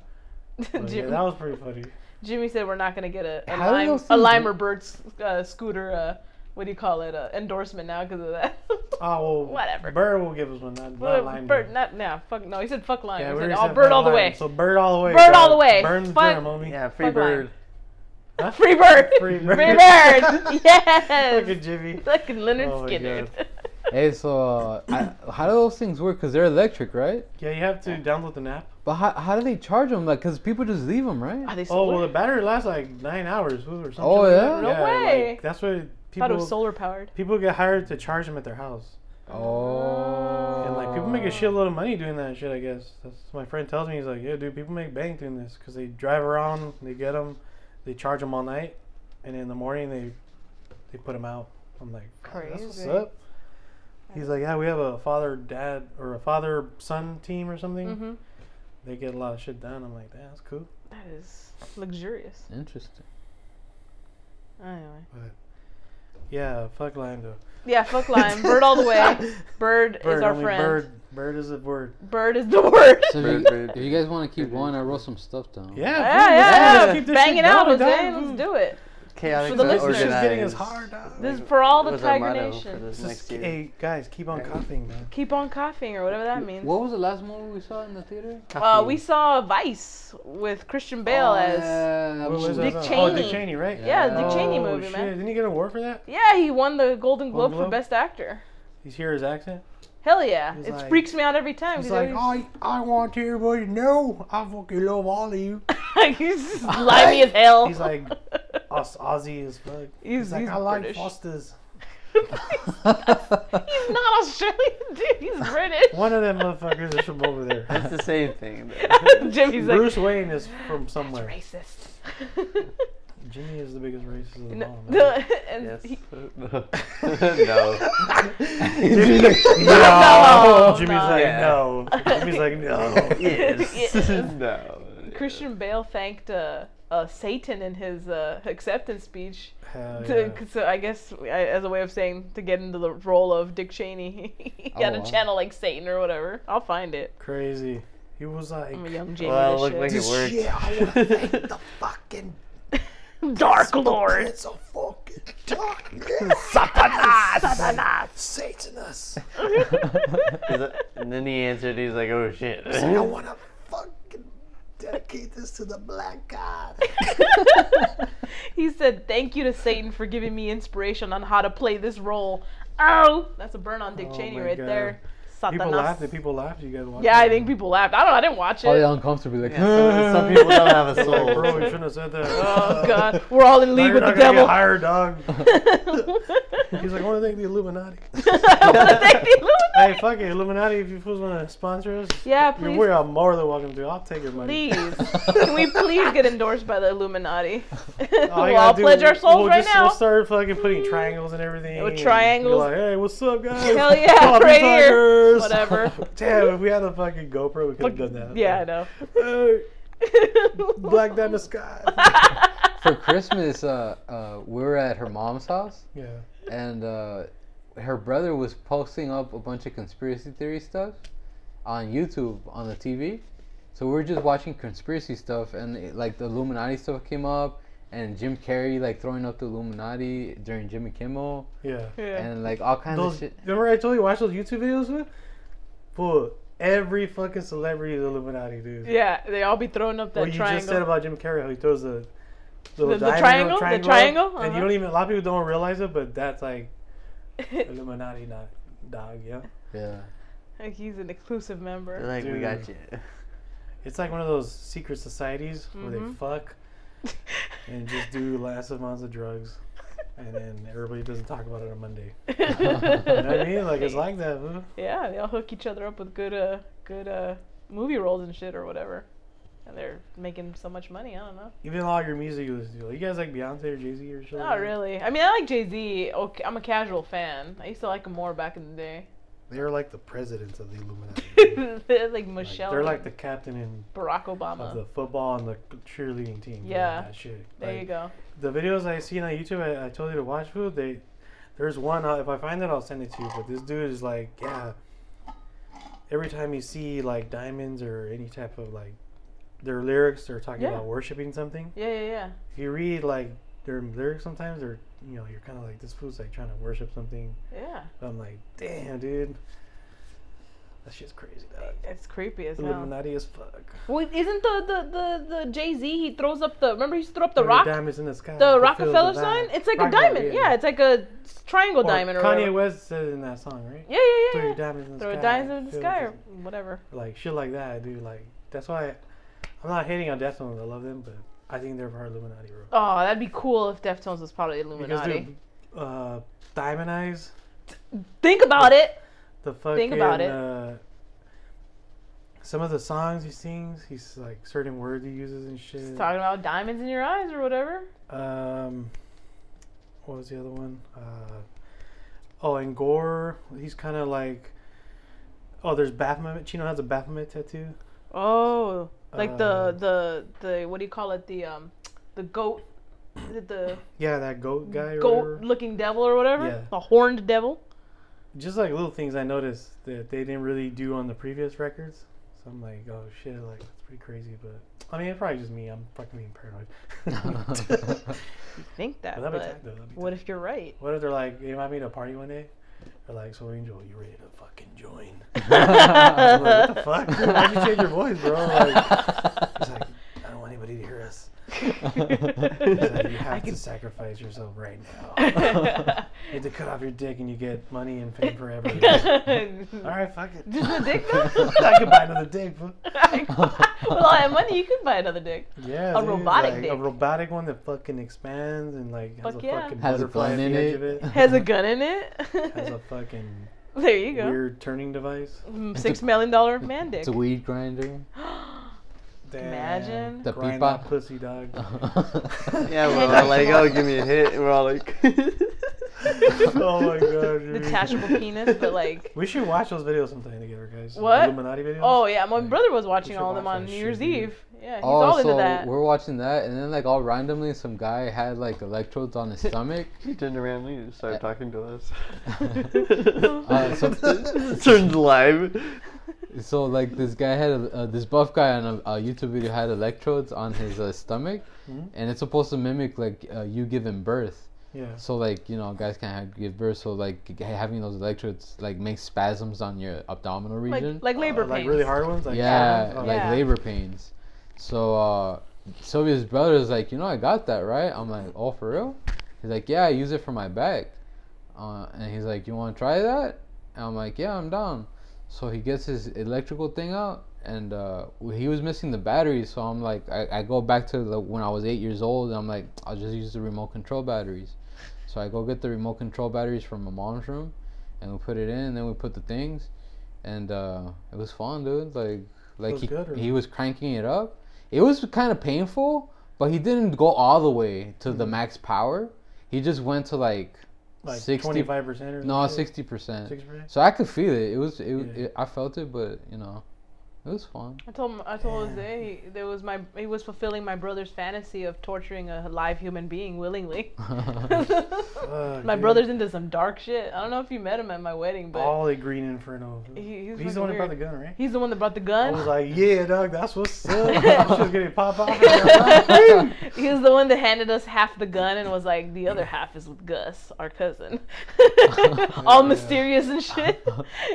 A: But, yeah,
B: Jim-
A: that was pretty funny.
B: Jimmy said we're not gonna get a, a
C: How do
B: lime,
C: those
B: a
C: things
B: lime or
C: work?
B: bird s- uh, scooter. Uh, what do you call it? Uh, endorsement now because of that.
A: Oh well,
B: Whatever.
A: Bird will give us one, not,
B: Well,
A: not lime.
B: bird, not nah, fuck no. He said fuck lime.
A: Yeah,
B: He
A: we
B: said,
A: already
B: "Oh,
A: said
B: bird
A: fuck
B: all the
A: lime,
B: way.
A: So bird all the way.
B: Bird
A: dog.
B: all the way.
A: Burn the
B: Fuck.
A: germ, homie.
D: Yeah, free
B: Fuck
D: bird.
A: Huh?
B: Free bird.
A: Free bird.
B: Free bird.
A: Look at
B: yes.
A: Jimmy.
B: Fucking Leonard
A: Oh my
B: Skinner.
C: hey, so uh, I, how do those things work? Because they're electric, right?
A: Yeah, you have to download the app.
C: But how, how do they charge them? Like, because people just leave them, right?
B: Are they
A: Oh
B: solar?
A: well, the battery lasts like nine hours ooh, or something.
C: Oh,
A: like
C: yeah?
A: that.
C: No
B: way.
A: like, that's what
B: Thought it was
A: people
B: solar powered.
A: people get hired to charge them at their house,
C: Oh.
A: and like people make
B: Ah.
A: a shitload of money doing that shit. I guess that's my friend tells me. He's like, yeah, dude, people make bank doing this because they drive around, they get them, they charge them all night, and in the morning they they put them out. I'm like, "Fuck, That's what's
B: Crazy.
A: up. He's like, yeah, we have a father dad or a father son team or something.
B: Mm-hmm.
A: They get a lot of shit done. I'm like, damn, that's cool.
B: That is luxurious.
C: Interesting.
B: Anyway.
A: But Yeah, fuck Lime though.
B: Yeah, fuck lime. Bird all the way. Bird,
A: Bird,
B: is
A: I
B: our
A: mean,
B: friend. Bird.
A: bird, bird is a word.
B: is the word.
C: So if,
D: Bird,
C: you,
D: bird.
C: if you guys want to keep going, I wrote some stuff down.
A: Yeah,
B: Yeah,
A: dude,
B: yeah,
A: let's
B: yeah.
A: keep this
B: Bang
A: shit
B: it out,
A: going,
B: Jose.
A: dog.
B: Let's do it.
D: Chaotic
B: For the
D: but
A: This
B: listeners.
A: shit's
D: organized.
A: getting us hard. dog.
B: This is for all the
D: was our
B: Tiger
D: motto for
B: Nation.
A: This
D: this
A: is-
D: next year.
A: hey guys, keep on coughing, man.
B: Keep on coughing or whatever that means.
C: What was the last movie we saw in the theater?
B: Uh, we saw Vice with Christian Bale
C: Oh,
B: as.
C: yeah, that
A: What was
C: movie.
A: that?
B: Dick
A: Oh, Dick
B: Cheney.
A: Cheney, right?
B: Yeah, Dick Cheney
A: Oh,
B: movie, man.
A: shit, Didn't he get an award for that?
B: Yeah, he won the Golden Globe,
A: Globe?
B: for Best Actor.
A: He's hear his accent.
B: Hell yeah!
A: He's
B: It
A: like-
B: freaks me out every time.
A: He's
B: He's
A: like,
B: always-
A: I, I want to everybody to know I fucking love all of you.
B: he's just slimy as hell.
A: He's like Oz, Aussie as fuck.
B: Oh. he's,
A: He's like,
B: he's
A: I like
B: British.
A: Fosters.
B: he's not Australian, dude. He's British.
A: One of them motherfuckers is from over there.
D: It's the same thing.
B: Jimmy's like
A: Bruce Wayne is from somewhere.
B: racist.
A: Jimmy is the biggest racist of them
B: no,
A: all. man.
B: no, and
D: Yes.
B: he-
D: no.
A: Jimmy's like, no.
B: No,
A: Jimmy's
B: no.
A: like,
D: Yeah.
A: no. Jimmy's like, no.
D: Yes.
B: Yes.
D: no.
B: Christian Bale thanked uh, uh, Satan in his uh, acceptance speech.
A: Hell
B: To,
A: yeah.
B: So I guess I, as a way of saying to get into the role of Dick Cheney, he
C: Oh,
B: got a
C: wow.
B: channel like Satan or whatever. I'll find it.
A: Crazy. He was like,
B: I'm a young Jamie.
D: Well, it
B: this
D: looked like
B: shit.
D: it worked.
A: yeah, I want to thank the fucking
B: Dark Lord.
A: It's a fucking darkness. Satanas. Satanas. Satanus.
D: Is it- and then he answered, he's like, oh shit.
A: I want to fucking dedicate this to the black god.
B: He said, "Thank you to Satan for giving me inspiration on how to play this role." Oh, that's a burn on Dick
A: Oh
B: Cheney
A: my
B: right
A: God.
B: there.
A: People
B: Satanas.
A: laughed. Did people laugh? You guys watch
B: Yeah, I
A: it?
B: think people laughed. I don't know. I didn't watch it.
C: Probably uncomfortable. Like,
D: Some, some people don't have a
A: Like, Oh, bro, you
D: soul.
A: shouldn't have said that.
B: Oh God, we're all in
A: Now
B: league
A: you're
B: with the
A: not gonna
B: devil.
A: Get hired, dog. He's like, I want to thank the Illuminati. hey, fuck it, Illuminati. If you fools want to sponsor us,
B: yeah,
A: you're
B: please,
A: we're all more than welcome to. I'll take your money.
B: please, can we please get endorsed by the Illuminati? we'll
A: All you
B: all
A: gotta do-
B: pledge our souls
A: we'll
B: right
A: just,
B: now.
A: We'll start fucking putting triangles and everything.
B: With
A: and
B: triangles.
A: You're like, hey, what's up, guys?
B: Hell yeah,
A: Copy
B: right here.
A: tigers."
B: Whatever.
A: Damn, if we had a fucking GoPro, we could have done that.
B: yeah, I know.
A: Hey, black down the sky.
C: for Christmas, uh, uh, we were at her mom's house,
A: yeah.
C: and uh, her brother was posting up a bunch of conspiracy theory stuff on YouTube on the TV. So we were just watching conspiracy stuff, and it, like the Illuminati stuff came up, and Jim Carrey like throwing up the Illuminati during Jimmy Kimmel,
A: Yeah.
B: Yeah.
C: and like all kinds
A: Those,
C: of shit.
A: remember I told you watch those YouTube videos with? Fool, every fucking celebrity is Illuminati, dude.
B: yeah, they all be throwing up that
A: what you
B: triangle.
A: just said about Jim Carrey, how he throws the little
B: The- the
A: diamond
B: triangle?
A: or
B: The
A: triangle,
B: triangle?
A: and
B: Uh-huh.
A: you don't even a lot of people don't realize it, but that's like Illuminati not dog, yeah.
C: Yeah.
B: Like, He's an exclusive member.
D: Like, we got you.
A: It's like one of those secret societies where they
B: Mhm.
A: fuck and just do last amounts of drugs, and then everybody doesn't talk about it on Monday. You know what I mean? Like it's like that. Boo.
B: yeah, they all hook each other up with good, uh, good uh, movie roles and shit or whatever, and they're making so much money. I don't know.
A: Even all your music you listen to, you guys like Beyonce or Jay Z or something.
B: Not really. I mean, I like Jay Z. Okay, I'm a casual fan. I used to like him more back in the day.
A: They are like the presidents of the Illuminati.
B: They're
A: Like,
B: like Michelle.
A: they're like the
B: and
A: captain and
B: Barack
A: of
B: Obama.
A: the football and the cheerleading team. and
B: Yeah.
A: that shit.
B: There
A: Like,
B: you go.
A: The videos I seen on YouTube, I, I told you to watch food. They, there's one. uh, If I find it, I'll send it to you. But this dude is like, yeah. Every time you see like diamonds or any type of like, their lyrics, they're talking
B: Yeah.
A: about worshiping something.
B: Yeah, yeah, yeah.
A: If you read like their lyrics, sometimes they're you know you're kind of like this food's like trying to worship something.
B: Yeah.
A: I'm like, damn, dude. That shit's crazy, dog.
B: It's creepy as hell.
A: Illuminati as fuck.
B: Well, isn't the the the, the Jay Z? He throws up the. Remember, he used to throw up the
A: There are
B: rock,
A: diamonds in the sky.
B: the
A: fulfill
B: Rockefeller
A: vow.
B: sign. It's like
A: Rockefeller,
B: a diamond. Yeah. it's like a s- triangle
A: Well,
B: diamond or
A: Kanye
B: whatever.
A: West said it in that song, right?
B: Yeah, yeah, yeah.
A: Throw
B: yeah.
A: your diamonds in the
B: Throw
A: sky.
B: diamonds in the
A: fulfill
B: sky or
A: this-
B: whatever.
A: Like shit like that, dude. Like that's why I'm not hating on Deftones. I love them, but I think they're part of Illuminati, bro.
B: Oh, that'd be cool if Deftones was part of the
A: Because
B: Illuminati.
A: dude, uh, Diamond Eyes,
B: Think about it.
A: the fucking.
B: about it.
A: Uh, some of the songs he sings, he's like certain words he uses and
B: He's
A: shit.
B: talking about diamonds in your eyes or whatever.
A: Um, what was the other one? Uh, oh, and Gore. He's kind of like. Oh, there's Baphomet. Chino has a Baphomet tattoo.
B: Oh, like
A: Uh,
B: the the the what do you call it? The um the goat Is it the
A: Yeah, that goat guy. or whatever.
B: goat-looking devil or whatever?
A: Yeah.
B: The horned devil.
A: just like little things I noticed that they didn't really do on the previous records. So I'm like, oh shit, like that's pretty crazy. But I mean, it's probably just me. I'm fucking being paranoid. but
B: Think that,
A: that'd be
B: but
A: tight, though. That'd be
B: what
A: tight.
B: if you're right?
A: What if they're like, they invite me to a party one day? They're like, so Angel, you ready to fucking join? I'm like, what the fuck? dude? Why'd you change your voice, bro? Like, he's like, I don't want anybody to hear us. He's like, you have
B: I
A: to
B: can-
A: sacrifice yourself right now. You have to cut off your dick and you get money and fame forever. All right, fuck it.
B: Just the dick though?
A: I could buy another dick, but
B: With all that money, you could buy another dick.
A: yeah,
B: A
A: dude,
B: robotic
A: like, a
B: dick.
A: robotic one that fucking expands and like has
B: Fuck
A: a
B: yeah.
A: fucking
C: Has a
A: butterfly
C: gun
A: at
C: in
A: the edge
C: it.
A: of it.
B: Has a gun in
A: Has a
B: it.
A: fucking
B: there you go.
A: weird turning device.
B: Mm, Six million dollar man dick.
C: It's a weed grinder.
A: Damn.
B: Imagine.
C: The
A: Grind
C: beatbox.
A: that pussy dog.
D: Yeah, we're all like, oh, give me a hit. And we're all like,
A: oh my god, dude.
B: Detachable penis, but like.
A: We should watch those videos sometime together, guys.
B: What?
A: Illuminati videos.
B: Oh yeah, my brother was watching
A: should
B: all of them
A: watch
B: on
A: that
B: New
A: shit,
B: Year's
A: dude.
B: Eve. Yeah, he's all
C: oh,
B: into
C: so
B: that.
C: we're watching that, and then like all randomly, some guy had like electrodes on his stomach.
D: he turned around and he just started talking to us.
C: Uh, so,
D: Turned live.
C: so like this guy had a, uh, this buff guy on a, a YouTube video had electrodes on his uh, stomach,
B: Mm-hmm.
A: Mhm.
C: and it's supposed to mimic like uh, you giving birth.
A: Yeah.
C: So like you know guys can't have, give birth, so like g- having those electrodes like makes spasms on your abdominal
B: like,
C: region.
B: like labor
A: Uh, like
B: pains.
A: really hard ones. Like
C: yeah,
A: Oh,
C: like
B: Yeah.
C: labor pains. So uh, Sylvia's brother's like, you know, I got that right. I'm like, oh, for real? He's like, yeah, I use it for my back. Uh, and he's like, you want to try that? And I'm like, yeah, I'm down. So he gets his electrical thing out, and uh, he was missing the battery. So I'm like, I, I go back to the when I was eight years old, and I'm like, I'll just use the remote control batteries. So I go get the remote control batteries from my mom's room, and we put it in, and then we put the things, and uh, it was fun, dude. Like, like
A: was
C: he
A: good or
C: he was cranking it up. It was kind of painful, but he didn't go all the way to
A: Mm-hmm.
C: the max power. He just went to like,
A: like
C: 60
A: 25 percent or
C: no
A: something.
C: sixty percent.
A: 60%?
C: So I could feel it. It was it,
A: Yeah.
C: it. I felt it, but you know, it was fun.
B: I told him- I told Jose he, there was my he was fulfilling my brother's fantasy of torturing a live human being willingly.
A: Fuck,
B: my
A: dude. Oh.
B: brother's into some dark shit. I don't know if you met him at my wedding, but
A: all a green inferno.
B: he, he's,
A: He's the one who
B: weird.
A: brought the gun, right?
B: He's the one that brought the
A: I
B: gun.
A: was like, yeah, dog, that's what's up. I was just gonna pop off. Like,
B: he was the one that handed us half the gun and was like, the other half is with Gus, our cousin. all
A: Yeah.
B: mysterious and shit.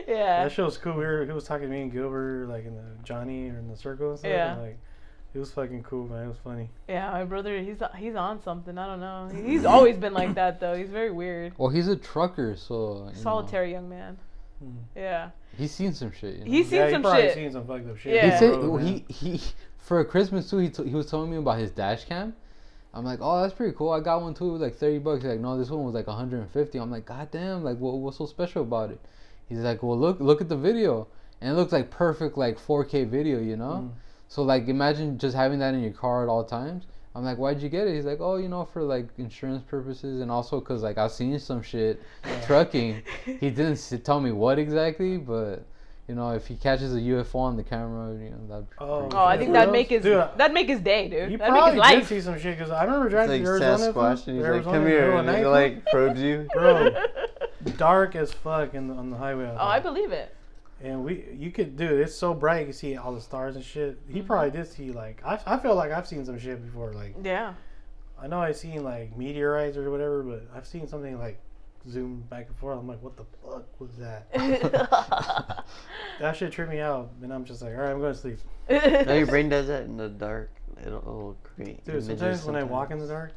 B: yeah.
A: that show's cool. We were, he was talking to me and Gilbert, like in the Johnny or in the circle and stuff.
B: Yeah.
A: And, like, it was fucking cool, man. It was funny.
B: Yeah, my brother, he's he's on something. I don't know. He's always been like that though. He's very weird.
C: Well, he's a trucker, so you know,
B: Solitary young man.
A: Mm.
B: Yeah.
C: he's seen some shit. You know?
B: He's seen
A: yeah,
B: some
A: he probably
B: shit.
A: seen some fucked up shit.
B: Yeah.
C: He said
A: Bro, man.
C: he he for Christmas too. He t- he was telling me about his dash cam. I'm like, oh, that's pretty cool. I got one too. It was like thirty bucks. He's like, no, this one was like 150. I'm like, god damn. Like, what what's so special about it? He's like, well, look look at the video, and it looks like perfect like 4K video, you know.
A: Mm.
C: So like, imagine just having that in your car at all times. I'm like, why'd you get it? He's like, oh, you know, for like insurance purposes, and also because like I've seen some shit trucking. He didn't s- tell me what exactly, but you know, if he catches a UFO on the camera, you know, that'd be
A: Oh,
C: pretty
B: Oh, I
A: Yeah,
B: think
A: who
B: that'd
A: knows?
B: make his
A: Dude, I-
B: that'd make his day, dude.
A: He
B: That'd make his
A: probably did
B: life.
A: see some shit because I remember
D: It's
A: driving
D: like
A: to Arizona. fool,
D: Sasquatch, and he's like,
A: Arizona,
D: come
A: in the
D: here.
A: middle of
D: And
A: the
D: he
A: night,
D: like probes you.
A: fool. bro, dark as fuck in the, on the highway. out
B: Oh, I
A: there.
B: believe it.
A: And we, you could, dude, it's so bright. You can see all the stars and shit. He
B: Mm-hmm.
A: probably did see like, I, I feel like I've seen some shit before. Like,
B: Yeah.
A: I know I've seen like meteorites or whatever, but I've seen something like zoom back and forth. I'm like, what the fuck was that? That shit tripped me out, and I'm just like, all right, I'm going to sleep.
D: No, your brain does that in the dark. It'll, it'll create.
A: Dude,
D: images
A: sometimes when I walk in
D: sometimes.
A: the dark,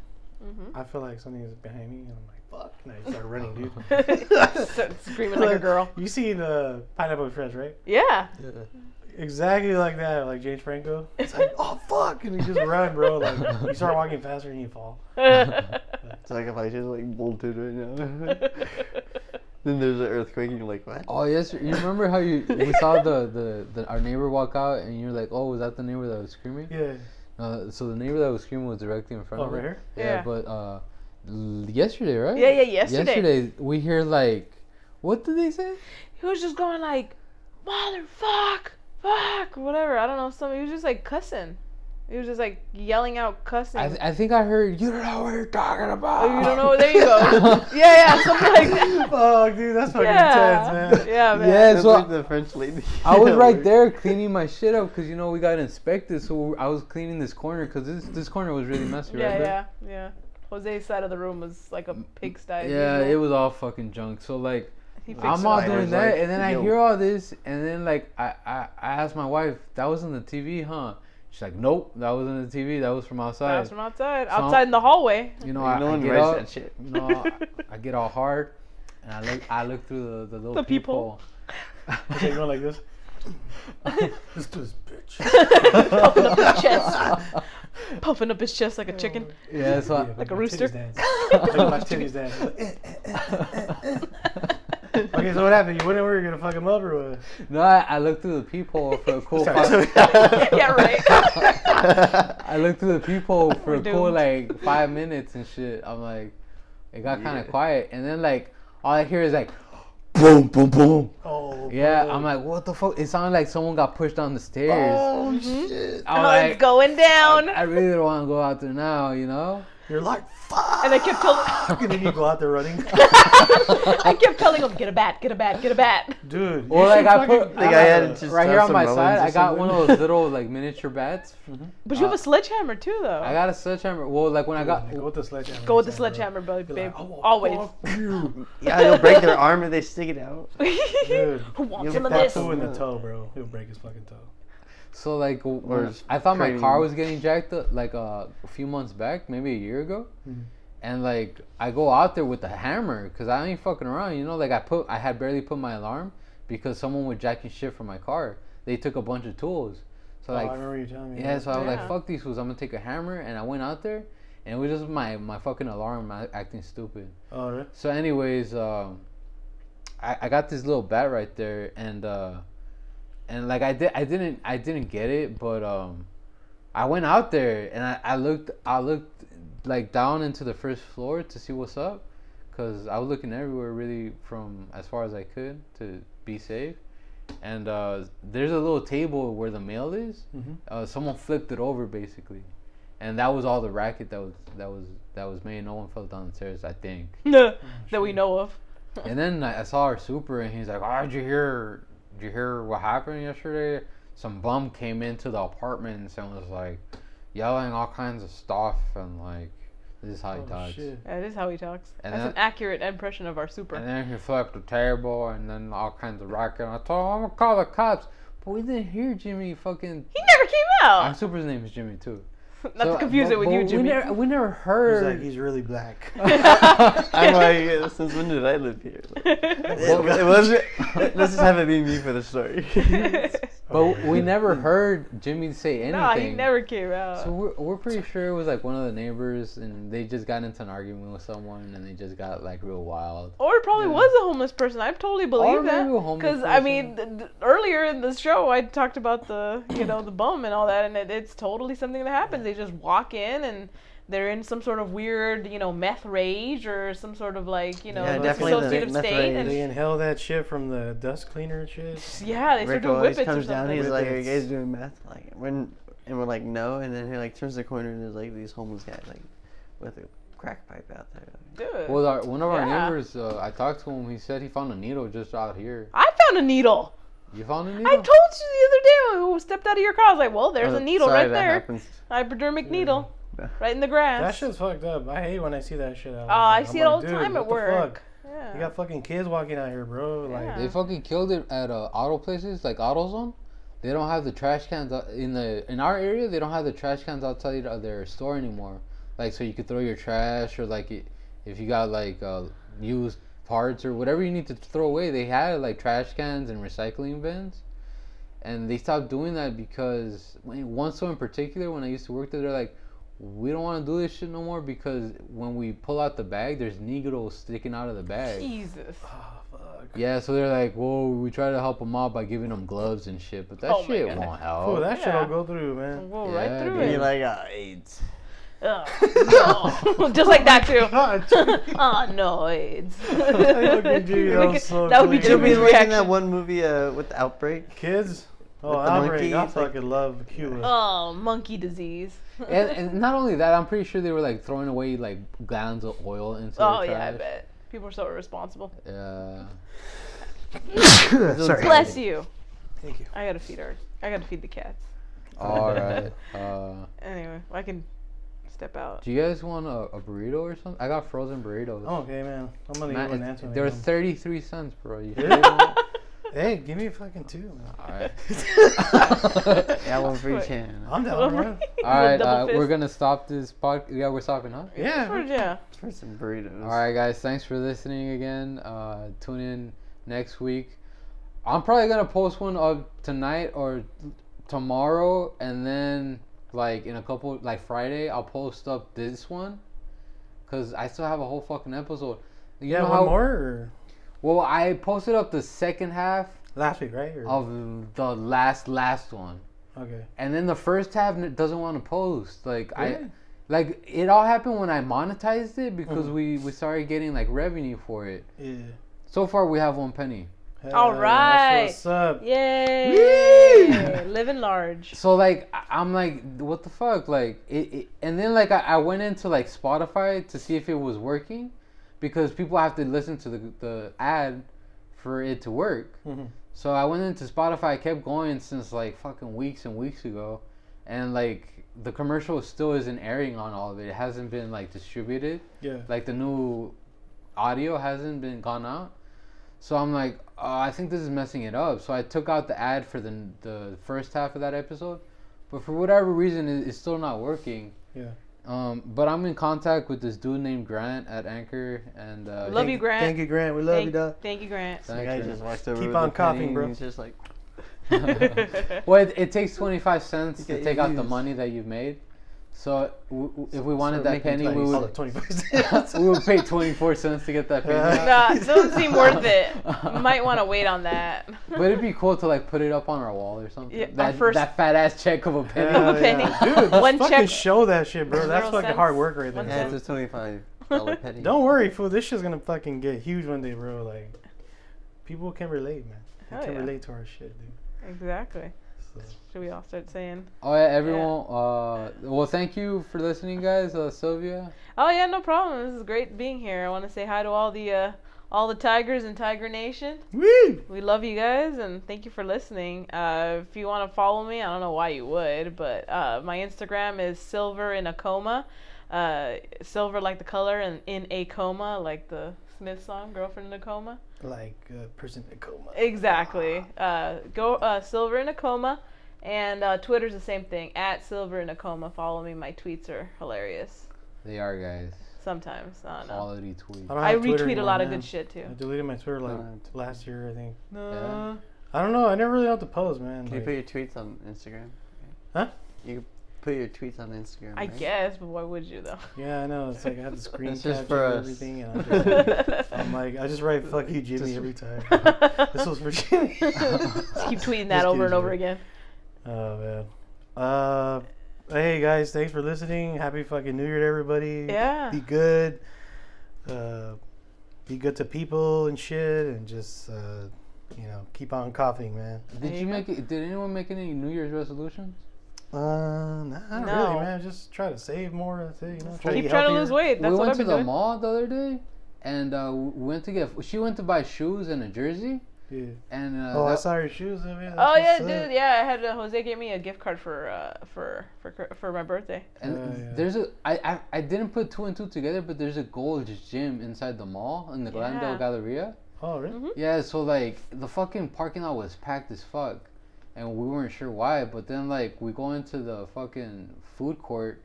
B: Mhm.
A: I feel like something is behind me, and I'm like, fuck, and I just start running, dude.
B: Start Screaming like a girl.
A: You see the Pineapple Express, right?
B: Yeah.
A: Exactly like that, like James Franco. It's like, oh fuck, and you just run, bro. Like you start walking faster and you fall.
C: oh.
D: It's like if I just like bolted right now. then there's an earthquake, and you're like, what?
C: Oh yes, you remember how you we saw the, the, the our neighbor walk out and you're like, oh, was that the neighbor that was screaming?
A: Yeah.
C: No, so the neighbor that was screaming was directly in front
A: Oh,
C: of
A: right
C: it.
A: here.
C: Yeah,
B: Yeah.
C: but uh, l- yesterday, right?
B: Yeah, yeah, yesterday.
C: Yesterday we hear like, what did they say?
B: he was just going like, motherfuck, fuck, whatever. I don't know. Some he was just like cussing. He was just like yelling out cussing.
C: I, th- I think I heard you don't know what you're talking about.
B: Oh, you don't know. There you go. yeah, yeah, something like that.
A: Fuck, dude, that's fucking
B: Yeah,
A: intense, man.
B: yeah, man.
C: Yeah,
D: That's
C: so
D: like the French lady.
C: I was
D: at
C: right
D: work.
C: there cleaning my shit up because you know we got inspected, so I was cleaning this corner because this this corner was really messy,
B: Yeah,
C: right? there.
B: yeah, yeah. Jose's side of the room was like a pigsty. as
C: Yeah,
B: usual.
C: it was all fucking junk. So like,
B: He fixed
C: I'm
B: it.
C: all
D: I
C: doing
D: was
C: that,
D: like,
C: and then I
D: yo.
C: hear all this, and then like I, I I asked my wife, that was on the TV, huh? She's like, nope, that was on the TV. That was from outside.
B: That was from outside, outside in the hallway.
C: you know,
D: Like,
C: I,
D: no
C: I
D: one
C: get
D: writes
C: up,
D: that shit.
C: You know, I- I get all hard, and I look I look through the the little
B: The
C: people.
B: peephole.
A: Okay, going like this. Let's do this, bitch.
B: puffing up his chest, puffing up his chest like a chicken.
C: Yeah, so I-
A: Yeah,
B: Like a
A: my
B: rooster.
A: titties dance. Look at my titties dance. Okay, so what happened? You went in, we were gonna fuck him up or what?
C: no, I, I looked through the peephole for a cool.
A: Sorry.
C: five-
B: yeah, right.
C: I looked through the peephole for a
B: We're
C: cool
B: doomed.
C: like five minutes and shit. I'm like, it got kind
D: Yeah.
C: of quiet, and then like all I hear is like, boom, boom, boom.
A: Oh,
C: Yeah,
A: bro.
C: I'm like, what the fuck? It sounded like someone got pushed down the stairs.
A: Oh shit!
C: I'm
B: Oh,
C: like,
B: it's going down.
C: I really don't want to go out there now, you know.
A: You're like fuck,
B: And I kept telling,
A: and then you go out there running,
B: I kept telling him, get a bat, get a bat, get a bat.
A: dude.
C: Or
A: you
C: like
A: should
C: I put-
A: fucking-
C: like
D: I had it just
C: right here
D: have
C: on
D: some
C: my
D: melons
C: side,
D: or
C: I got one of
D: something.
C: those
D: Mm-hmm.
C: little like miniature bats.
B: But you have a sledgehammer too, though.
C: Uh, I got a sledgehammer. Well, like when I got,
A: Ah. Go with the sledgehammer.
B: Go with the
A: inside, bro.
B: sledgehammer, babe.
A: Be
B: babe.
A: like, "Oh,
B: Always.
A: fuck you,
D: Yeah, they'll break their arm if they stick it out.
A: dude.
B: Who wants
D: You're
B: some of
D: fucked
A: That
B: this?
A: fool in the
D: Yeah.
A: toe, bro. He'll break his fucking toe.
C: so like w-
D: Or
C: when
D: just
C: I thought my car
D: creating-
C: was getting jacked up like uh, a few months back, maybe a year ago.
D: Mm-hmm.
C: And like I go out there with the hammer because I ain't fucking around, you know. Like I put, I had barely put my alarm because someone was jacking shit from my car. They took a bunch of tools, so
A: Oh, I
C: like
A: remember you telling me.
C: Yeah, so I was like,
B: Yeah.
C: fuck these fools, I'm gonna take a hammer and I went out there and it was just my, my fucking alarm a- acting stupid.
A: Oh, really?
C: So anyways, um I, I got this little bat right there and uh and like I did I didn't I didn't get it but um I went out there and I, I looked I looked like down into the first floor to see what's up because I was looking everywhere really from as far as I could to be safe. And uh, there's a little table where the mail is.
A: Mhm.
C: Uh, someone flipped it over basically, and that was all the racket that was that was that was made. No one fell downstairs, I think.
B: that we know of.
C: and then I, I saw our super, and he's like, "Oh, did you hear? Did you hear what happened yesterday? Some bum came into the apartments and was like yelling all kinds of stuff and like this is how he
A: Oh,
C: talks."
A: shit.
B: That is how he talks.
C: And
B: That's
C: that-
B: an accurate impression of our super.
C: And then he flipped the table and then all kinds of racket. And I told him, I'm gonna call the cops. But we didn't hear Jimmy fucking.
B: he never came
C: Our
B: out.
C: super's name is Jimmy too.
B: Uh, Not
C: So,
B: to confuse
C: but-
B: it with
C: but
B: you, Jimmy.
C: We never, we never
A: He's
C: heard.
A: like, he's really black.
D: I'm like, since when did I live here? Like, it, it was. Let's just have it be me for the story.
C: but we never heard Jimmy say anything.
B: no, he never came out.
C: So we're, we're pretty sure it was like one of the neighbors, and they just got into an argument with someone, and they just got like real wild.
B: or it probably was a homeless person. I totally believe that.
C: maybe a homeless
B: Because I mean, th- th- earlier in the show, I talked about the you know the bum and all that, and it, it's totally something that happens. They just walk in and they're in some sort of weird you know meth rage or some sort of like you know
D: Yeah,
A: definitely the
B: dissociative
D: meth
B: state.
D: rage.
A: they
B: And,
A: inhale that shit from the dust cleaner and shit.
B: yeah, they start
D: Rick
B: doing
D: always
B: whippets or
D: comes
B: something.
D: down. He's like, "Are you
A: Whippets.
D: guys doing meth?" Like, when and we're like, "No," and then he like turns the corner and there's like these homeless guys like with a crack pipe out there.
B: Dude,
C: Well, our, one of our
B: Yeah.
C: neighbors, uh, I talked to him. He said he found a needle just out here.
B: I found a needle.
C: You found a
B: I
C: needle?
B: told you the other day when we stepped out of your car. I was like, well, there's
D: Uh,
B: a needle
D: sorry,
B: right
D: that
B: there.
D: Happens.
B: Hypodermic needle.
D: Yeah.
B: Right in the grass.
A: That shit's fucked up. I hate when I see that shit out.
B: oh, I
A: I'm
B: see it
A: like,
B: all the
A: "Dude,
B: time at
A: what the
B: work.
A: fuck?
B: Yeah.
A: You got fucking kids walking out here, bro. Like,
B: Yeah.
C: They fucking killed it at uh, auto places like AutoZone. They don't have the trash cans out- in the in our area. They don't have the trash cans outside of their store anymore. Like so, you could throw your trash or like it, if you got like uh, used parts or whatever you need to throw away. They had like trash cans and recycling bins, and they stopped doing that because when, one store in particular, when I used to work there, they're like, we don't want to do this shit no more because when we pull out the bag, there's needles sticking out of the bag.
B: Jesus.
A: oh, fuck.
C: Yeah, so they're like, "Whoa, we try to help them out by giving them gloves and shit, but that
B: Oh my
C: shit
B: God.
C: won't
A: Oh,
C: help."
A: that shit will
B: yeah.
A: go through, man.
B: Whoa,
C: Yeah,
B: right through
C: dude.
D: And you're
B: it.
D: like, "Ah, AIDS."
B: Ugh, no. Just like that, too. oh, no, AIDS.
A: at you, that
B: Like,
A: was so
B: that would be
A: clear. Jimmy's
D: Did you be
B: Jimmy's
D: looking at
B: reaction.
D: one movie uh, with the outbreak?
A: Kids, Oh,
D: the
A: outbreak!
D: monkey,
A: I
D: it's like-
A: fucking love Cuba.
B: Oh, monkey disease.
C: and, and not only that, I'm pretty sure they were like throwing away like gallons of oil into
B: oh
C: the
B: yeah, I
C: trash.
B: bet people are so irresponsible.
C: Yeah.
A: Sorry.
B: Bless you.
A: Thank you.
B: I gotta feed our. I gotta feed the cats.
C: All right. Uh,
B: Anyway, I can step out.
C: do you guys want a, a burrito or something? I got frozen burritos.
A: I'm okay, man. I'm gonna
C: Man,
A: eat one
C: it's-
A: Anthony.
C: they were
A: man.
C: 33 cents, bro. You sure?
A: Really? hey, give me a fucking two. Man.
C: All right.
D: Yeah, one for
B: Right.
D: each hand.
A: I'm down,
B: Over-
A: man.
B: the
C: All right.
B: double
C: Uh, we're
B: fist.
C: gonna stop this pod. Yeah, we're stopping, huh?
B: Sure,
A: Yeah.
B: yeah.
D: For some burritos.
C: All right, guys. Thanks for listening again. Uh, tune in next week. I'm probably gonna post one of tonight or tomorrow, and then like in a couple, like Friday, I'll post up this one, cause I still have a whole fucking episode. You
A: Yeah,
C: know
A: one
C: how-
A: more. Or
C: Well, I posted up the second half
A: last week, right? Or-
C: of the last last one,
A: Okay.
C: and then the first half n- doesn't want to post. Like I.
A: Really?
C: Like it all happened when I monetized it because
A: Mhm.
C: we we started getting like revenue for it.
A: Yeah.
C: So far, we have one penny.
A: Hell
B: All
A: yeah,
B: right.
A: That's what's up?
B: Yay! Living large.
C: So like, I- I'm like, what the fuck? Like, it, it and then like I, I went into like Spotify to see if it was working, because people have to listen to the the ad for it to work.
A: Mhm.
C: So I went into Spotify. I kept going since like fucking weeks and weeks ago, and like the commercial still isn't airing on all of it. It hasn't been like distributed.
A: Yeah.
C: like the new audio hasn't been gone out. So I'm like, uh, I think this is messing it up. So I took out the ad for the the first half of that episode, but for whatever reason, it, it's still not working.
A: Yeah.
C: Um, but I'm in contact with this dude named Grant at Anchor, and uh,
B: Love
A: Thank-
B: you, Grant.
A: Thank you, Grant. We love
B: thank,
A: you, dog.
B: thank you, Grant.
C: thank
D: I
A: guys
C: you.
D: just walked over
A: Keep
D: with
A: on
D: a
A: coughing,
D: penny,
A: bro.
D: and Just like
C: Well, it, it takes 25 cents
D: You
C: to
D: get
C: take
D: your
C: out the
D: views.
C: money that you've made. So w- w- if we
D: so
C: wanted
D: make
C: that
D: it
C: penny, we
D: twice.
A: Oh,
C: would
A: the 25 cents.
C: we would pay 24 cents to get that penny.
A: Yeah.
C: out.
B: nah, doesn't seem worth it. Might want to wait on that.
C: But it'd be cool to like put it up on our wall or something.
B: Yeah, our
C: that,
B: first-
C: that fat ass check of a penny.
A: Hell
B: penny.
A: Dude, let's
B: One
A: fucking
B: check-
A: show that shit, bro. That's
B: Zero
A: fucking
B: cents.
A: hard work right there.
B: One
D: yeah,
A: bro.
D: it's a twenty-five dollar penny.
A: Don't worry, fool. This shit's gonna fucking get huge one day, bro. Like, people can relate, man. They
B: Hell
A: can
B: yeah.
A: relate to our shit, dude.
B: Exactly.
A: So,
B: Should we all start saying?
C: Oh yeah, everyone. Uh, well, thank you for listening, guys. Uh, Sylvia.
B: Oh yeah, no problem. This is great being here. I want to say hi to all the uh, all the tigers in Tiger Nation.
A: Woo!
B: We love you guys and thank you for listening. Uh, if you want to follow me, I don't know why you would, but uh, my Instagram is silver in a coma. Uh, silver like the color and in a coma like the Smith song, girlfriend in a coma.
A: Like a person in a coma.
B: Exactly. Uh, go uh, silver in a coma, and uh, Twitter's the same thing at silver in a coma. Follow me. My tweets are hilarious
C: They are guys.
B: sometimes. I don't know.
C: Quality tweet.
A: don't
B: I
A: have Twitter
B: retweet a
A: anymore,
B: lot of
A: man.
B: good shit too.
A: I deleted my Twitter like
D: Uh,
A: last year, I think.
C: Yeah.
A: I don't know. I never really know what to post, man.
D: Can you
A: Like,
D: put your tweets on Instagram?
A: Huh?
D: You can put your tweets on Instagram.
B: I
D: right?
B: guess, but why would you though?
A: yeah, I know. It's like I have the screen
D: That's just
A: capture
D: for
A: and
D: us.
A: everything, and I'm, just, I'm Um, like, I just write "fuck you, Jimmy"
D: Just-
A: every time. this was
B: Just
A: for Jimmy.
B: keep tweeting
A: Just
B: that
A: kidding,
B: over and over
A: man.
B: again.
A: Oh man. Uh, hey guys, thanks for listening. Happy fucking New Year to everybody.
B: Yeah.
A: Be good. Uh, be good to people and shit, and just uh, you know, keep on coughing, man.
C: Did
B: There
C: you
B: you
C: make it? Did anyone make any New Year's resolutions?
A: Uh, nah, not
B: No.
A: really, man. Just try to save more. That's it, you know, try to
B: Keep
A: eat
B: trying to
A: healthier.
B: lose weight. That's
C: we
B: what
C: went
B: I've
C: to
B: been
C: the
B: doing.
C: mall the other day, and uh, we went to get. She went to buy shoes and a jersey,
A: Yeah.
C: and uh,
A: Oh, I
C: that-
A: saw your shoes. Oh yeah,
B: Oh yeah,
A: that's what's up.
B: dude. Yeah, I had uh, Jose gave me a gift card for uh, for for cr- for my birthday.
C: And
A: Yeah, yeah.
C: there's a I, I I didn't put two and two together, but there's a gold gym inside the mall in the Glendale
B: Yeah.
C: Galleria.
A: Oh really?
C: Yeah, so like the fucking parking lot was packed as fuck, and we weren't sure why. But then like we go into the fucking food court,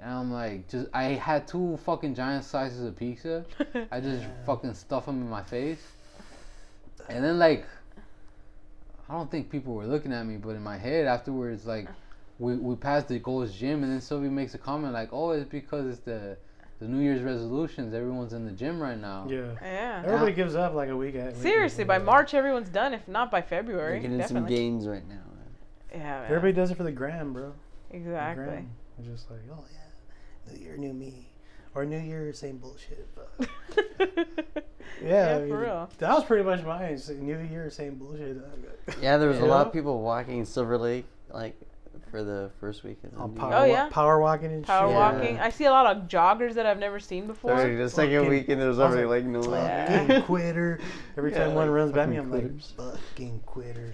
C: and I'm like, just I had two fucking giant sizes of pizza. I just fucking stuff them in my face, and then like, I don't think people were looking at me, but in my head afterwards, like, we we passed the Gold's Gym, and then Sylvia makes a comment like, oh, it's because it's the the New Year's resolutions. Everyone's in the gym right now.
A: Yeah.
B: Yeah.
A: Everybody gives up like a week. at- week
B: Seriously, by
A: before.
B: March everyone's done. If not by February,
D: You're getting some
B: definitely.
D: gains right now. Man.
B: Yeah, man.
A: Everybody does it for the gram, bro.
B: exactly.
A: Instagram. It's just like, oh yeah, new year, new me. or New Year, same bullshit. But yeah, I
B: Yeah, for
A: mean,
B: real.
A: That was pretty much mine. Say, New Year, same bullshit.
D: Yeah, there was a
A: You
D: lot
A: know?
D: of people walking Silver Lake, like for the first weekend.
A: On
D: of
A: power,
D: New
B: Oh,
A: wa-
D: Year's.
B: yeah.
A: power walking and
B: Power
A: shit.
D: Yeah.
B: walking. I see a lot of joggers that I've never seen
D: Sorry,
B: before.
D: the second
A: fucking-
D: weekend there was
A: I was
D: already
A: like,
D: like no
A: Fucking
D: one.
A: quitter. Every
D: Yeah,
A: time one
D: like,
A: runs by me,
D: fucking
A: I'm
D: quitters.
A: like, fucking quitter.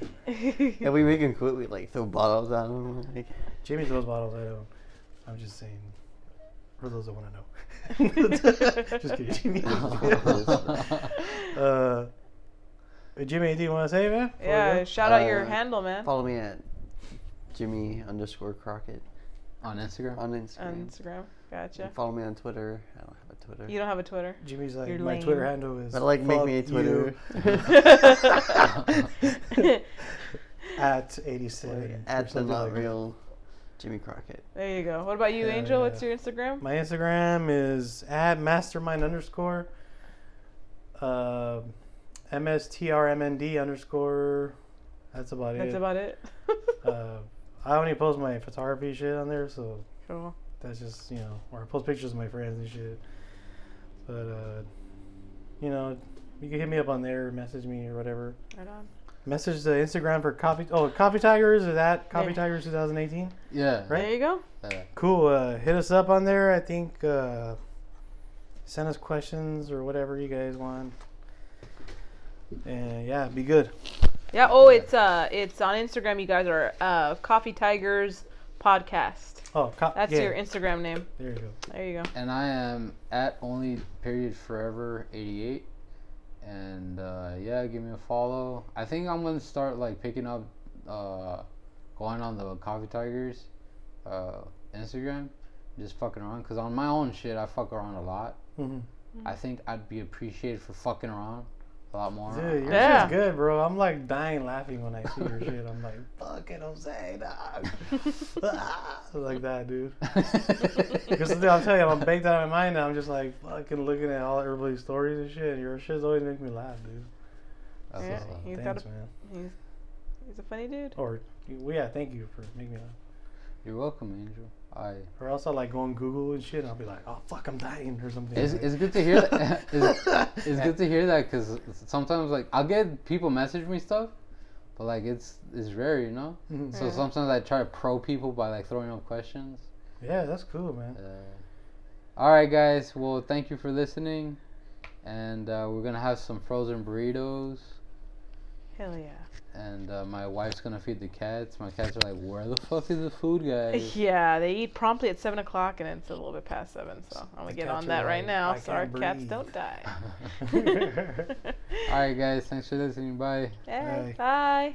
D: Yeah, we make him quit. We like throw bottles at him. Like,
A: Jamie throws bottles. I don't. I'm just saying. For those that want to know. just kidding, Jimmy.
D: Uh-huh.
A: uh, Jimmy, anything you want to say, man? before we
B: yeah,
A: go?
B: shout out your
D: Uh,
B: handle, man,
D: follow me at Jimmy underscore Crockett
C: on Instagram.
D: on Instagram.
B: on Instagram. Gotcha.
D: And follow me on Twitter. I don't have a Twitter.
B: You don't have a Twitter.
A: Jimmy's like
B: You're
A: my
B: lame.
A: Twitter handle is.
D: but like make
A: fuck
D: me a
A: you
D: Twitter.
A: at 87 or
D: at the
A: something
D: not
A: like that.
D: real Jimmy Crockett.
B: there you go. What about you,
A: Yeah,
B: Angel?
A: yeah.
B: What's your Instagram?
A: My Instagram is at mastermind underscore uh, mstrmnd underscore. That's about
B: That's
A: it.
B: about it.
A: uh, I only post my photography shit on there, so
B: cool.
A: that's just you know, or I post pictures of my friends and shit. But uh, you know, you can hit me up on there, message me or whatever.
B: Right on.
A: Message the Instagram for coffee. Oh, coffee tigers is that coffee
B: Yeah.
A: tigers 2018.
C: Yeah.
A: Right?
B: There you go.
C: Yeah.
A: Cool. Uh, hit us up on there. I think uh, send us questions or whatever you guys want. And yeah, be good.
B: Yeah. Oh, it's uh, it's on Instagram. You guys are uh, Coffee Tigers Podcast.
A: Oh, co-
B: That's
A: yeah,
B: your Instagram name.
A: There you go.
B: There you go.
C: And I am at only period forever 88. And uh, yeah, give me a follow. I think I'm gonna start like picking up, uh, going on the Coffee Tigers uh, Instagram, just fucking around. Cause on my own shit, I fuck around a lot.
A: hmm
C: I think I'd be appreciated for fucking around a lot more.
A: Dude, your
B: Yeah.
A: shit's good, bro. I'm like dying laughing when I see your shit. I'm like, fucking Jose, dog. Ah, like that, dude. Because the thing I'm telling you, I'm baked out of my mind now. I'm just like fucking looking at all everybody's stories and shit. Your shit's always making me laugh, dude.
C: That's
B: Yeah.
C: what's up.
B: He's got
A: Thanks,
B: a-
A: man.
B: He's he's a funny dude.
A: Or, well, yeah, thank you for making me laugh.
C: You're welcome, Angel. I.
A: Or else I'll like go on Google and shit and I'll be like, oh, fuck, I'm dying or something.
C: It's,
A: like-
C: it's good to hear that. it's, it's good to hear that because sometimes like I'll get people message me stuff, but like it's it's rare, you know.
A: Mhm.
C: So
B: Yeah.
C: sometimes I try to pro people by like throwing up questions.
A: yeah, that's cool, man.
C: Uh, all right, guys. Well, thank you for listening, and uh, we're gonna have some frozen burritos.
B: Hell yeah.
C: And uh, my wife's gonna feed the cats. My cats are like, "Where the fuck is the food, guys?"
B: Yeah, they eat promptly at seven o'clock, and it's a little bit past seven. So I'm gonna
A: The
B: get
A: cats
B: on
A: are
B: that right
A: like,
B: now,
A: "I
B: so our
A: can't
B: cats
A: breathe."
B: don't die.
C: all right, guys. Thanks for listening. Bye.
B: Yeah,
A: Bye.
B: Bye.